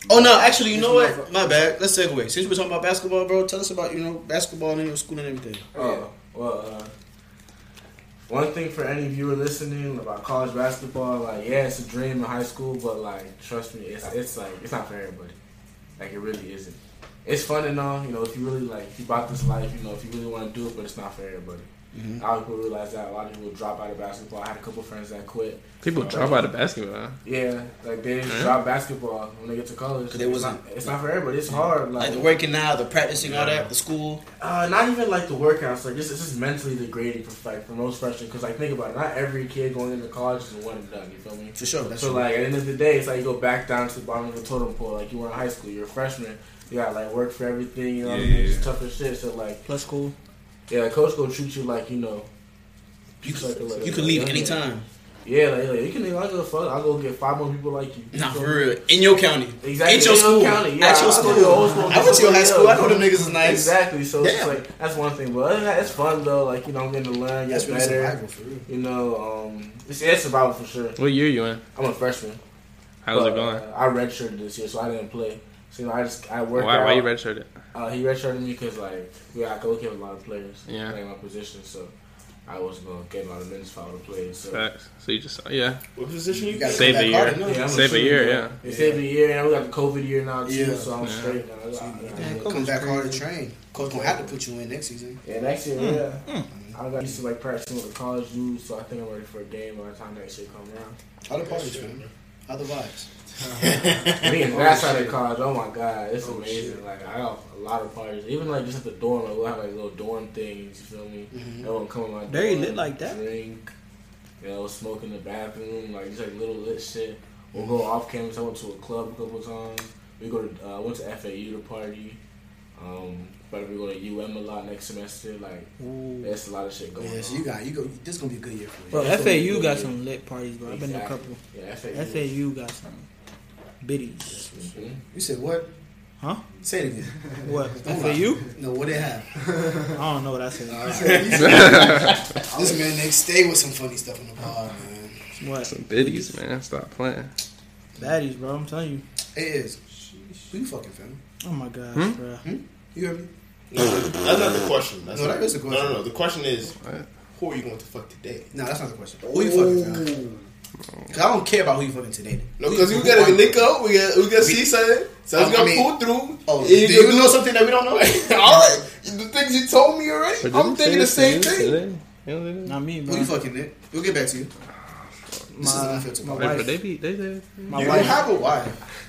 Speaker 3: Oh no, actually, you know what? My bad. Let's segue. Since we're talking about basketball, bro, tell us about you know basketball and your school and everything.
Speaker 4: Oh, well, uh, one thing for any viewer listening about college basketball, like, yeah, it's a dream in high school, but like, trust me, it's it's like it's not for everybody. Like, it really isn't. It's fun and all, you know, if you really like, if you bought this life, you know, if you really want to do it, but it's not for everybody. A lot of people realize that. A lot of people drop out of basketball. I had a couple friends that quit.
Speaker 6: People drop out of basketball.
Speaker 4: Yeah, like they just drop basketball when they get to college.
Speaker 3: 'Cause they
Speaker 4: It's
Speaker 3: wasn't-
Speaker 4: not- It's not for everybody. It's hard.
Speaker 3: Like the working out, the practicing, all that, the school.
Speaker 4: Uh, not even like the workouts. Like this is just mentally degrading for like for most freshmen. Because like think about it, not every kid going into college is a one and done. You feel me?
Speaker 3: For sure, that's
Speaker 4: so like at the end of the day, it's like you go back down to the bottom of the totem pole. Like you were in high school, you're a freshman. You got like work for everything. You know, what I mean?
Speaker 2: Yeah.
Speaker 4: it's tough as shit. So like
Speaker 5: Plus school.
Speaker 4: yeah, coach gonna treat you like you know.
Speaker 3: You
Speaker 4: like a- like
Speaker 3: can, you
Speaker 4: a
Speaker 3: can leave
Speaker 4: young man.
Speaker 3: anytime.
Speaker 4: Yeah, like, like, you can. I go fuck. I go get five more people like you. You
Speaker 3: Nah,
Speaker 4: feel
Speaker 3: for
Speaker 4: me?
Speaker 3: real. In your county.
Speaker 4: Exactly.
Speaker 3: At your
Speaker 4: In
Speaker 3: school.
Speaker 4: County. Yeah,
Speaker 3: At your
Speaker 4: I- I
Speaker 3: school.
Speaker 4: go to old school.
Speaker 3: I went to your high school. I know them
Speaker 4: Somebody
Speaker 3: niggas
Speaker 4: else.
Speaker 3: is nice.
Speaker 4: Exactly. So it's
Speaker 3: Damn.
Speaker 4: like that's one thing, but other than that, it's fun though. Like you know, I'm getting to learn, get
Speaker 3: That's really
Speaker 4: better.
Speaker 3: survival for real.
Speaker 4: You know, um, it's, it's survival for sure.
Speaker 6: What year you in?
Speaker 4: I'm a freshman.
Speaker 6: How's
Speaker 4: but,
Speaker 6: it going?
Speaker 4: Uh, I redshirted this year, so I didn't play. So you know, I just I worked
Speaker 6: Why,
Speaker 4: out.
Speaker 6: why you redshirted?
Speaker 4: uh, he redshirted me because like we got go get a lot of players
Speaker 6: Yeah.
Speaker 4: playing my position, so I wasn't gonna get a lot of minutes if I would have played. So
Speaker 6: Facts. So you just oh, yeah,
Speaker 7: What position you got?
Speaker 3: gotta
Speaker 6: Save
Speaker 3: come
Speaker 6: the
Speaker 3: back
Speaker 6: year.
Speaker 3: harder, no?
Speaker 4: Yeah, I'm
Speaker 6: Save a
Speaker 4: shooter,
Speaker 6: year,
Speaker 4: bro.
Speaker 6: yeah.
Speaker 4: It saved a year, and we got the COVID year now too,
Speaker 3: Yeah.
Speaker 4: so I'm
Speaker 6: Yeah.
Speaker 4: straight now. I got- I got-
Speaker 3: Come back hard to train. Coach gonna have to put you in next season.
Speaker 4: Yeah, next year,
Speaker 5: Mm.
Speaker 4: yeah. I got used to like practicing with the college dudes, so I think I'm ready for a game by the time that shit come around.
Speaker 3: How the parties, man? How the vibes?
Speaker 4: Being that side of college, oh my god, it's amazing. Like I got a lot of parties, even like just at the dorm, like we'll have like little dorm things. You feel me? Everyone come in my
Speaker 5: Very
Speaker 4: dorm,
Speaker 5: Mm-hmm. lit like that.
Speaker 4: Drink, you know, smoke in the bathroom, like just like little lit shit. We'll go off campus. I went to a club a couple times. We go to uh, I went to FAU to party. Um, but we go to UM a lot next semester. Like
Speaker 5: Mm.
Speaker 4: there's a lot of shit going
Speaker 3: Yeah, so
Speaker 4: on.
Speaker 3: you got you go. This gonna be a good year for you.
Speaker 5: Bro,
Speaker 4: That's what we
Speaker 5: FAU
Speaker 4: do,
Speaker 5: got
Speaker 4: yeah.
Speaker 5: some lit parties, bro. I've been to a
Speaker 4: Exactly.
Speaker 5: couple.
Speaker 4: Yeah, FAU.
Speaker 5: FAU got some biddies.
Speaker 4: Mhm.
Speaker 3: You said what?
Speaker 5: Huh?
Speaker 3: Say it again.
Speaker 5: What? FAU?
Speaker 3: No, what it have?
Speaker 5: I don't know what I said.
Speaker 3: This man next stay with some funny stuff in the pod, man.
Speaker 5: What?
Speaker 6: some biddies, man. Stop playing.
Speaker 5: Baddies, bro. I'm telling you.
Speaker 3: It is. We fucking family.
Speaker 5: Oh my gosh,
Speaker 6: Hmm?
Speaker 5: bro.
Speaker 3: You hear me?
Speaker 2: No, that's not the question. That's
Speaker 3: No,
Speaker 2: not,
Speaker 3: that is the question.
Speaker 2: No, no, no. The question is,
Speaker 6: What?
Speaker 2: who are you going to fuck today?
Speaker 3: No, that's not the question. Who you fucking family? Cause I don't care about who you fucking today.
Speaker 2: No, because we gotta link up. We got we gotta see something. So
Speaker 3: I
Speaker 2: it's gonna
Speaker 3: mean-
Speaker 2: pull through.
Speaker 3: Oh,
Speaker 2: And
Speaker 3: do you
Speaker 2: gonna
Speaker 3: know something that we don't know?
Speaker 2: do- All right, the things you told me already.
Speaker 6: But
Speaker 2: I'm
Speaker 6: didn't
Speaker 2: thinking
Speaker 6: you
Speaker 2: the
Speaker 6: say
Speaker 2: same
Speaker 6: this
Speaker 2: thing.
Speaker 6: today? You know, they-
Speaker 5: Not me,
Speaker 3: Who you
Speaker 5: bro.
Speaker 3: fucking it? We'll get back to you. This is
Speaker 5: My,
Speaker 3: unfiltered.
Speaker 5: my
Speaker 3: Wait,
Speaker 6: But they be
Speaker 5: wife.
Speaker 6: they they.
Speaker 5: My
Speaker 2: You
Speaker 5: wife.
Speaker 2: have a wife.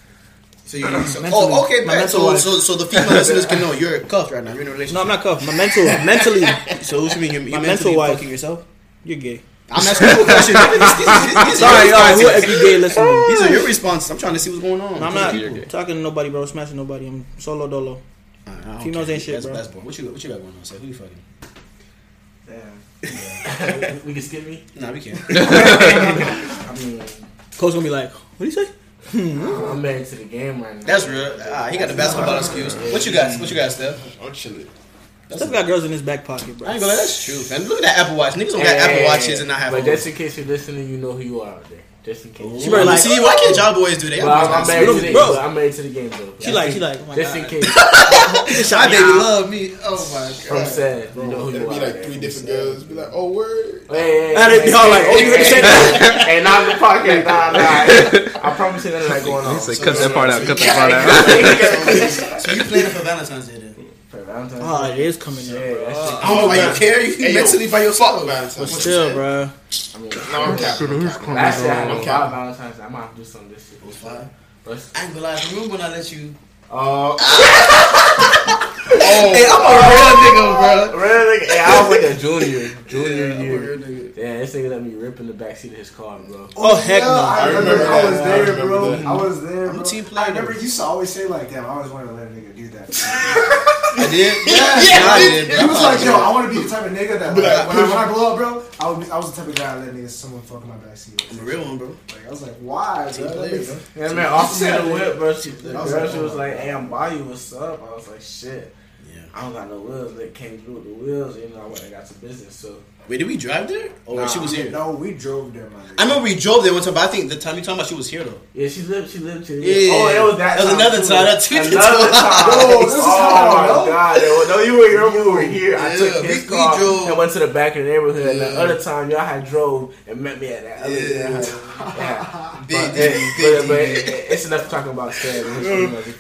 Speaker 3: So you. So,
Speaker 5: Mentally.
Speaker 3: oh, okay,
Speaker 5: My
Speaker 3: bet.
Speaker 5: mental
Speaker 3: So,
Speaker 5: wife.
Speaker 3: so, so the female listeners can know you're cuffed right now. You're in a relationship.
Speaker 5: No, I'm not cuffed. My mental. mentally.
Speaker 3: So what you mean? You're,
Speaker 5: My
Speaker 3: you're
Speaker 5: mental
Speaker 3: mentally
Speaker 5: wife.
Speaker 3: fucking yourself?
Speaker 5: You're gay.
Speaker 3: I'm asking you a question. These- these- these- these are
Speaker 5: Sorry,
Speaker 3: your
Speaker 5: y'all. Whoever
Speaker 3: responses.
Speaker 5: you gay, listen.
Speaker 3: These are your responses. I'm trying to see what's going on.
Speaker 5: No, I'm not
Speaker 6: You're gay.
Speaker 5: talking to nobody, bro. Smashing nobody. I'm solo dolo.
Speaker 3: I don't
Speaker 5: Females
Speaker 3: care.
Speaker 5: ain't shit,
Speaker 3: that's,
Speaker 5: bro.
Speaker 3: That's boring. What you what you got going on? So who you fucking?
Speaker 4: Damn. we can skip me.
Speaker 3: Nah, we can't.
Speaker 4: I mean,
Speaker 5: Coach gonna be like, what do you say?
Speaker 4: I'm married to the game right now.
Speaker 3: That's real. Ah, he got the basketball excuse. What you got? What you got, Steph?
Speaker 2: I'm chilling.
Speaker 5: Steph got girls in his back pocket, bro.
Speaker 3: I ain't gonna lie. That's true, fam. Look at that Apple Watch. Niggas don't got Apple Watches and not have.
Speaker 4: But
Speaker 3: them.
Speaker 4: just in case you're listening, you know who you are out there. Just in case.
Speaker 5: She probably like,
Speaker 3: see, why can't y'all boys do that?
Speaker 4: But
Speaker 3: Y'all
Speaker 4: I'm,
Speaker 3: boys
Speaker 4: I'm
Speaker 3: got
Speaker 4: married to
Speaker 3: some-
Speaker 4: the game.
Speaker 5: Bro.
Speaker 4: though. I'm married to the game though.
Speaker 5: she like, she like, oh my
Speaker 4: Just in
Speaker 5: god.
Speaker 4: case.
Speaker 3: My baby love me. Oh my
Speaker 4: I'm
Speaker 3: god.
Speaker 4: sad. You know who
Speaker 2: It'll
Speaker 4: you
Speaker 2: be
Speaker 4: are.
Speaker 2: like three different girls. Be like, oh word.
Speaker 4: Hey, hey,
Speaker 5: And
Speaker 4: hey,
Speaker 5: they be all like, oh, you heard me say that?
Speaker 4: hey, hey, not in the pocket. Nah, nah. I promise you, none of that going on.
Speaker 6: He said, cut that part out. Cut that part out.
Speaker 3: So you planning for Valentine's Day? Then?
Speaker 4: For Valentine's Day.
Speaker 5: Oh, it is coming up.
Speaker 4: Yeah, that's it.
Speaker 3: I don't know why you care. You
Speaker 2: Hey, yo,
Speaker 3: mentally by
Speaker 2: Fuck
Speaker 3: yourself.
Speaker 5: But
Speaker 2: Valentine's.
Speaker 5: still, bro.
Speaker 2: No, I'm capping. I'm capping.
Speaker 4: Last year I had a
Speaker 2: Okay.
Speaker 4: five Valentine's. Day. I might have to do something this year.
Speaker 3: Why?
Speaker 4: But,
Speaker 3: I ain't gonna lie. Remember when I let you?
Speaker 4: uh, oh,
Speaker 3: Hey, I'm a real nigga, bro.
Speaker 4: really? Yeah, I was like a junior, junior
Speaker 3: Yeah, I'm a
Speaker 4: year.
Speaker 3: real nigga.
Speaker 4: Yeah, this nigga let me rip in the backseat of his car, bro.
Speaker 5: Oh, heck
Speaker 1: Yeah,
Speaker 5: no.
Speaker 1: I remember,
Speaker 2: remember
Speaker 1: I
Speaker 2: that.
Speaker 1: was
Speaker 2: I
Speaker 1: there,
Speaker 2: remember
Speaker 1: bro.
Speaker 2: that.
Speaker 1: I was there.
Speaker 3: I'm a
Speaker 1: bro.
Speaker 3: team player.
Speaker 1: I remember you used to always say like, "Damn, I always wanted to let a nigga do that."
Speaker 3: I did. Yeah, I did. bro.
Speaker 1: He was like, "Yo, I want to be the type of nigga that like,
Speaker 2: like,
Speaker 1: when, I, when I blow up, bro, I would be, I was the type of guy that let niggas someone fuck in my backseat."
Speaker 3: I'm a real one, bro.
Speaker 1: Like I was like, "Why, bro?" That
Speaker 3: player,
Speaker 1: nigga-
Speaker 3: bro.
Speaker 4: Yeah, man, offered me the whip, bro. She, the
Speaker 1: I was
Speaker 4: girl,
Speaker 1: like,
Speaker 4: she
Speaker 1: oh
Speaker 4: was
Speaker 1: my
Speaker 4: like, "Hey, I'm by you. What's up?" I was like, "Shit,
Speaker 3: Yeah.
Speaker 4: I don't got no wheels. They came through with the wheels. You know, I went and got some business. So
Speaker 7: Wait, did we drive there? Or
Speaker 1: Nah,
Speaker 7: she was
Speaker 1: we-
Speaker 7: here?
Speaker 1: No, we drove there, man.
Speaker 7: I remember we drove there one time, but I think the time you talking about, she was here though.
Speaker 4: Yeah, she lived. She lived here.
Speaker 7: Yeah.
Speaker 4: Oh, that was that.
Speaker 7: That was
Speaker 4: time,
Speaker 7: another
Speaker 4: too.
Speaker 7: time. That's two
Speaker 4: another
Speaker 7: different times.
Speaker 4: time.
Speaker 1: Yo, this is how I
Speaker 4: oh
Speaker 1: know.
Speaker 4: my god! that was- No, you were your you were here. I
Speaker 3: Yeah,
Speaker 4: took
Speaker 3: we-
Speaker 4: his
Speaker 3: we
Speaker 4: car
Speaker 3: drove.
Speaker 4: and went to the back of the neighborhood. And the
Speaker 3: Yeah.
Speaker 4: other time, y'all had drove and met me at that. Other
Speaker 3: Yeah.
Speaker 4: yeah.
Speaker 3: Big, big,
Speaker 4: But, hey,
Speaker 3: big,
Speaker 4: but, but
Speaker 3: big.
Speaker 4: it- it's enough talking about Stan.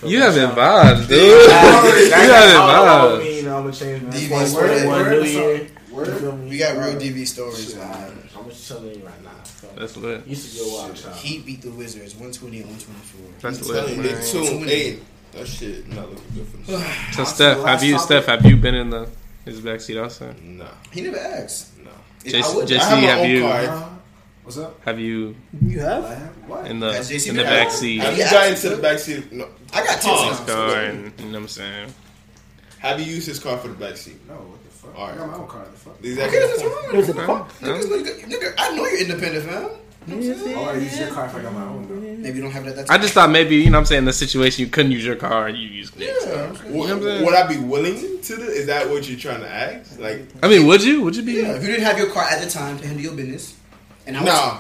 Speaker 9: You having vibes, dude. you
Speaker 4: I
Speaker 9: having vibes.
Speaker 4: mean, I'm gonna change my
Speaker 3: DV
Speaker 4: one-
Speaker 3: story.
Speaker 4: one
Speaker 1: Word or
Speaker 4: million.
Speaker 1: Word?
Speaker 4: You feel me?
Speaker 3: We got real DV stories.
Speaker 1: Shit,
Speaker 3: man.
Speaker 1: man.
Speaker 4: I'm just telling you right now. So,
Speaker 6: That's lit.
Speaker 4: used to be a wild child.
Speaker 3: Heat beat the Wizards 120 and 124.
Speaker 6: That's
Speaker 2: Telling
Speaker 6: lit,
Speaker 2: you,
Speaker 6: man.
Speaker 2: they two and eight. That shit not looking good for them.
Speaker 6: So Steph, have
Speaker 1: last
Speaker 6: you
Speaker 1: topic.
Speaker 6: Steph, have you been in the his backseat also?
Speaker 2: Nah,
Speaker 3: He never asked.
Speaker 2: nah.
Speaker 3: I
Speaker 6: JC,
Speaker 3: would-
Speaker 6: JC
Speaker 2: I have my
Speaker 6: have
Speaker 2: own
Speaker 6: you
Speaker 2: car.
Speaker 1: Uh, What's up?
Speaker 6: have you
Speaker 5: You have?
Speaker 1: What happened? What?
Speaker 6: in the
Speaker 3: Has JC
Speaker 6: in the
Speaker 3: been out?
Speaker 2: Have
Speaker 6: backseat
Speaker 3: Have
Speaker 2: you
Speaker 3: you
Speaker 2: gotten
Speaker 3: asked
Speaker 2: to the
Speaker 3: him?
Speaker 2: backseat? No.
Speaker 3: I got
Speaker 6: his
Speaker 3: tips.
Speaker 6: car and you know what I'm saying?
Speaker 2: Have you used his car for the backseat?
Speaker 1: No, what the fuck?
Speaker 2: All right.
Speaker 1: I got my own car. The fuck?
Speaker 2: The exact
Speaker 3: Okay,
Speaker 2: same
Speaker 3: that's
Speaker 2: point.
Speaker 3: wrong.
Speaker 5: There's a fuck.
Speaker 3: Niggas,
Speaker 6: Huh?
Speaker 3: nigga, nigga, I know you're independent, fam.
Speaker 1: I want to use Oh, your car if I got my own. Though.
Speaker 3: Maybe you don't have that. That's
Speaker 6: I just thought maybe, you know what I'm saying, the situation you couldn't use your car you used Nick's car.
Speaker 3: yeah.
Speaker 2: Would,
Speaker 6: You know what I'm saying?
Speaker 2: would I be willing to do? Is that what you're trying to ask? Like,
Speaker 6: I mean, would you? Would you be
Speaker 3: Yeah, if you didn't have your car at the time to handle your business, and I was,
Speaker 2: nah,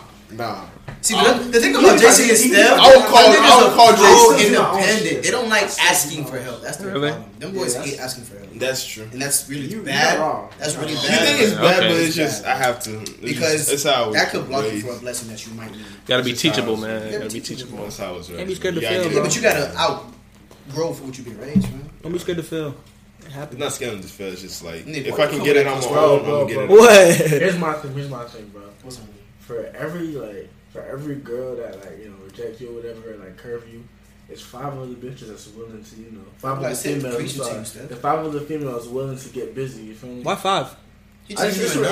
Speaker 2: nah.
Speaker 3: See, but the thing about JC and Steph,
Speaker 2: I would call-
Speaker 3: them niggas
Speaker 2: I would
Speaker 3: are
Speaker 2: call
Speaker 3: so
Speaker 2: JC.
Speaker 3: independent. They don't like asking for help. That's the
Speaker 6: Really?
Speaker 3: problem. Them boys
Speaker 1: Yeah,
Speaker 3: hate asking for help,
Speaker 2: That's true.
Speaker 3: and that's really
Speaker 1: You- you're
Speaker 3: bad.
Speaker 1: wrong.
Speaker 3: That's really
Speaker 2: You think it's
Speaker 3: bad.
Speaker 2: bad,
Speaker 6: Okay.
Speaker 2: but it's just I have to It's
Speaker 3: Because
Speaker 2: just- it's how I was
Speaker 3: That could block you
Speaker 2: raised.
Speaker 3: for a blessing that you might need.
Speaker 6: gotta be
Speaker 2: That's just how
Speaker 6: teachable,
Speaker 2: I was
Speaker 6: man.
Speaker 3: raised.
Speaker 6: gotta be teachable.
Speaker 2: That's how I was raised.
Speaker 5: be scared to
Speaker 2: Yeah,
Speaker 5: fail,
Speaker 2: I get
Speaker 3: Yeah,
Speaker 2: it.
Speaker 3: but you gotta outgrow for what you been raised, man.
Speaker 5: Don't be scared to fail. It
Speaker 2: It's
Speaker 5: happens.
Speaker 2: not scared to fail. It's just like
Speaker 3: Nigga,
Speaker 2: if
Speaker 3: why
Speaker 2: I
Speaker 3: you
Speaker 2: can
Speaker 3: come
Speaker 2: get it
Speaker 3: back
Speaker 2: on my
Speaker 3: to
Speaker 4: twelve,
Speaker 2: own, I'm
Speaker 4: bro,
Speaker 2: gonna get it.
Speaker 4: bro?
Speaker 5: What?
Speaker 4: Here's my thing. Here's my thing, bro.
Speaker 3: What's up?
Speaker 4: for every like for every girl that like you know reject you or whatever like curve you, it's five other bitches that's willing to you know five
Speaker 3: Like I
Speaker 4: other
Speaker 3: said,
Speaker 4: females. I'm
Speaker 3: preach it to you,
Speaker 4: sorry.
Speaker 3: Steph.
Speaker 4: The five other females willing to get busy. You feel me?
Speaker 5: Why five?
Speaker 3: He
Speaker 4: I
Speaker 3: just
Speaker 4: just
Speaker 3: you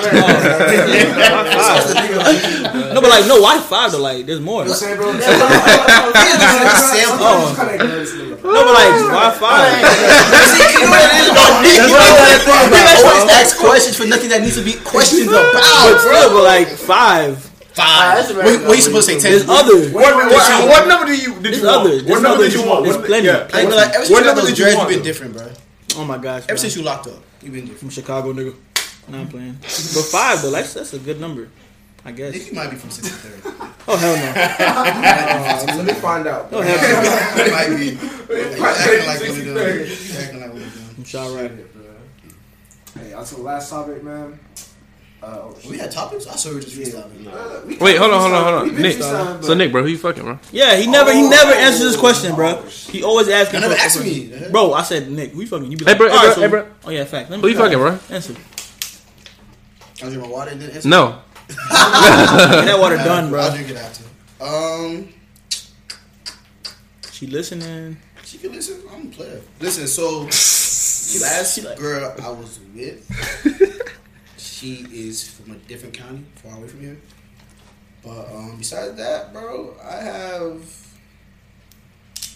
Speaker 5: No, but like, no, why five? Though, like, there's more. No,
Speaker 1: You
Speaker 5: but
Speaker 1: saying, bro?
Speaker 3: Sample.
Speaker 5: like, why five?
Speaker 3: See, you know what it is, bro? You know what it is, bro? Niggas always ask questions for nothing that needs to be questions about,
Speaker 5: But still, but like five.
Speaker 4: Alright,
Speaker 3: Five.
Speaker 4: that's a very
Speaker 3: What,
Speaker 4: good
Speaker 3: what you
Speaker 4: one.
Speaker 3: supposed to say?
Speaker 5: There's
Speaker 3: Ten.
Speaker 5: others.
Speaker 2: What, what, what number do you? Did
Speaker 5: There's
Speaker 2: you want?
Speaker 5: others.
Speaker 2: What
Speaker 5: There's
Speaker 2: number
Speaker 5: others.
Speaker 2: did you want?
Speaker 5: There's
Speaker 2: What-
Speaker 5: plenty.
Speaker 2: Yeah.
Speaker 3: I ain't gonna lie. Ever since
Speaker 2: What
Speaker 3: you got
Speaker 2: number
Speaker 3: those
Speaker 2: did you
Speaker 3: dreads,
Speaker 2: want,
Speaker 3: been
Speaker 2: though?
Speaker 3: different, bro.
Speaker 5: Oh my gosh.
Speaker 3: Ever
Speaker 5: bro.
Speaker 3: since you locked up, you been different.
Speaker 5: From Chicago, nigga. Nah, I'm playing. But five, though, that's, that's a good number. I
Speaker 3: I
Speaker 5: guess.
Speaker 3: think you might be from 63rd.
Speaker 5: Oh, hell no.
Speaker 1: Let me find out.
Speaker 5: Oh, hell no.
Speaker 3: you might be. You acting like one of them. You acting like one of them.
Speaker 5: I'm shot right.
Speaker 1: Hey, on to the last topic, man. Uh, oh,
Speaker 3: We
Speaker 1: shit.
Speaker 3: had topics. I saw we just freestyling.
Speaker 1: Uh, we-
Speaker 6: Wait, hold on, hold on, hold
Speaker 1: We've
Speaker 6: on.
Speaker 1: been
Speaker 6: Nick.
Speaker 1: freestyling, but-
Speaker 6: So Nick, bro, who you fucking, bro?
Speaker 5: Yeah, he never he
Speaker 1: Oh.
Speaker 5: never answers this question, bro.
Speaker 1: Oh, shit.
Speaker 5: He always asks.
Speaker 3: You
Speaker 5: me
Speaker 3: never
Speaker 5: for-
Speaker 3: asked me. eh?
Speaker 5: Bro, I said Nick. Who you fucking? You be
Speaker 6: Hey,
Speaker 5: like,
Speaker 6: bro, hey,
Speaker 5: "Alright,
Speaker 6: bro, hey, bro."
Speaker 5: Oh yeah, fact. Let me
Speaker 6: Who you
Speaker 5: try.
Speaker 6: fucking, bro?
Speaker 5: Answer.
Speaker 3: I was drinking water and then
Speaker 6: No.
Speaker 5: Get that water done,
Speaker 3: I'll
Speaker 5: bro.
Speaker 3: drink it after. Um.
Speaker 5: She listening.
Speaker 3: She can listen. I'm a player. Listen, so she last
Speaker 5: She like-
Speaker 3: girl I was with, she is from a different county, far away from here. But um, besides that, bro, I have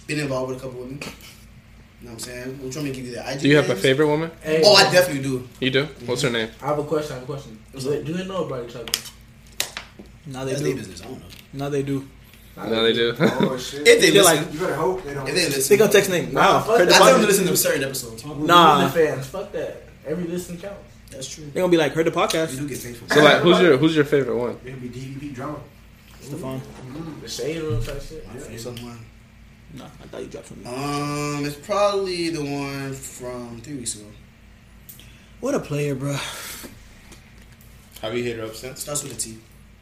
Speaker 3: been involved with a couple women. You know what I'm saying? Which one to give you the IG?
Speaker 6: Do you have a
Speaker 3: names?
Speaker 6: favorite woman?
Speaker 4: Hey,
Speaker 3: Oh, I definitely do.
Speaker 6: You do? What's her name?
Speaker 4: I have a question. I have a question.
Speaker 3: What's
Speaker 4: Do, do they know about each other?
Speaker 5: Now Oh, they
Speaker 3: That's their
Speaker 5: do.
Speaker 3: business. I don't know.
Speaker 5: Now they do.
Speaker 6: No, they do.
Speaker 1: Oh shit!
Speaker 3: If they
Speaker 5: They're
Speaker 3: listen,
Speaker 5: like-
Speaker 1: you better hope they don't.
Speaker 3: if they listen,
Speaker 5: They gonna text Nick.
Speaker 4: Nah,
Speaker 5: Wow.
Speaker 4: fuck
Speaker 5: Heard
Speaker 3: I
Speaker 5: the
Speaker 4: that.
Speaker 3: tell them to
Speaker 5: podcast.
Speaker 3: listen to certain episodes.
Speaker 5: Nah.
Speaker 4: We're the fans. Fuck that. Every listen counts.
Speaker 3: That's true.
Speaker 5: They gonna be like, heard the
Speaker 3: We
Speaker 5: podcast.
Speaker 3: do get faithful.
Speaker 6: So like, who's your who's your favorite one?
Speaker 1: It'll be DDP drama.
Speaker 5: Stephon.
Speaker 4: The shade room type shit.
Speaker 3: Someone.
Speaker 5: Nah, I thought you dropped from me.
Speaker 3: Um, it's probably the one from three weeks ago.
Speaker 5: What a player, bro.
Speaker 2: Have you hit her up since?
Speaker 3: Starts with a T.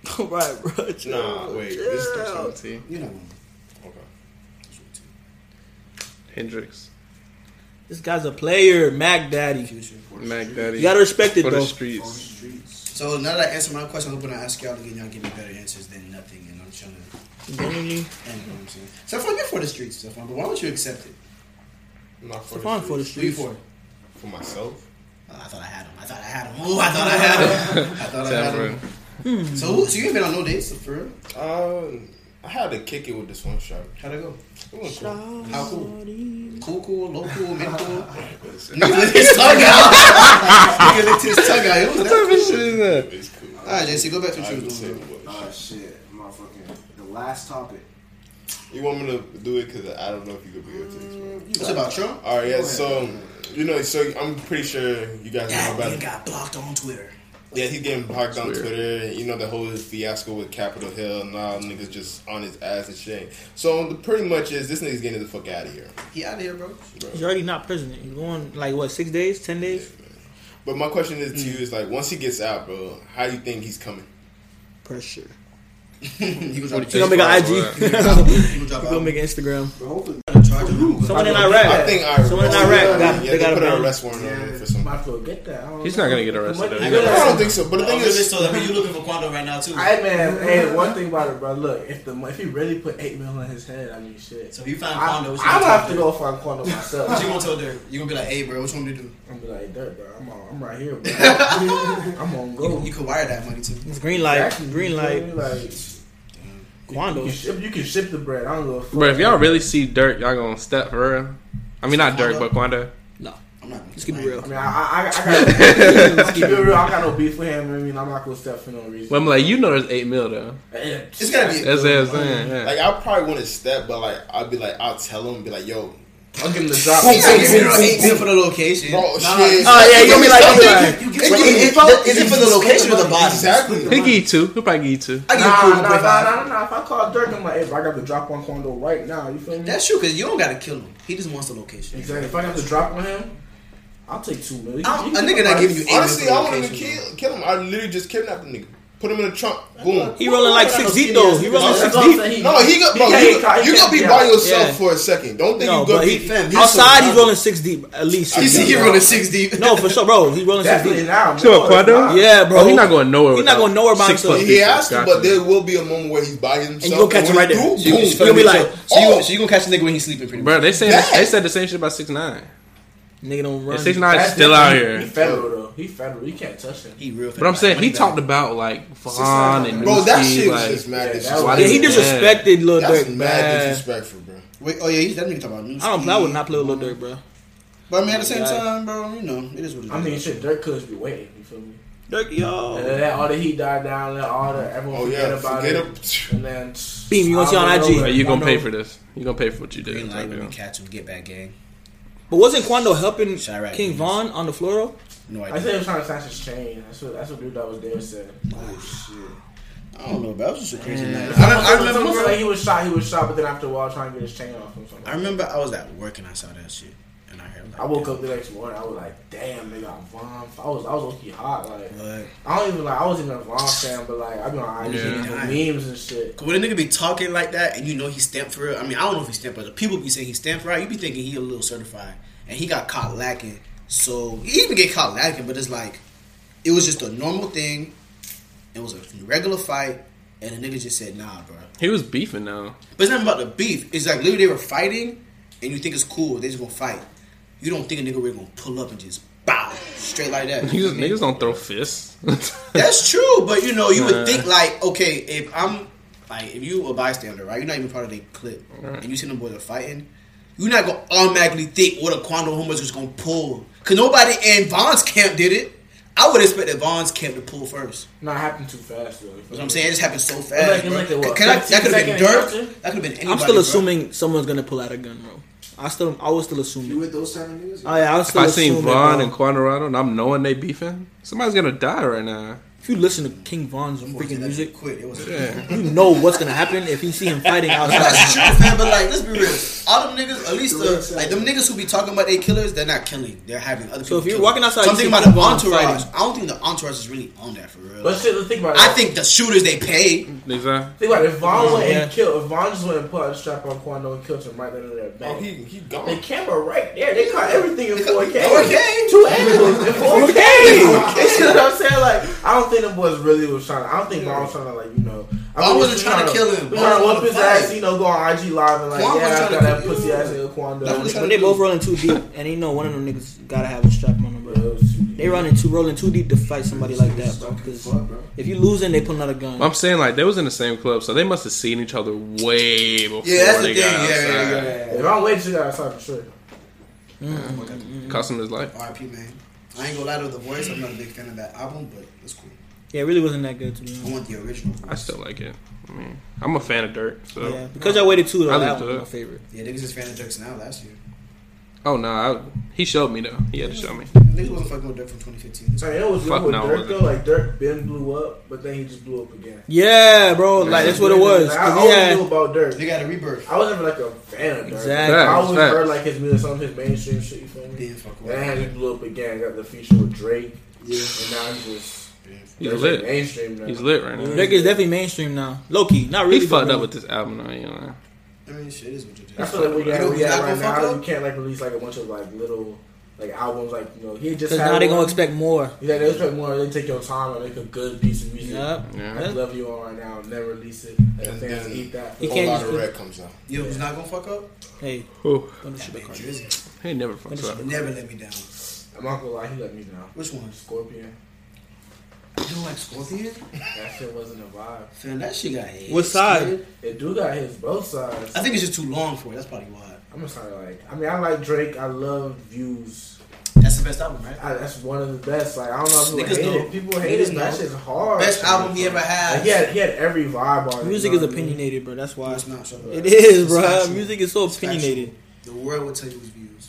Speaker 5: All right, bro.
Speaker 2: Nah, wait. This is the
Speaker 3: You know.
Speaker 2: Okay.
Speaker 6: Hendrix,
Speaker 5: This guy's a player, Mac Daddy.
Speaker 3: Future.
Speaker 6: Mac Daddy.
Speaker 5: You gotta respect it
Speaker 6: for the
Speaker 5: though.
Speaker 6: streets.
Speaker 3: So now that I answered my question, I'm hoping I ask y'all again. Y'all give me better answers than nothing, and I'm trying to end what I'm saying. Stephon, you're for the streets, Stephon, but why don't you accept it?
Speaker 2: Not for
Speaker 5: Stephon for the
Speaker 3: Who you
Speaker 5: streets.
Speaker 3: for? Oh,
Speaker 2: for myself.
Speaker 3: I thought I had him. I thought I had him. Oh, I thought I had him. I thought I had him. So, who- so you ain't been on no dates for real?
Speaker 2: Um, I had to kick it with this one shot.
Speaker 3: How'd it go?
Speaker 2: It was cool.
Speaker 3: How cool? Cool, cool, low cool, mid cool.
Speaker 2: Listen.
Speaker 3: Nigga licked his tongue out. Nigga licked his tongue out. It was that cool.
Speaker 2: It was cool.
Speaker 3: All right, JC, go back to what
Speaker 2: I
Speaker 3: you
Speaker 2: would
Speaker 3: was
Speaker 2: say
Speaker 3: doing. bro.
Speaker 2: it
Speaker 1: Oh
Speaker 2: was.
Speaker 1: shit, motherfucking. The last topic.
Speaker 2: You want me to do it because I don't know if you could be able to explain.
Speaker 3: It's about Trump.
Speaker 2: All right, yeah. So you know, so I'm pretty sure you guys know
Speaker 3: That
Speaker 2: about
Speaker 3: nigga got blocked on Twitter.
Speaker 2: Yeah, he's getting parked on
Speaker 10: It's weird.
Speaker 2: Twitter. You know the whole fiasco with Capitol Hill and all niggas just on his ass and shit. So the pretty much is this nigga's getting the fuck out of here.
Speaker 3: He out of here, bro.
Speaker 5: He's already not president. He's going like what six days, ten days?
Speaker 2: But my question is to you is like once he gets out, bro, how do you think he's coming?
Speaker 5: Pressure.
Speaker 3: He was on
Speaker 5: He's gonna make an IG. He's
Speaker 3: He drop
Speaker 5: gonna
Speaker 3: out.
Speaker 5: make an Instagram.
Speaker 1: But hopefully,
Speaker 5: Someone in
Speaker 2: I
Speaker 5: Iraq.
Speaker 2: think Iraq.
Speaker 5: Someone in Iraq got-
Speaker 2: yeah,
Speaker 5: they
Speaker 2: they,
Speaker 5: got
Speaker 2: put
Speaker 5: him
Speaker 2: an
Speaker 5: in.
Speaker 2: arrest warrant on him for some. I
Speaker 1: might as well get that. I don't
Speaker 6: He's
Speaker 1: know.
Speaker 6: not gonna get arrested.
Speaker 1: What-
Speaker 6: though. He
Speaker 1: I-
Speaker 6: got-
Speaker 2: don't think so. But the thing
Speaker 3: Really,
Speaker 2: is,
Speaker 3: so that means you looking for Quando right now too.
Speaker 4: I man, hey, one thing about it, bro. Look, if the mon- if he really put eight mil on his head, I mean, shit.
Speaker 3: So if you find
Speaker 4: I, I'm
Speaker 3: Quando,
Speaker 4: gonna
Speaker 3: what you gonna
Speaker 4: have
Speaker 3: tell
Speaker 4: to
Speaker 3: Dirk?
Speaker 4: go find Quando
Speaker 3: What you
Speaker 4: myself.
Speaker 3: gonna tell Dirk? You gonna be like, hey, bro, what you want me to do?
Speaker 4: I'm be like, dirt, bro. I'm on, I'm right here, bro. I'm on
Speaker 3: You,
Speaker 4: go.
Speaker 3: you could wire that money to me.
Speaker 5: It's green light.
Speaker 4: Exactly,
Speaker 5: Green
Speaker 4: you feel me?
Speaker 5: light.
Speaker 4: Like, you
Speaker 5: Quando.
Speaker 4: can, ship, you can ship the bread. I don't go.
Speaker 6: But if y'all really see Dirk, y'all gonna step for real. I mean, not Dirk, but Quando.
Speaker 3: I'm not. Let's
Speaker 5: keep it real.
Speaker 4: I mean, I, I, I, got. Let's keep it real. I got no beef with him. I mean, I'm not gonna step for no reason.
Speaker 6: Well, I'm like, you know, there's eight mil though.
Speaker 3: It's gotta be.
Speaker 6: That's what I'm saying. yeah.
Speaker 2: like, I probably wouldn't step, but like, I'd be like, I'll tell him, be like, yo,
Speaker 4: I'll give him the drop.
Speaker 3: He's like, give me no eight mil for the location.
Speaker 2: bro, shit.
Speaker 5: Oh, yeah, you'll be like-
Speaker 2: Something-
Speaker 5: you'll
Speaker 2: you
Speaker 3: Is
Speaker 2: get-
Speaker 3: it- is it for the location or the body?
Speaker 2: Exactly.
Speaker 6: He give you two. He'll probably give you two.
Speaker 3: I give a
Speaker 4: Nah,
Speaker 3: cool
Speaker 4: nah, nah,
Speaker 3: break.
Speaker 4: nah, nah. If I call Dirk, I'm like, hey, bro, I got the drop on Quando right now. You feel me?
Speaker 3: That's true, cause you don't gotta kill him. He just wants the location.
Speaker 4: Exactly. If I got the drop on him, I'll take two million.
Speaker 3: I'm- a nigga not giving you eight
Speaker 2: Honestly, I
Speaker 3: mil for
Speaker 2: wouldn't even
Speaker 3: location.
Speaker 2: kill, kill him. I literally just kidnapped the nigga. Put him in a trunk. Boom.
Speaker 5: He rolling like six deep though. He rolling six deep.
Speaker 2: No, he got bro.
Speaker 4: can't-
Speaker 2: You,
Speaker 4: he can't-
Speaker 2: you
Speaker 4: he
Speaker 2: gonna be
Speaker 4: can't
Speaker 2: by
Speaker 4: be
Speaker 2: yourself
Speaker 5: Yeah.
Speaker 2: for a second. Don't think
Speaker 5: No,
Speaker 2: you gonna
Speaker 5: but
Speaker 2: be
Speaker 5: he
Speaker 3: fam, he's
Speaker 5: outside.
Speaker 3: so
Speaker 5: He's rolling six deep at least.
Speaker 2: I
Speaker 5: Six
Speaker 2: see
Speaker 5: deep.
Speaker 3: He rolling six deep.
Speaker 5: No, for sure, bro. He rolling six
Speaker 4: Definitely
Speaker 5: deep.
Speaker 4: now.
Speaker 6: So,
Speaker 4: more,
Speaker 6: Quando?
Speaker 4: if not-
Speaker 5: Yeah, bro.
Speaker 6: Oh, he not going nowhere.
Speaker 5: He not
Speaker 6: without
Speaker 5: going nowhere by
Speaker 6: six
Speaker 5: himself.
Speaker 6: plus
Speaker 2: He
Speaker 6: people.
Speaker 2: has to,
Speaker 6: Gotcha.
Speaker 2: but there will be a moment where he's by himself.
Speaker 5: gonna catch him
Speaker 2: when
Speaker 5: right
Speaker 2: he
Speaker 5: there.
Speaker 2: do,
Speaker 3: You-
Speaker 2: boom,
Speaker 3: you feel
Speaker 5: be
Speaker 3: me?
Speaker 5: like,
Speaker 3: so, so you
Speaker 2: oh.
Speaker 3: gonna, so you gonna catch the nigga when he's sleeping, pretty much.
Speaker 6: Bro, they saying
Speaker 2: Dang.
Speaker 6: they said the same shit about six nine.
Speaker 5: Nigga don't run.
Speaker 6: Six nine
Speaker 4: That's
Speaker 6: still out
Speaker 4: different. He
Speaker 6: here.
Speaker 4: federal though. He federal. You can't touch him.
Speaker 3: He real.
Speaker 6: But I'm saying he talked about like Vaughn and
Speaker 2: Bro, that
Speaker 6: Nipsey,
Speaker 2: shit was
Speaker 6: like,
Speaker 2: just mad.
Speaker 4: Yeah,
Speaker 2: disrespectful.
Speaker 4: that
Speaker 5: Yeah, he
Speaker 6: Yeah.
Speaker 5: disrespected Lil
Speaker 2: That's
Speaker 5: Durk.
Speaker 2: mad
Speaker 6: bad.
Speaker 2: disrespectful, bro.
Speaker 3: Wait, oh yeah, he's that nigga talking about. New
Speaker 5: I don't.
Speaker 3: Ski.
Speaker 5: I would not play with Lil Durk, bro.
Speaker 3: But I mean, at the same
Speaker 5: Yeah.
Speaker 3: time, bro, you know, it is what it is.
Speaker 4: I mean, shit, Dirk could just be waiting. You feel me?
Speaker 5: Durk,
Speaker 4: And
Speaker 5: yo.
Speaker 4: then let all the heat die down. Let all the everyone
Speaker 2: Oh
Speaker 4: forget
Speaker 2: yeah,
Speaker 4: about
Speaker 2: forget
Speaker 4: it.
Speaker 2: him.
Speaker 4: And then
Speaker 5: Beam, you want you on
Speaker 4: I don't
Speaker 5: IG?
Speaker 4: know.
Speaker 6: Are you gonna
Speaker 4: I
Speaker 6: pay
Speaker 4: know.
Speaker 6: for this? You gonna pay for what you did?
Speaker 3: Green light when we
Speaker 6: Like,
Speaker 3: catch him, get back, gang.
Speaker 5: But wasn't Quando helping
Speaker 3: Chirac
Speaker 5: King
Speaker 3: niggas.
Speaker 5: Von on the floor? though?
Speaker 3: No
Speaker 4: I
Speaker 3: idea.
Speaker 4: said he was trying to snatch his chain. That's what that's what dude that was there said.
Speaker 3: Oh shit. I don't know, bro. That was just a crazy night.
Speaker 2: I, don't- I
Speaker 4: Someone
Speaker 2: remember.
Speaker 4: said
Speaker 2: bro,
Speaker 4: like he was shot. He was shot, but then after a while, trying to get his chain off him. Something.
Speaker 3: I remember I was at work and I saw that shit, and I heard like.
Speaker 4: I woke up the next morning. I was like, "Damn, they got Von." I was, I was low hot. Like,
Speaker 3: What?
Speaker 4: I don't even like. I wasn't even a Von fan, but like, I've been on IG
Speaker 6: Yeah.
Speaker 4: for memes and shit.
Speaker 3: Cause when a nigga be talking like that and you know he stamped for real, I mean I don't know if he stamped, but the people be saying he stamped right, you be thinking he a little certified, and he got caught lacking. So he even get caught lacking, but it's like it was just a normal thing. It was a regular fight, and the nigga just said nah, bro.
Speaker 6: he was beefing though.
Speaker 3: But it's not about the beef. It's like literally they were fighting, and you think it's cool. They just gonna fight. You don't think a nigga really gonna pull up and just bow straight like that. You know
Speaker 6: Niggas,
Speaker 3: what I mean?
Speaker 6: niggas don't throw fists.
Speaker 3: That's true, but you know, you
Speaker 6: Nah.
Speaker 3: would think like, okay, if I'm like, if you a bystander, right? You're not even part of the clip, and you see them boys are fighting. You're not gonna automatically think what a Quando Homers was gonna pull, cause nobody in Vaughn's camp did it. I would expect that Vaughn's camp to pull first.
Speaker 4: Not happened too fast though.
Speaker 3: You know what I'm saying? It just happened so
Speaker 4: like-
Speaker 3: fast. bro.
Speaker 4: it was like the, what,
Speaker 3: Can I- that
Speaker 4: 15
Speaker 3: could have been
Speaker 4: second
Speaker 3: Dirk.
Speaker 4: interruption?
Speaker 3: That could have been anybody.
Speaker 5: I'm still
Speaker 3: bro.
Speaker 5: assuming someone's gonna pull out a gun, bro. I still, I was still
Speaker 1: You
Speaker 5: assuming.
Speaker 1: with those seven niggas?
Speaker 5: Oh yeah, I was
Speaker 6: if
Speaker 5: still
Speaker 6: I
Speaker 5: assuming.
Speaker 6: seen Vaughn
Speaker 5: bro.
Speaker 6: and Quadrado and I'm knowing they beefing, somebody's gonna die right now.
Speaker 5: if you listen to King Von's
Speaker 3: Boy,
Speaker 5: freaking
Speaker 3: that
Speaker 5: music,
Speaker 3: Quit. It was.
Speaker 6: Yeah.
Speaker 5: you know what's gonna happen if you see him fighting outside.
Speaker 3: That's true, man. But like, let's be real. All them niggas, at least the like them niggas who be talking about they killers, they're not killing. They're having other. people
Speaker 5: So if you're
Speaker 3: kill
Speaker 5: walking
Speaker 3: them.
Speaker 5: outside,
Speaker 3: so I'm
Speaker 5: you see
Speaker 3: thinking about the
Speaker 5: people on
Speaker 3: entourage.
Speaker 5: fire.
Speaker 3: I don't think the entourage is really on that for real.
Speaker 4: But shit, let's think about it.
Speaker 3: I think the shooters they pay.
Speaker 6: Exactly.
Speaker 4: think about it. If Von went
Speaker 5: Yeah.
Speaker 4: and killed, if Von just went and put a strap on Quando and killed him right under there,
Speaker 2: Oh,
Speaker 4: bang.
Speaker 2: he he gone.
Speaker 4: the camera right there. They caught everything in 4K.
Speaker 3: 4K.
Speaker 4: Two angles in 4K. You know what I'm saying? Like, I don't think the boys really was trying. To, I don't think Mom was trying to, like, you know. I
Speaker 3: Mom
Speaker 4: mean,
Speaker 3: wasn't
Speaker 4: we
Speaker 3: trying to kill him.
Speaker 4: we
Speaker 3: Mom
Speaker 4: Trying to
Speaker 3: wanted
Speaker 4: whoop
Speaker 3: to
Speaker 4: his
Speaker 3: fight.
Speaker 4: ass, you know, go on IG live and like,
Speaker 3: Mom was
Speaker 4: yeah, I
Speaker 3: trying
Speaker 4: got
Speaker 3: to
Speaker 4: that
Speaker 3: kill
Speaker 4: pussy
Speaker 3: you.
Speaker 4: ass nigga Quando.
Speaker 3: That was-
Speaker 5: When they both rolling too deep, and you know one of them niggas gotta have a strap on them, bro. They running too, rolling too deep to fight somebody like that, bro. Because if you losing, they pulling out a gun.
Speaker 6: I'm saying like they was in the same club, so they must have seen each other way before
Speaker 3: Yeah, that's the
Speaker 6: they
Speaker 3: thing. Yeah,
Speaker 6: got
Speaker 3: yeah,
Speaker 6: outside.
Speaker 3: yeah,
Speaker 4: If I'm waiting, you gotta stop for sure.
Speaker 6: Cost him his life.
Speaker 3: R.I.P. Man. I ain't gonna lie to the voice. I'm not a big fan of that album, but it's cool.
Speaker 5: Yeah, it really wasn't that good to be
Speaker 3: I
Speaker 5: honest.
Speaker 3: want the original.
Speaker 6: I still like it. I mean, I'm a fan of Dirk, so
Speaker 5: Yeah, because I waited too
Speaker 6: I
Speaker 5: though. That
Speaker 6: listened to
Speaker 5: was
Speaker 6: it.
Speaker 5: my favorite.
Speaker 3: Yeah, niggas is fan of Dirk's now last year.
Speaker 6: Oh no, I, he showed me though. He had to show me.
Speaker 3: Niggas wasn't fucking with Dirk from 2015.
Speaker 4: Sorry, that was
Speaker 6: Fuck
Speaker 4: good with
Speaker 6: no,
Speaker 4: Dirk
Speaker 6: wasn't
Speaker 4: though.
Speaker 6: it?
Speaker 4: Like Dirk Ben blew up, but then he just blew up again.
Speaker 5: Yeah, bro. Like that's what it was.
Speaker 4: Like, I
Speaker 5: 'Cause he
Speaker 4: always
Speaker 5: had-
Speaker 4: knew about Dirk.
Speaker 3: They got a rebirth.
Speaker 4: I was never like a fan of Dirk.
Speaker 5: Exactly.
Speaker 4: I always
Speaker 6: Facts,
Speaker 4: heard
Speaker 6: facts.
Speaker 4: like his music, some of his mainstream shit. You feel me?
Speaker 3: Didn't fuck
Speaker 4: And
Speaker 3: with
Speaker 4: then
Speaker 3: him.
Speaker 4: he blew up again. Got the feature with Drake. Yeah. And now he's just
Speaker 6: He's
Speaker 4: Dirk's
Speaker 6: lit.
Speaker 4: mainstream now.
Speaker 6: He's lit right now.
Speaker 5: Drake is definitely mainstream now. Loki, not really.
Speaker 6: He fucked
Speaker 5: but-
Speaker 6: up with this album though. You know.
Speaker 3: I mean, shit is what it
Speaker 4: I
Speaker 3: is.
Speaker 4: feel like we
Speaker 3: You know
Speaker 4: got we
Speaker 3: who's
Speaker 4: got
Speaker 3: not
Speaker 4: right
Speaker 3: gonna fuck
Speaker 4: now.
Speaker 3: up?
Speaker 4: You can't like release like a bunch of like little like albums like you know he just
Speaker 5: Because
Speaker 4: had
Speaker 5: now they're gonna
Speaker 4: one.
Speaker 5: expect more.
Speaker 4: yeah they expect more. They take your time and make a good piece of music.
Speaker 5: Yep.
Speaker 6: Yeah.
Speaker 4: I love you all right now. Never release it. Let the
Speaker 2: And
Speaker 4: fans
Speaker 2: then-
Speaker 4: eat that.
Speaker 5: You
Speaker 2: A whole
Speaker 4: for-
Speaker 5: can't
Speaker 2: lot
Speaker 5: just
Speaker 2: of
Speaker 5: do-
Speaker 2: red comes out.
Speaker 3: You know who's not gonna fuck up?
Speaker 5: Hey,
Speaker 6: Who?
Speaker 5: don't do shit back hard.
Speaker 3: Drizzy.
Speaker 6: He never
Speaker 5: What
Speaker 6: fucks
Speaker 5: is
Speaker 6: up.
Speaker 3: He Never let me down.
Speaker 4: I'm not gonna lie, he let me down.
Speaker 3: Which one?
Speaker 4: Scorpion.
Speaker 3: You don't like Scorpion?
Speaker 4: That shit wasn't a vibe.
Speaker 3: Fam, that shit got hit.
Speaker 5: What side?
Speaker 4: It do got hits both sides.
Speaker 3: I think it's just too long for it. That's probably why.
Speaker 4: I'm just kinda like I mean I like Drake. I love views.
Speaker 3: That's the best album, right?
Speaker 4: I, that's one of the best. Like I don't know if people
Speaker 3: Niggas
Speaker 4: hate
Speaker 3: know.
Speaker 4: it. People hate it.
Speaker 3: Niggas
Speaker 4: but That
Speaker 3: know.
Speaker 4: shit's hard.
Speaker 3: Best album he ever
Speaker 4: Like,
Speaker 3: had.
Speaker 4: he had he had every vibe on it.
Speaker 5: Music
Speaker 4: you
Speaker 5: is
Speaker 4: know what I mean?
Speaker 5: opinionated, bro. That's why.
Speaker 3: It's not shut up.
Speaker 5: It is,
Speaker 3: It's
Speaker 5: bro.
Speaker 3: factual.
Speaker 5: Music is so
Speaker 3: It's factual.
Speaker 5: opinionated.
Speaker 3: The world will tell you his views.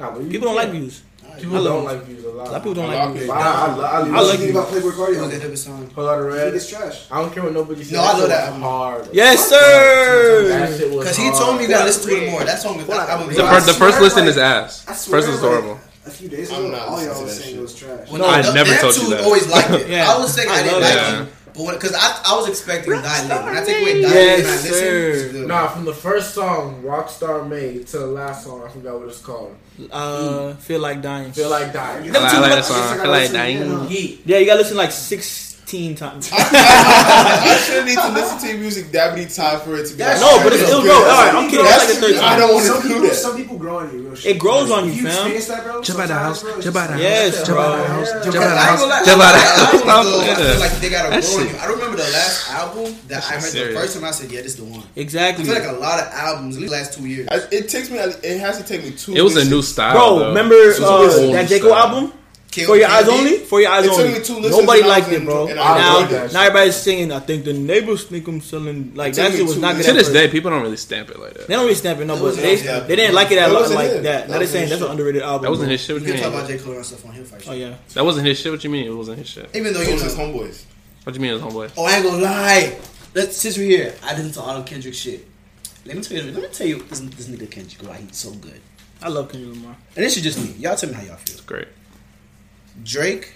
Speaker 4: Nah, but you-
Speaker 5: People don't
Speaker 4: yeah.
Speaker 5: like views.
Speaker 4: People
Speaker 5: I love
Speaker 4: don't
Speaker 5: it.
Speaker 4: like views a
Speaker 5: A
Speaker 4: lot.
Speaker 5: lot of people don't
Speaker 2: I
Speaker 5: like
Speaker 2: like
Speaker 5: views.
Speaker 2: it.
Speaker 4: I, I, I, I,
Speaker 5: I like
Speaker 4: love
Speaker 5: it.
Speaker 4: you.
Speaker 1: about Playboy
Speaker 3: It was
Speaker 1: Cardio.
Speaker 3: their debut song.
Speaker 4: Whole lot of
Speaker 1: He
Speaker 4: red.
Speaker 1: gets trash.
Speaker 4: I don't care what nobody says.
Speaker 3: No, I know that.
Speaker 4: was hard. That
Speaker 5: Yes, sir.
Speaker 4: shit was
Speaker 3: Because he told me you
Speaker 4: hard.
Speaker 3: gotta listen to it more. That song is. That album is
Speaker 6: The,
Speaker 3: hard.
Speaker 6: fir- the first listen is ass.
Speaker 1: I swear,
Speaker 6: First is
Speaker 1: like,
Speaker 6: horrible.
Speaker 1: A few days
Speaker 2: I'm
Speaker 1: ago,
Speaker 2: not
Speaker 1: all y'all
Speaker 2: listening to
Speaker 1: was
Speaker 2: that
Speaker 1: saying it
Speaker 2: shit.
Speaker 1: was trash.
Speaker 3: Well,
Speaker 6: No, I never
Speaker 3: them
Speaker 6: told
Speaker 3: two
Speaker 6: you that.
Speaker 3: always liked it.
Speaker 5: Yeah.
Speaker 3: I was saying I,
Speaker 5: I
Speaker 3: didn't
Speaker 5: love
Speaker 3: like
Speaker 6: that.
Speaker 3: it, but because I, I was expecting Dilated. When I take away Dilated and I
Speaker 5: Yes,
Speaker 3: listen,
Speaker 5: sir.
Speaker 3: it's good.
Speaker 4: Nah, from the first song, Rockstar Made, to the last song, I forgot what it's called.
Speaker 5: Uh,
Speaker 2: Mm.
Speaker 5: feel like dying.
Speaker 4: Feel Like Dying.
Speaker 6: I like, I like that
Speaker 1: I
Speaker 6: song.
Speaker 1: guess
Speaker 6: I
Speaker 1: I
Speaker 6: like
Speaker 1: gotta listen
Speaker 6: dying.
Speaker 1: again,
Speaker 4: Heat.
Speaker 5: Yeah, you gotta listen like sixteen times.
Speaker 2: I shouldn't need to listen to your music that many times for it to be.
Speaker 1: That's
Speaker 2: like,
Speaker 5: No, but it's
Speaker 2: "That's
Speaker 5: still
Speaker 2: good."
Speaker 5: dope.
Speaker 2: That's
Speaker 5: All right,
Speaker 2: good.
Speaker 5: I'm kidding.
Speaker 2: That's
Speaker 5: I like it
Speaker 2: good.
Speaker 5: thirty
Speaker 2: I don't want
Speaker 1: some
Speaker 2: to do
Speaker 1: people,
Speaker 2: that.
Speaker 1: Some people grow on you. Real shit.
Speaker 5: It grows on
Speaker 1: If
Speaker 5: you,
Speaker 1: you
Speaker 5: fam.
Speaker 1: experience that, bro.
Speaker 6: Jump out
Speaker 1: sometimes,
Speaker 6: the house,
Speaker 1: bro, it's
Speaker 6: jump out the
Speaker 1: just-
Speaker 5: Yes, bro.
Speaker 1: Yeah.
Speaker 6: Jump
Speaker 3: But I ain't
Speaker 6: out
Speaker 3: gonna lie,
Speaker 6: of the house. Jump out of
Speaker 3: I
Speaker 6: the
Speaker 3: feel like-
Speaker 6: house.
Speaker 3: I feel like they gotta
Speaker 6: That
Speaker 3: grow on
Speaker 6: shit-
Speaker 3: you. I remember the last album that I heard
Speaker 6: serious.
Speaker 3: the first time I said, yeah, this is the one.
Speaker 5: Exactly.
Speaker 3: I feel like a lot of albums, at least the last two years.
Speaker 2: I- It takes me. It has to take me two.
Speaker 6: It was a
Speaker 2: listens.
Speaker 6: new style.
Speaker 5: Bro,
Speaker 6: though.
Speaker 5: remember
Speaker 6: It was a
Speaker 5: uh,
Speaker 6: old
Speaker 5: that J. Cole
Speaker 6: style.
Speaker 5: album?
Speaker 3: Kill
Speaker 5: For your eyes
Speaker 3: Bill.
Speaker 5: only? For your eyes
Speaker 2: It took
Speaker 5: only.
Speaker 2: me two listens
Speaker 5: Nobody
Speaker 2: and I
Speaker 5: liked
Speaker 2: was
Speaker 5: it, bro.
Speaker 2: in- and I
Speaker 5: Now,
Speaker 2: enjoyed that
Speaker 5: now everybody's singing, I think the neighbors think I'm selling. Like,
Speaker 2: took
Speaker 5: that
Speaker 2: me
Speaker 5: shit was
Speaker 2: two
Speaker 5: not good.
Speaker 2: listens.
Speaker 6: To
Speaker 5: at
Speaker 6: this
Speaker 5: first.
Speaker 6: day, people don't really stamp it like that.
Speaker 5: They don't really stamp it, no, but
Speaker 3: was-
Speaker 5: they,
Speaker 3: yeah.
Speaker 5: they didn't like it at
Speaker 2: That
Speaker 5: lot
Speaker 2: wasn't
Speaker 5: like
Speaker 2: it.
Speaker 5: that. Now
Speaker 2: That
Speaker 5: they're saying that's an underrated album.
Speaker 6: That wasn't
Speaker 5: bro.
Speaker 6: his shit.
Speaker 3: You
Speaker 6: What you
Speaker 3: can talk
Speaker 6: mean?
Speaker 3: about J. Cole and stuff on him first.
Speaker 5: Oh, yeah.
Speaker 6: That wasn't his shit. What you mean? It wasn't his shit.
Speaker 3: Even though
Speaker 2: It
Speaker 3: you
Speaker 2: was his
Speaker 3: know.
Speaker 2: homeboys.
Speaker 6: What you mean? It was homeboy.
Speaker 3: Oh, I ain't gonna lie. Let's since we're here, I listen to all of Kendrick shit. Let me tell you. Let me tell you this, this nigga Kendrick. Why he's so good.
Speaker 5: I love Kendrick Lamar.
Speaker 3: And this is just me. Y'all tell me how y'all feel.
Speaker 6: Great.
Speaker 3: Drake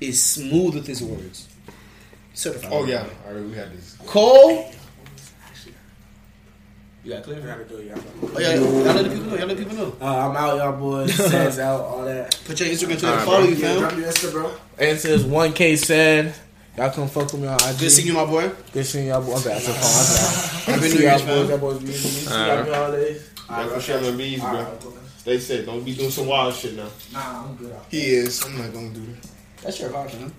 Speaker 3: is smooth with his words. Certified.
Speaker 2: Oh yeah. All right, we had this.
Speaker 3: Cole. You got clear?
Speaker 4: Gotta do it, y'all.
Speaker 3: Oh yeah, y'all let the people know. Y'all let people know.
Speaker 4: Uh, I'm out, y'all boys. Says out, all that.
Speaker 3: Put your Instagram Twitter
Speaker 6: All right,
Speaker 3: follow you,
Speaker 1: Yeah,
Speaker 3: fam.
Speaker 1: drop your Insta, bro.
Speaker 4: And since 1K said, y'all come fuck with me on IG.
Speaker 3: Good seeing you, my boy.
Speaker 4: Good seeing y'all boys. I'm back. I'm back. I'm back.
Speaker 3: Happy New
Speaker 4: See y'all
Speaker 3: Year's,
Speaker 4: boys.
Speaker 3: man.
Speaker 4: Y'all boys be easy. See y'all
Speaker 6: Alright.
Speaker 4: be all days.
Speaker 2: That's for sure, man. Be easy, bro.
Speaker 4: Alright,
Speaker 2: They said don't be doing some wild shit now.
Speaker 4: Nah, I'm good.
Speaker 2: He is. I'm not gonna do that.
Speaker 3: That's your heart, man.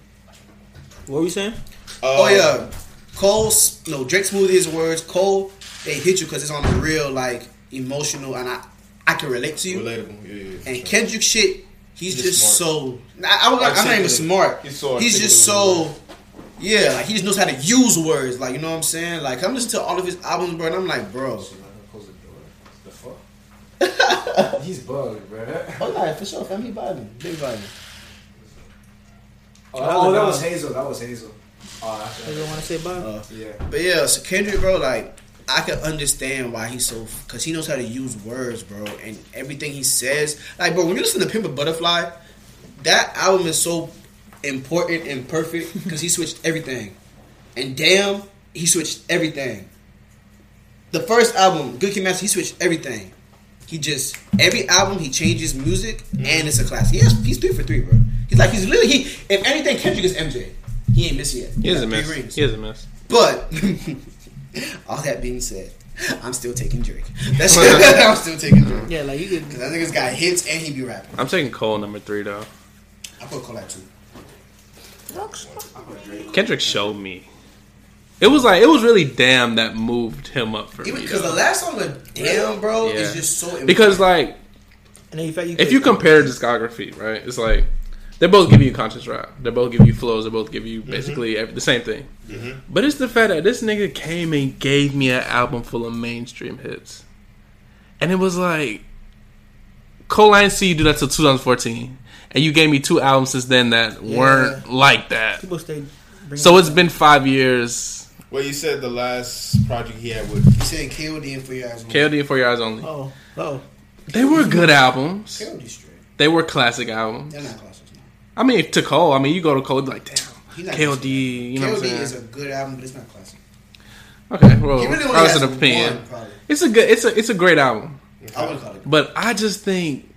Speaker 5: What were you saying?
Speaker 3: Oh yeah, Cole. s- No, Drake smooth his words. Cole, they hit you because it's on the real, like emotional, and I, I can relate to you.
Speaker 2: Relatable. Yeah, yeah. for
Speaker 3: And
Speaker 2: sure.
Speaker 3: Kendrick shit, he's
Speaker 2: He's
Speaker 3: just
Speaker 2: smart.
Speaker 3: so. I, am not even
Speaker 2: Articulate.
Speaker 3: smart.
Speaker 2: He's so
Speaker 3: He's just
Speaker 2: articulate
Speaker 3: so. Yeah, like he just knows how to use words. Like you know what I'm saying. Like I'm listening to all of his albums, bro, and I'm like, bro.
Speaker 4: The fuck? He's bugged, bro.
Speaker 3: Oh yeah, for sure, fam. He vibing, big vibing.
Speaker 1: Oh, that was Hazel. That was Hazel.
Speaker 4: Oh, that's
Speaker 5: I don't want to say bye.
Speaker 4: Yeah.
Speaker 3: But yeah, so Kendrick, bro, like I can understand why he's so because he knows how to use words, bro, and everything he says. Like, bro, when you listen to Pimp a Butterfly, that album is so important and perfect because he switched everything. And damn, he switched everything. The first album, Good Kid, Mad City, he switched everything. He just every album he changes music
Speaker 6: Mm-hmm.
Speaker 3: and it's a class. He has he's three for three, bro. He's like he's literally he. If anything, Kendrick is MJ. He ain't missed yet.
Speaker 6: He is a
Speaker 3: got three
Speaker 6: mess.
Speaker 3: rings.
Speaker 6: He is a mess.
Speaker 3: But all that being said, I'm still taking Drake. That's I'm still taking Drake.
Speaker 5: Yeah, like, you could.
Speaker 3: That nigga's got hits and he be rapping.
Speaker 6: I'm taking Cole number three though.
Speaker 3: I put Cole at two.
Speaker 6: Kendrick showed me. It was like it was really damn that moved him up for
Speaker 3: Even
Speaker 6: me.
Speaker 3: because
Speaker 6: though.
Speaker 3: the last song of Damn Bro
Speaker 6: Yeah.
Speaker 3: is just so important.
Speaker 6: because like
Speaker 5: And then you fact, you
Speaker 6: if
Speaker 5: could-
Speaker 6: you compare discography, right? It's like they both give you conscious rap. They both give you flows. They both give you
Speaker 3: Mm-hmm.
Speaker 6: basically ev the same thing. But it's the fact that this nigga came and gave me an album full of mainstream hits, and it was like Coline C, you do that till 2014, and you gave me two albums since then that weren't like that.
Speaker 5: People stay. bringing
Speaker 6: So
Speaker 5: it
Speaker 6: it's been five years.
Speaker 2: Well, you said the last project he had with
Speaker 3: You said KOD and for your eyes.
Speaker 6: KOD and For Your Eyes Only.
Speaker 5: Oh, oh.
Speaker 6: They were good albums.
Speaker 3: KOD straight.
Speaker 6: They were classic albums.
Speaker 3: They're not classics. no.
Speaker 6: I mean, to Cole, I mean, you go to Cole, like, damn,
Speaker 3: He's not
Speaker 6: KOD, you know what I'm
Speaker 3: KOD
Speaker 6: saying? Oh,
Speaker 3: is a good album, but it's not classic.
Speaker 6: okay, well,
Speaker 3: He really only
Speaker 6: that's
Speaker 3: has
Speaker 6: an opinion.
Speaker 3: one, probably.
Speaker 6: It's a good, it's a, it's a great album.
Speaker 3: I would call it.
Speaker 6: But I just think,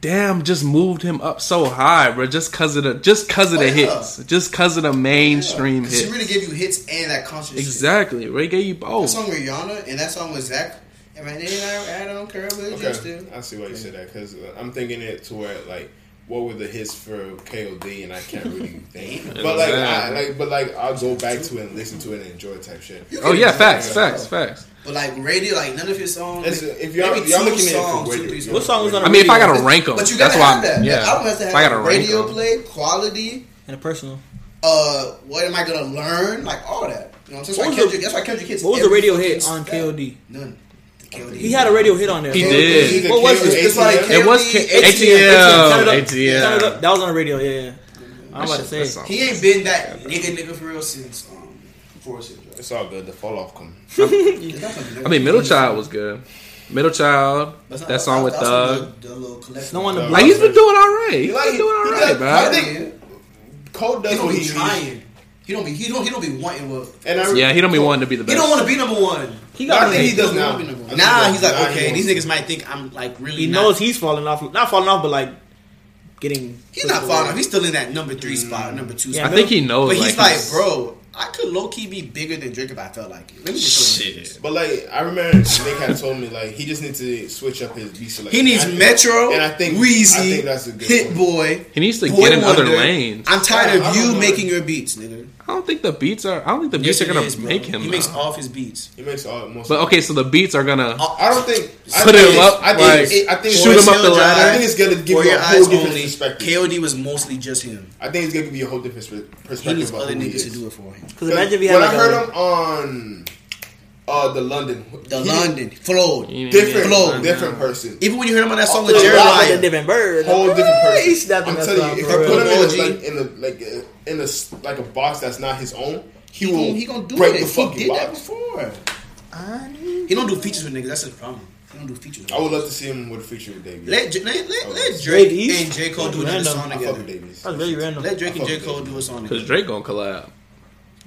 Speaker 6: damn, just moved him up so high, bro. Just cause of the, just cause of
Speaker 3: Oh,
Speaker 6: the
Speaker 3: yeah.
Speaker 6: hits, just cause of the mainstream
Speaker 3: Because
Speaker 6: hits.
Speaker 3: she really gave you hits and that concert. Shit.
Speaker 6: exactly, Ray gave you
Speaker 3: That
Speaker 6: both.
Speaker 3: song with Rihanna and that song with Zach. And my name I, I don't care about you
Speaker 2: Okay,
Speaker 3: still.
Speaker 2: I see why you said that because I'm thinking it to where like what were the hits for KOD and I can't really think. But like, I, like, but like, I'll go back to it and listen to it and enjoy type shit.
Speaker 6: oh yeah, facts,
Speaker 2: Yeah.
Speaker 6: facts, facts.
Speaker 3: But like radio, like none of his songs.
Speaker 2: It's- uh,
Speaker 3: like,
Speaker 2: if y'all-
Speaker 3: maybe
Speaker 2: y'all
Speaker 3: two
Speaker 2: looking at it for
Speaker 3: songs,
Speaker 2: radio,
Speaker 3: two, three
Speaker 2: yeah.
Speaker 3: songs.
Speaker 5: What song was on? The
Speaker 6: I mean, if I
Speaker 5: radio?
Speaker 6: gotta rank them,
Speaker 3: But you gotta
Speaker 6: that's why.
Speaker 3: have
Speaker 6: I'm,
Speaker 3: that.
Speaker 6: Yeah,
Speaker 3: The album has to have
Speaker 6: if I gotta rank
Speaker 3: radio
Speaker 6: 'em.
Speaker 3: play, quality.
Speaker 5: and a personal.
Speaker 3: Uh, what am I gonna learn? Like all that. You know what I'm saying? That's
Speaker 5: What
Speaker 3: why
Speaker 5: was
Speaker 3: Kendrick,
Speaker 5: the-
Speaker 3: that's why Kendrick hits.
Speaker 5: What was the
Speaker 3: every
Speaker 5: radio
Speaker 3: fucking
Speaker 5: hit on
Speaker 3: step.
Speaker 5: KOD?
Speaker 3: None. KOD.
Speaker 5: He had a radio hit on there.
Speaker 6: He
Speaker 5: right?
Speaker 6: did.
Speaker 2: Either
Speaker 5: What was it?
Speaker 2: KOD,
Speaker 3: It's like-
Speaker 6: It was K-
Speaker 3: KOD,
Speaker 5: Turn it
Speaker 6: ATL,
Speaker 5: up. Turn it
Speaker 6: ATL.
Speaker 5: up. That was on the radio. Yeah, yeah. I'm about to say.
Speaker 6: That
Speaker 5: it.
Speaker 6: song.
Speaker 3: He ain't been that nigga nigga for real since um Forest Hill Drive.
Speaker 2: It's all good. The fall off come.
Speaker 6: I mean, Middle Child was good. Middle Child, that song with Thug.
Speaker 3: The little collection.
Speaker 5: No one to
Speaker 2: Uh,
Speaker 6: Like
Speaker 5: block.
Speaker 6: he's been doing all right. He's
Speaker 2: Like,
Speaker 6: been doing all
Speaker 2: he
Speaker 6: right,
Speaker 2: does-
Speaker 6: man.
Speaker 2: I think- Cole
Speaker 3: He
Speaker 2: does
Speaker 3: don't
Speaker 2: what he
Speaker 3: be
Speaker 2: trying.
Speaker 3: trying. He don't be. He don't. He don't be wanting what.
Speaker 2: And I,
Speaker 6: Yeah, he don't be wanting to be the
Speaker 3: He
Speaker 6: best.
Speaker 3: don't want to be number one.
Speaker 5: He
Speaker 2: I
Speaker 5: got.
Speaker 2: think he
Speaker 5: He,
Speaker 2: does
Speaker 3: He
Speaker 2: now.
Speaker 3: don't be number one.
Speaker 2: I
Speaker 3: Nah,
Speaker 2: think
Speaker 3: he's like,
Speaker 2: now he
Speaker 3: okay,
Speaker 2: wants
Speaker 3: these niggas might think I'm like really. not-
Speaker 5: knows he's falling off. Not falling off, but like getting.
Speaker 3: He's not falling off. He's still in that number three spot, number two
Speaker 5: Yeah,
Speaker 3: spot.
Speaker 6: I think he knows.
Speaker 3: But he's like,
Speaker 6: he's-
Speaker 3: bro, I could low key be bigger than Drake if I felt like it. Let me just show you this.
Speaker 2: But like, I remember Nick had told me like he just needs to switch up his beat selection.
Speaker 3: He needs
Speaker 2: I think-
Speaker 3: Metro,
Speaker 2: and I think
Speaker 3: Weezy,
Speaker 2: I think that's a good
Speaker 3: Hit
Speaker 2: point.
Speaker 3: Boy.
Speaker 6: He needs to
Speaker 3: Boy
Speaker 6: get in
Speaker 3: Wonder.
Speaker 6: other lanes.
Speaker 3: I'm tired
Speaker 2: Yeah, I
Speaker 3: of
Speaker 2: don't
Speaker 3: you
Speaker 2: know.
Speaker 3: making your beats, nigga.
Speaker 6: I don't think the beats are. I don't think the beats
Speaker 3: Yes,
Speaker 6: are
Speaker 3: it
Speaker 6: gonna
Speaker 3: is, bro.
Speaker 6: make him.
Speaker 3: He makes
Speaker 6: though.
Speaker 3: all of his beats.
Speaker 2: He makes all most.
Speaker 6: but okay, so the beats are gonna.
Speaker 2: I don't think I
Speaker 6: Put
Speaker 2: think
Speaker 6: him
Speaker 2: it's-
Speaker 6: up,
Speaker 2: I think
Speaker 6: like,
Speaker 2: it- I think
Speaker 6: shoot
Speaker 2: it's-
Speaker 6: him up the ladder.
Speaker 2: I think it's gonna give
Speaker 3: For
Speaker 2: you
Speaker 3: your
Speaker 2: a whole
Speaker 3: eyes
Speaker 2: different
Speaker 3: only.
Speaker 2: perspective.
Speaker 3: KOD was mostly just him.
Speaker 2: I think it's gonna give you a whole different pers-
Speaker 3: He
Speaker 2: perspective
Speaker 3: needs
Speaker 2: about
Speaker 3: other
Speaker 2: who he
Speaker 3: niggas to
Speaker 2: is.
Speaker 3: do it for him.
Speaker 5: Because imagine if he had
Speaker 2: when
Speaker 5: like
Speaker 2: I heard
Speaker 5: a,
Speaker 2: him on uh, the London,
Speaker 3: The
Speaker 2: he-
Speaker 3: London flowed.
Speaker 2: different,
Speaker 3: Flow.
Speaker 2: different person,
Speaker 3: Even when you heard him on that song
Speaker 2: Oh,
Speaker 3: with
Speaker 2: the
Speaker 3: Jeremiah,
Speaker 2: London
Speaker 5: a different bird,
Speaker 2: whole
Speaker 5: like,
Speaker 2: different
Speaker 5: "Ah,
Speaker 2: person.
Speaker 5: He's snapping
Speaker 2: I'm
Speaker 5: that
Speaker 2: telling
Speaker 5: song,
Speaker 2: you, if
Speaker 5: for
Speaker 2: I
Speaker 5: real.
Speaker 2: put him in
Speaker 3: OG.
Speaker 2: a, like in a like uh, in a s- like a box that's not his own, he,
Speaker 3: he,
Speaker 2: will
Speaker 3: gon- he gonna do
Speaker 2: break
Speaker 3: it.
Speaker 2: the fucking
Speaker 3: he did that
Speaker 2: box.
Speaker 3: before. He don't do features with niggas. That's his problem. He don't do features. With
Speaker 2: I would love to see him with a feature with Davies.
Speaker 3: Let, J- let, let, let
Speaker 5: Drake
Speaker 3: Drake
Speaker 5: East?
Speaker 3: and J. Cole do
Speaker 5: Random.
Speaker 3: another song
Speaker 2: I fuck with
Speaker 3: together.
Speaker 2: Davies.
Speaker 5: That's really random.
Speaker 3: Let Drake and
Speaker 2: I fuck
Speaker 3: J.
Speaker 2: with
Speaker 3: Cole
Speaker 2: Drake.
Speaker 3: do a song
Speaker 6: Because
Speaker 3: together.
Speaker 6: Drake gonna collab.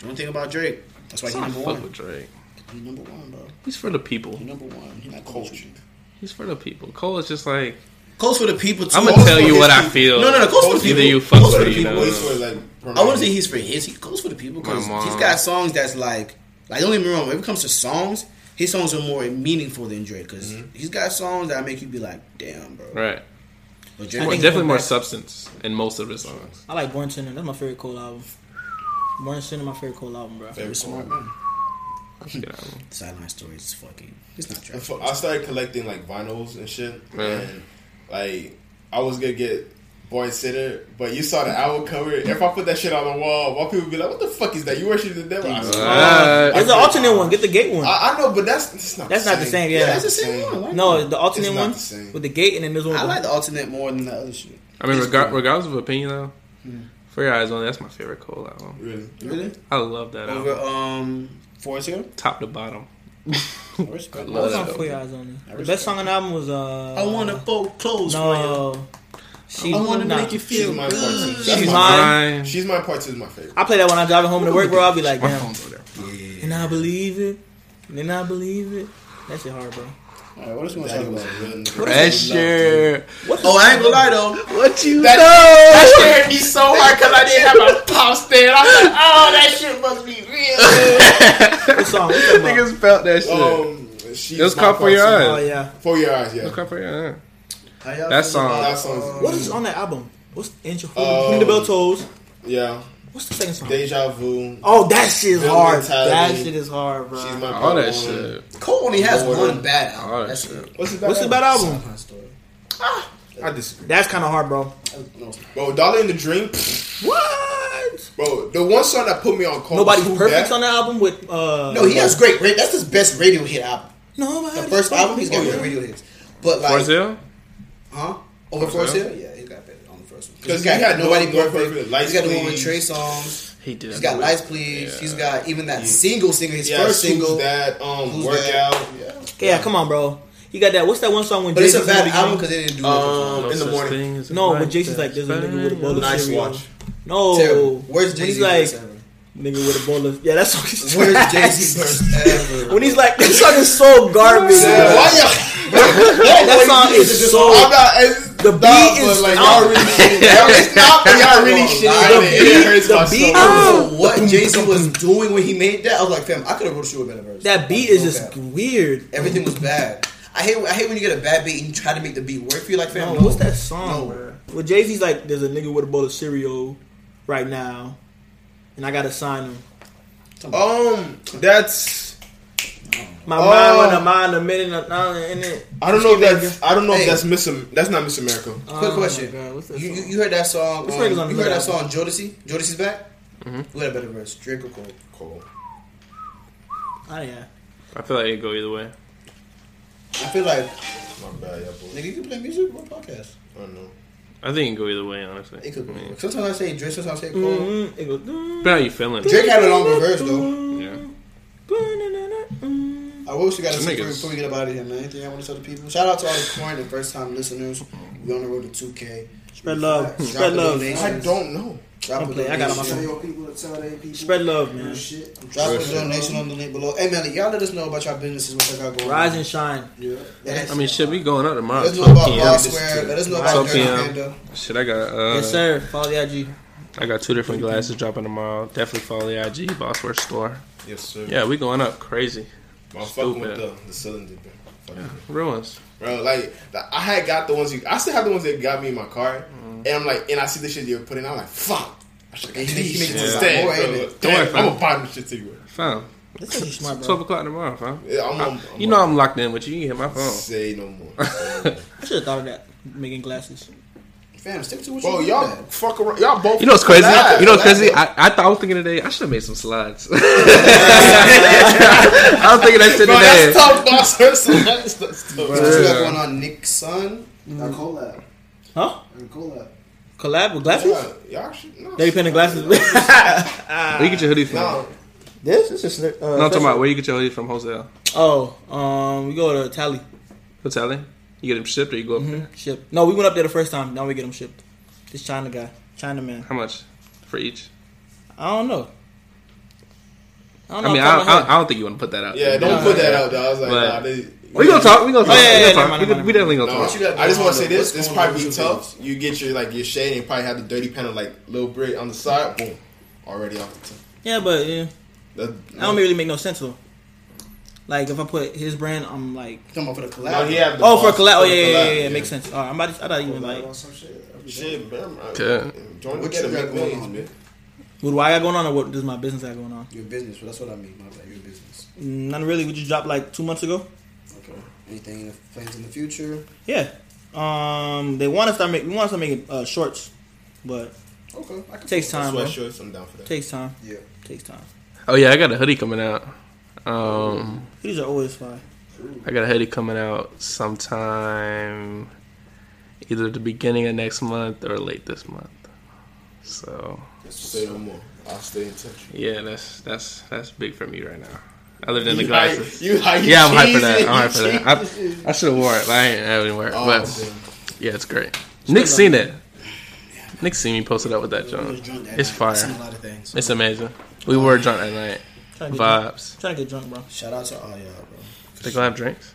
Speaker 3: One thing about Drake, that's why he's
Speaker 6: I
Speaker 3: number
Speaker 6: fuck
Speaker 3: one.
Speaker 6: with Drake.
Speaker 3: He's number one, bro.
Speaker 6: He's for the people.
Speaker 3: He's number one. He's not
Speaker 2: Culture.
Speaker 3: culture.
Speaker 6: He's for the people. Cole is just like
Speaker 3: Cole's for the people too.
Speaker 6: I'm gonna
Speaker 3: Cole's
Speaker 6: tell
Speaker 3: for
Speaker 6: you
Speaker 3: his
Speaker 6: what I
Speaker 3: people.
Speaker 6: feel.
Speaker 3: No, no, no. Cole's for the
Speaker 6: Either
Speaker 3: people.
Speaker 6: you fuck
Speaker 3: Cole's
Speaker 6: or
Speaker 3: for the
Speaker 6: you
Speaker 3: people.
Speaker 6: don't.
Speaker 2: Boys were, like,
Speaker 3: I wouldn't say he's for his. He goes for the people because
Speaker 6: My mom.
Speaker 3: he's got songs that's like, like don't get me wrong. When it comes to songs, his songs are more meaningful than Drake because he's got songs that make you be like, damn, bro.
Speaker 6: Mm-hmm. right.
Speaker 3: But
Speaker 5: I
Speaker 3: Drake,
Speaker 6: Well,
Speaker 5: think
Speaker 6: definitely
Speaker 5: he's
Speaker 6: more
Speaker 5: back.
Speaker 6: substance in most of his songs.
Speaker 5: I like Born Sinner. That's my favorite Cole album. Born Sinner, my favorite Cole album, bro.
Speaker 3: very smart man.
Speaker 6: Good album.
Speaker 3: Sideline stories is fucking. It's not Drake.
Speaker 2: And for, I started collecting like vinyls and shit,
Speaker 6: Yeah.
Speaker 2: and like I was gonna get Boy Sitter, but you saw the album cover. If I put that shit on the wall, why people be like, "What the fuck is that? You worship the devil?" I, swear.
Speaker 6: Uh,
Speaker 5: There's an alternate one. Get the gate one.
Speaker 2: I, I know, but that's it's not
Speaker 5: That's
Speaker 2: the
Speaker 5: not
Speaker 2: same.
Speaker 5: the same, yeah.
Speaker 3: That's
Speaker 2: it's
Speaker 3: the same one. I like
Speaker 5: No,
Speaker 3: that.
Speaker 5: the alternate
Speaker 2: It's not
Speaker 5: one
Speaker 2: the same.
Speaker 5: with the gate, and then there's one.
Speaker 3: I
Speaker 5: with
Speaker 3: like the alternate more than the other shit.
Speaker 6: I mean,
Speaker 3: It's
Speaker 6: regar-
Speaker 3: cool. Hmm.
Speaker 6: regardless of opinion though, for your eyes only. That's my favorite Cole album.
Speaker 2: Really,
Speaker 3: Really?
Speaker 6: I love that
Speaker 3: Over
Speaker 6: album,
Speaker 3: um Forest Hill?
Speaker 6: top to bottom.
Speaker 3: I respect
Speaker 6: I
Speaker 3: it.
Speaker 5: what
Speaker 6: love
Speaker 5: was
Speaker 6: that
Speaker 5: on
Speaker 6: album.
Speaker 5: For Your Eyes Only. The
Speaker 3: respect
Speaker 5: best song on the album was uh.
Speaker 3: I wanna fold clothes for
Speaker 5: No. She,
Speaker 3: you. I wanna
Speaker 5: nah.
Speaker 3: make you
Speaker 2: she's
Speaker 3: feel
Speaker 2: my part
Speaker 3: good.
Speaker 2: two.
Speaker 5: She's
Speaker 2: That's my-
Speaker 5: mine.
Speaker 2: She's my part two is my favorite.
Speaker 5: I play that when I'm driving home to work, bro. I'll be like,
Speaker 6: My
Speaker 5: damn.
Speaker 6: phone's over there.
Speaker 5: And I believe it. And I believe it. That shit hard, bro.
Speaker 3: Alright, what else we wanna
Speaker 2: Daddy
Speaker 3: talk
Speaker 2: was
Speaker 3: about?
Speaker 2: a real nigga.
Speaker 6: Pressure.
Speaker 5: What
Speaker 3: Oh, I ain't gonna lie though.
Speaker 6: What you
Speaker 2: That-
Speaker 6: know?
Speaker 2: That shit hit me so hard because I didn't have my pops there. I was "Ah." like, "Oh, that shit must be real."
Speaker 5: What song? What you talking about?
Speaker 6: Niggas felt that shit.
Speaker 2: um, she's
Speaker 6: It was
Speaker 2: my
Speaker 6: called For
Speaker 2: part
Speaker 6: Your
Speaker 2: two.
Speaker 6: Eyes.
Speaker 5: Oh yeah.
Speaker 2: For your eyes, yeah.
Speaker 6: It was called For Your Eyes.
Speaker 3: How y'all
Speaker 6: That
Speaker 3: feel
Speaker 6: song.
Speaker 3: about,
Speaker 2: That song's-
Speaker 3: um,
Speaker 5: What is on that album? What's the intro?
Speaker 3: Oh.
Speaker 2: Um,
Speaker 5: Ring the bell tolls.
Speaker 2: Yeah,
Speaker 5: What's the second song?
Speaker 2: deja vu.
Speaker 5: Oh, that shit is
Speaker 2: Bill
Speaker 5: hard.
Speaker 2: Mentality.
Speaker 5: That shit is hard, bro.
Speaker 2: She's my
Speaker 6: All that
Speaker 2: part one.
Speaker 6: shit.
Speaker 3: Cole only has
Speaker 2: Lord.
Speaker 3: one bad
Speaker 6: All
Speaker 3: album.
Speaker 6: that
Speaker 3: That's
Speaker 6: shit.
Speaker 3: it.
Speaker 2: What's the
Speaker 5: What's the bad album?
Speaker 3: Sideline story.
Speaker 2: I disagree.
Speaker 5: That's kind of hard, bro.
Speaker 3: No, it's not.
Speaker 2: Bro, Dollar in the Dream,
Speaker 5: What?
Speaker 2: bro. The one song that put me on cold.
Speaker 5: Nobody's
Speaker 2: was Who
Speaker 5: perfect
Speaker 2: Dat?
Speaker 5: on that album with uh.
Speaker 3: No, he has great. ra- That's his best radio hit album.
Speaker 5: Nobody. Oh,
Speaker 3: The first album, he's got great radio hits. But like,
Speaker 6: Brazil?
Speaker 3: Huh? Over Forest
Speaker 2: Hill?
Speaker 3: Hill? Yeah, he got better on the first one. Because
Speaker 2: 'Cause
Speaker 3: he got,
Speaker 2: he got
Speaker 3: nobody
Speaker 2: Go- Go
Speaker 3: perfect.
Speaker 2: Perfect, Lights,
Speaker 3: He's got the one with
Speaker 2: Please.
Speaker 3: Trey songs.
Speaker 11: He did.
Speaker 3: He's got Lights Please.
Speaker 11: Yeah.
Speaker 3: He's got even that
Speaker 2: Yeah.
Speaker 3: single single, his
Speaker 2: Yeah,
Speaker 3: first
Speaker 2: first
Speaker 3: single.
Speaker 2: that um
Speaker 3: Who's
Speaker 2: workout.
Speaker 5: Yeah, come on, bro. You got that. What's that one song when
Speaker 3: But it's
Speaker 5: Jay-Z
Speaker 3: a bad
Speaker 5: was
Speaker 3: album
Speaker 5: like,
Speaker 3: because they didn't do
Speaker 2: Um, in
Speaker 6: No
Speaker 2: the
Speaker 6: such
Speaker 2: morning.
Speaker 6: thing as a
Speaker 5: No,
Speaker 6: night
Speaker 5: but Jason's like, there's a nigga with a bowl of
Speaker 2: Nice
Speaker 5: cereal.
Speaker 2: watch.
Speaker 5: No,
Speaker 3: Terrible. Where's
Speaker 5: When
Speaker 3: Jay
Speaker 5: he's
Speaker 3: Z
Speaker 5: like,
Speaker 3: verse ever?
Speaker 5: nigga with a bowl of yeah, that song is
Speaker 3: Where's
Speaker 5: trash.
Speaker 3: Jay Z verse ever?
Speaker 5: When he's like, this song is so garbage.
Speaker 2: Yeah.
Speaker 5: bro.
Speaker 2: Why y'all?
Speaker 5: That song is
Speaker 2: I'm
Speaker 5: so.
Speaker 2: not. It's,
Speaker 5: The
Speaker 2: nah,
Speaker 5: beat
Speaker 2: but,
Speaker 5: is
Speaker 2: like,
Speaker 5: out.
Speaker 2: y'all really. y'all- It's not. but Y'all really shitting on it. It hurts
Speaker 5: the
Speaker 2: my
Speaker 5: beat-
Speaker 2: soul.
Speaker 3: I don't know what Jay Z was doing when he made that. I was like, fam, I could have wrote you a better verse.
Speaker 5: That beat is just weird.
Speaker 3: Everything was bad. I hate I hate when you get a bad beat and you try to make the beat work for you. Like,
Speaker 5: No,
Speaker 3: fam, no.
Speaker 5: what's that song?
Speaker 3: No.
Speaker 5: bro? Well, Jay Z's like, there's a nigga with a bowl of cereal right now, and I gotta sign him.
Speaker 2: Um, that's.
Speaker 5: My
Speaker 2: Oh.
Speaker 5: mind went a mind a minute and a dollar in it.
Speaker 2: I don't know if that's. I don't know
Speaker 3: Hey.
Speaker 2: if that's Miss. Am- That's not Miss America.
Speaker 5: Oh, um,
Speaker 3: Quick question. You, you, you heard that song?
Speaker 5: Which
Speaker 3: um,
Speaker 5: record's on the
Speaker 3: you heard
Speaker 5: middle
Speaker 3: that song? Jodeci. Jodeci's back.
Speaker 6: Mm-hmm.
Speaker 3: Who had a better verse, Drake or Cole?
Speaker 2: Cool.
Speaker 5: Oh, yeah.
Speaker 6: I feel like it go either way.
Speaker 3: I feel like
Speaker 2: My bad, y'all. boy.
Speaker 3: nigga, you can play music on podcast.
Speaker 2: I don't know.
Speaker 6: I think it go either way, honestly.
Speaker 3: It could
Speaker 6: I mean,
Speaker 3: Sometimes I say Drake. Sometimes I say Cole.
Speaker 6: Mm-hmm.
Speaker 5: Mm, It goes. mm,
Speaker 6: Depend how you feeling.
Speaker 3: Drake had a longer verse though.
Speaker 6: Yeah.
Speaker 3: I wish we got to
Speaker 6: Them
Speaker 3: say
Speaker 6: niggas.
Speaker 3: before we get up out of here, man. Anything I want to tell the people? Shout out to all the current and first time listeners.
Speaker 6: Mm-hmm.
Speaker 3: We on the road to 2K.
Speaker 5: Spread love.
Speaker 3: Drop
Speaker 5: Spread
Speaker 3: a
Speaker 5: love.
Speaker 3: donation.
Speaker 2: I don't know.
Speaker 3: Drop a
Speaker 5: Don't play. I got it
Speaker 3: donation.
Speaker 5: myself.
Speaker 1: Tell your people to tell their people.
Speaker 5: Spread love, man.
Speaker 1: Shit.
Speaker 3: Drop a donation on the link below. Hey man, y'all let us know about y'all businesses, what y'all got going.
Speaker 5: Rise
Speaker 3: on.
Speaker 5: and shine.
Speaker 3: Yeah.
Speaker 6: I mean, uh, shit, we going out tomorrow.
Speaker 3: Let us know about
Speaker 6: 12
Speaker 3: Boss
Speaker 6: p.m.
Speaker 3: Square. Let us know
Speaker 6: Twelve
Speaker 3: about Dirty
Speaker 6: p.m.
Speaker 3: Panda.
Speaker 6: Shit, I got uh,
Speaker 5: yes, sir. Follow the IG.
Speaker 6: I got two different glasses dropping tomorrow. Definitely follow the IG Bossware store.
Speaker 2: Yes, sir.
Speaker 6: Yeah, we going up crazy.
Speaker 2: I'm fucking with the,
Speaker 6: Stupid.
Speaker 2: the cylinder, bro. Fuck it.
Speaker 6: Ruins.
Speaker 2: Bro, like the, I had got the ones you, I still have the ones that got me in my car,
Speaker 3: Mm-hmm.
Speaker 2: and I'm like, and I see the shit you're putting, I'm like, fuck, I should get
Speaker 3: And he
Speaker 2: these
Speaker 3: makes
Speaker 2: shit
Speaker 3: it sound
Speaker 2: instead,
Speaker 3: more, ain't
Speaker 2: bro.
Speaker 3: it?
Speaker 6: Don't worry,
Speaker 2: Damn, I'm
Speaker 6: fam.
Speaker 2: gonna buy them shit to you.
Speaker 6: Fam.
Speaker 5: This is smart, bro.
Speaker 6: Twelve o'clock tomorrow, fam.
Speaker 2: Yeah, I'm, I'm, I'm
Speaker 6: You know I'm locked in with you. You can hit my
Speaker 3: Oh.
Speaker 6: phone.
Speaker 2: say no more. Say no more.
Speaker 5: I should have thought of that. Making glasses.
Speaker 3: Fam, stick to what you
Speaker 2: Bro,
Speaker 3: doing,
Speaker 2: y'all
Speaker 3: man.
Speaker 2: fuck around, y'all both.
Speaker 6: You know what's crazy?
Speaker 2: Laugh,
Speaker 6: you know what's
Speaker 2: laugh.
Speaker 6: crazy? I, I thought I was thinking today I should have made some slides. I was thinking that shit
Speaker 2: Bro, that's
Speaker 6: today.
Speaker 2: tough, boss. That's tough. That's tough.
Speaker 3: What you got going on, Nick Son?
Speaker 1: A collab.
Speaker 5: Huh?
Speaker 1: A collab.
Speaker 5: Collab with glasses?
Speaker 2: Yeah, y'all should. No,
Speaker 5: Dirty Panda glasses.
Speaker 6: Where you get your hoodie from?
Speaker 2: No,
Speaker 5: this is just. Uh,
Speaker 6: no, I'm talking about where you get your hoodie from wholesale.
Speaker 5: Oh, um, we go to Tally.
Speaker 6: Hotel? You get them shipped or you go
Speaker 2: Mm-hmm.
Speaker 6: up there?
Speaker 5: Ship. No, we went up there the first time. Now we get them shipped. This China guy, China man.
Speaker 6: How much for each?
Speaker 5: I don't know. I don't
Speaker 6: I mean,
Speaker 5: off
Speaker 6: I,
Speaker 5: the top of my
Speaker 6: I,
Speaker 5: head.
Speaker 6: I don't think you want to put that out.
Speaker 2: yeah,
Speaker 6: there.
Speaker 2: don't put that out. Oh, Though. I was like,
Speaker 6: But-
Speaker 2: nah, they.
Speaker 6: We gonna talk. We gonna talk.
Speaker 5: yeah, yeah,
Speaker 6: we, gonna
Speaker 5: yeah, never
Speaker 6: talk. we,
Speaker 5: mind,
Speaker 6: gonna- we definitely gonna
Speaker 2: No,
Speaker 6: talk.
Speaker 2: I just want to say
Speaker 3: What's
Speaker 2: this. This
Speaker 3: going
Speaker 2: probably
Speaker 3: on
Speaker 2: be
Speaker 3: with
Speaker 2: tough. You get your like your shade and probably have the dirty pen of like little brick on the side. Boom, already off the top.
Speaker 5: Yeah, but yeah,
Speaker 2: That,
Speaker 5: that don't really make no sense though. Like if I put his brand, I'm like,
Speaker 3: Come on for the collab.
Speaker 2: no, he had the
Speaker 5: oh, for a
Speaker 2: boss-
Speaker 5: collab. Oh yeah, yeah, yeah,
Speaker 2: collab,
Speaker 5: yeah, yeah. Makes sense. All right, I'm about to, I thought you meant like,
Speaker 1: On some shit.
Speaker 2: Shit, man.
Speaker 6: Yeah.
Speaker 2: Join
Speaker 3: What
Speaker 2: together,
Speaker 3: you got going
Speaker 2: make millions,
Speaker 3: on?
Speaker 2: man.
Speaker 5: what do I got going on, or what does my business got going on?
Speaker 3: Your business. Well, that's what I mean. My bad. Your business.
Speaker 5: None Mm, really. We just dropped like two months ago.
Speaker 3: Okay. Anything in the plans in the future?
Speaker 5: Yeah. Um, they want to start making. We want to start making uh, shorts, but
Speaker 3: Okay. I can
Speaker 5: takes time, bro.
Speaker 2: Sweatshirts, I'm down for that.
Speaker 5: Takes time.
Speaker 3: Yeah.
Speaker 5: Takes time.
Speaker 6: Oh yeah, I got a hoodie coming out. Um,
Speaker 5: These are always fine.
Speaker 6: I got a hoodie coming out sometime, either the beginning of next month or late this month. So
Speaker 2: Say no more. I'll stay in touch.
Speaker 6: yeah, that's that's that's big for me right now. I lived in the
Speaker 2: You
Speaker 6: glasses.
Speaker 2: hype- You hype.
Speaker 6: Yeah, I'm hyped for
Speaker 2: cheesy,
Speaker 6: that. I'm hyped for
Speaker 2: cheesy.
Speaker 6: that. I, I should have wore it, but I ain't having wear it.
Speaker 2: Oh,
Speaker 6: but
Speaker 2: damn.
Speaker 6: yeah, it's great. Nick's seen it. Nick seen me posted up with that joint. It's
Speaker 3: I've seen a
Speaker 6: fire.
Speaker 3: lot of things.
Speaker 6: It's amazing. We were drunk at night.
Speaker 5: Trying to get drunk.
Speaker 6: Vibes.
Speaker 5: Trying to get drunk, bro.
Speaker 3: Shout out to all y'all, bro.
Speaker 6: They gonna have drinks.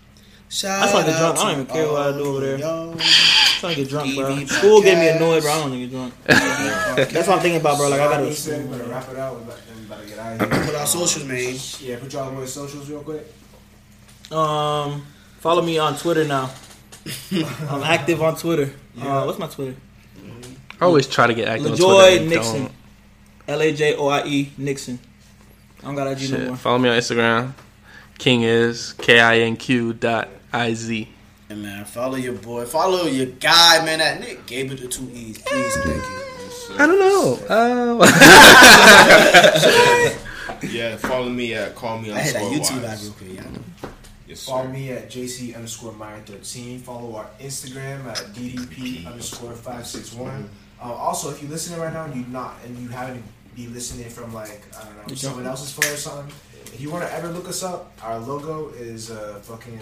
Speaker 3: Shout
Speaker 5: I just like to
Speaker 3: out
Speaker 5: drunk. I don't even care what I
Speaker 3: all
Speaker 5: do over there.
Speaker 3: y'all.
Speaker 5: trying to get drunk, bro.
Speaker 3: DV
Speaker 5: School gave me
Speaker 3: podcast.
Speaker 5: annoyed, bro. I don't get drunk. That's what I'm thinking about, bro. Like I
Speaker 1: So,
Speaker 5: gotta.
Speaker 1: you said we're gonna wrap it out. We're about, then we about to get out of here.
Speaker 3: Put our socials, man.
Speaker 1: Yeah, put y'all on your socials real quick.
Speaker 5: Um, follow me on Twitter now. I'm active on Twitter. Uh, what's my Twitter?
Speaker 6: I always try to get active on Twitter.
Speaker 5: LaJoy
Speaker 6: and
Speaker 5: Nixon.
Speaker 6: don't.
Speaker 5: L A J O I E Nixon. I don't got IG no
Speaker 6: Shit.
Speaker 5: more.
Speaker 6: Follow me on Instagram. King is K I N Q dot I Z.
Speaker 3: And man, follow your boy. Follow your guy, man. That Nick gave it the two E's. Please, thank you.
Speaker 6: I don't know. Um,
Speaker 2: Yeah, follow me at call me
Speaker 3: I
Speaker 2: on
Speaker 3: had that
Speaker 2: squad
Speaker 3: YouTube
Speaker 2: wise.
Speaker 3: live real quick, y'all.
Speaker 2: Yes,
Speaker 1: Follow
Speaker 2: sir.
Speaker 1: me at JC underscore Meyer 13. Follow our Instagram at DDP underscore 561.
Speaker 3: Mm-hmm.
Speaker 1: Uh, also, if you're listening right now and you're not, and you haven't be listening from like, I don't know, someone else's phone or something, if you want to ever look us up, our logo is a fucking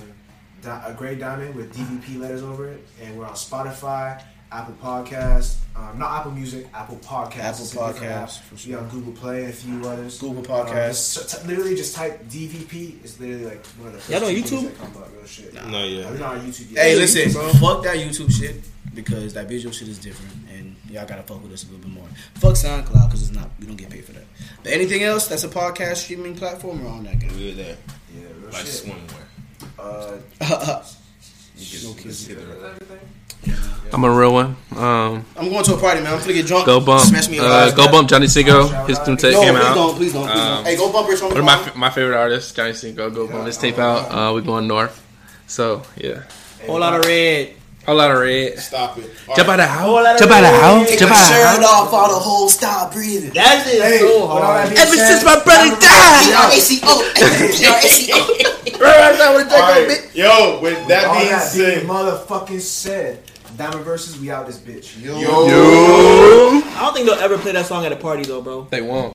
Speaker 1: di- a gray diamond with DDP letters over it. And we're on Spotify, Apple Podcast, um, not Apple Music, Apple Podcast.
Speaker 3: Apple
Speaker 1: It's a different app.
Speaker 3: Podcasts, for
Speaker 1: We on Google Play and a few others.
Speaker 3: Google
Speaker 1: Um,
Speaker 3: Podcasts.
Speaker 1: just t- t- literally just type DVP. It's literally like one of the first
Speaker 5: Y'all on
Speaker 1: two things
Speaker 5: YouTube?
Speaker 1: that come up, real shit.
Speaker 2: No, yeah.
Speaker 1: We're not on YouTube yet.
Speaker 3: Hey, listen, fuck that YouTube shit because that visual shit is different, and y'all gotta fuck with us a little bit more. Fuck SoundCloud because it's not we don't get paid for that. But anything else that's a podcast streaming platform, we're on that game.
Speaker 2: We're there.
Speaker 1: Yeah, real
Speaker 2: Like
Speaker 1: shit.
Speaker 2: swimwear.
Speaker 1: Uh,
Speaker 2: You can just get the
Speaker 6: I'm a real one. Um,
Speaker 3: I'm going to a party, man. I'm gonna get drunk.
Speaker 6: go bump.
Speaker 3: Smash me a
Speaker 6: Uh,
Speaker 3: live.
Speaker 6: go bump Johnny Sigo. His new tape
Speaker 3: No,
Speaker 6: came
Speaker 3: please
Speaker 6: out.
Speaker 3: don't, please don't, please
Speaker 6: Um,
Speaker 3: don't. Hey, go bump Rich
Speaker 6: One
Speaker 3: Homie.
Speaker 6: of my
Speaker 3: Farm.
Speaker 6: f- my favorite artists, Johnny Sigo. Go bump his tape out. Uh, we're going north. So yeah,
Speaker 5: Whole lot of red.
Speaker 6: a lot of red.
Speaker 2: Stop it. All
Speaker 6: Jump
Speaker 2: right.
Speaker 6: out of house. Jump out of house.
Speaker 3: Take
Speaker 6: Jump
Speaker 3: my
Speaker 6: out
Speaker 3: shirt off, all the whole stop breathing.
Speaker 5: That shit is so
Speaker 1: with all that
Speaker 5: hard.
Speaker 1: being
Speaker 6: Ever
Speaker 1: said,
Speaker 6: since my brother died.
Speaker 3: G-R-A-C-O. G-R-A-C-O.
Speaker 1: all right,
Speaker 2: Yo, with
Speaker 1: with all
Speaker 2: that being
Speaker 1: that being
Speaker 2: said,
Speaker 1: motherfucking said, Diamond versus, we out this bitch.
Speaker 2: yo.
Speaker 5: I don't think they'll ever play that song at a party though, bro.
Speaker 6: They won't.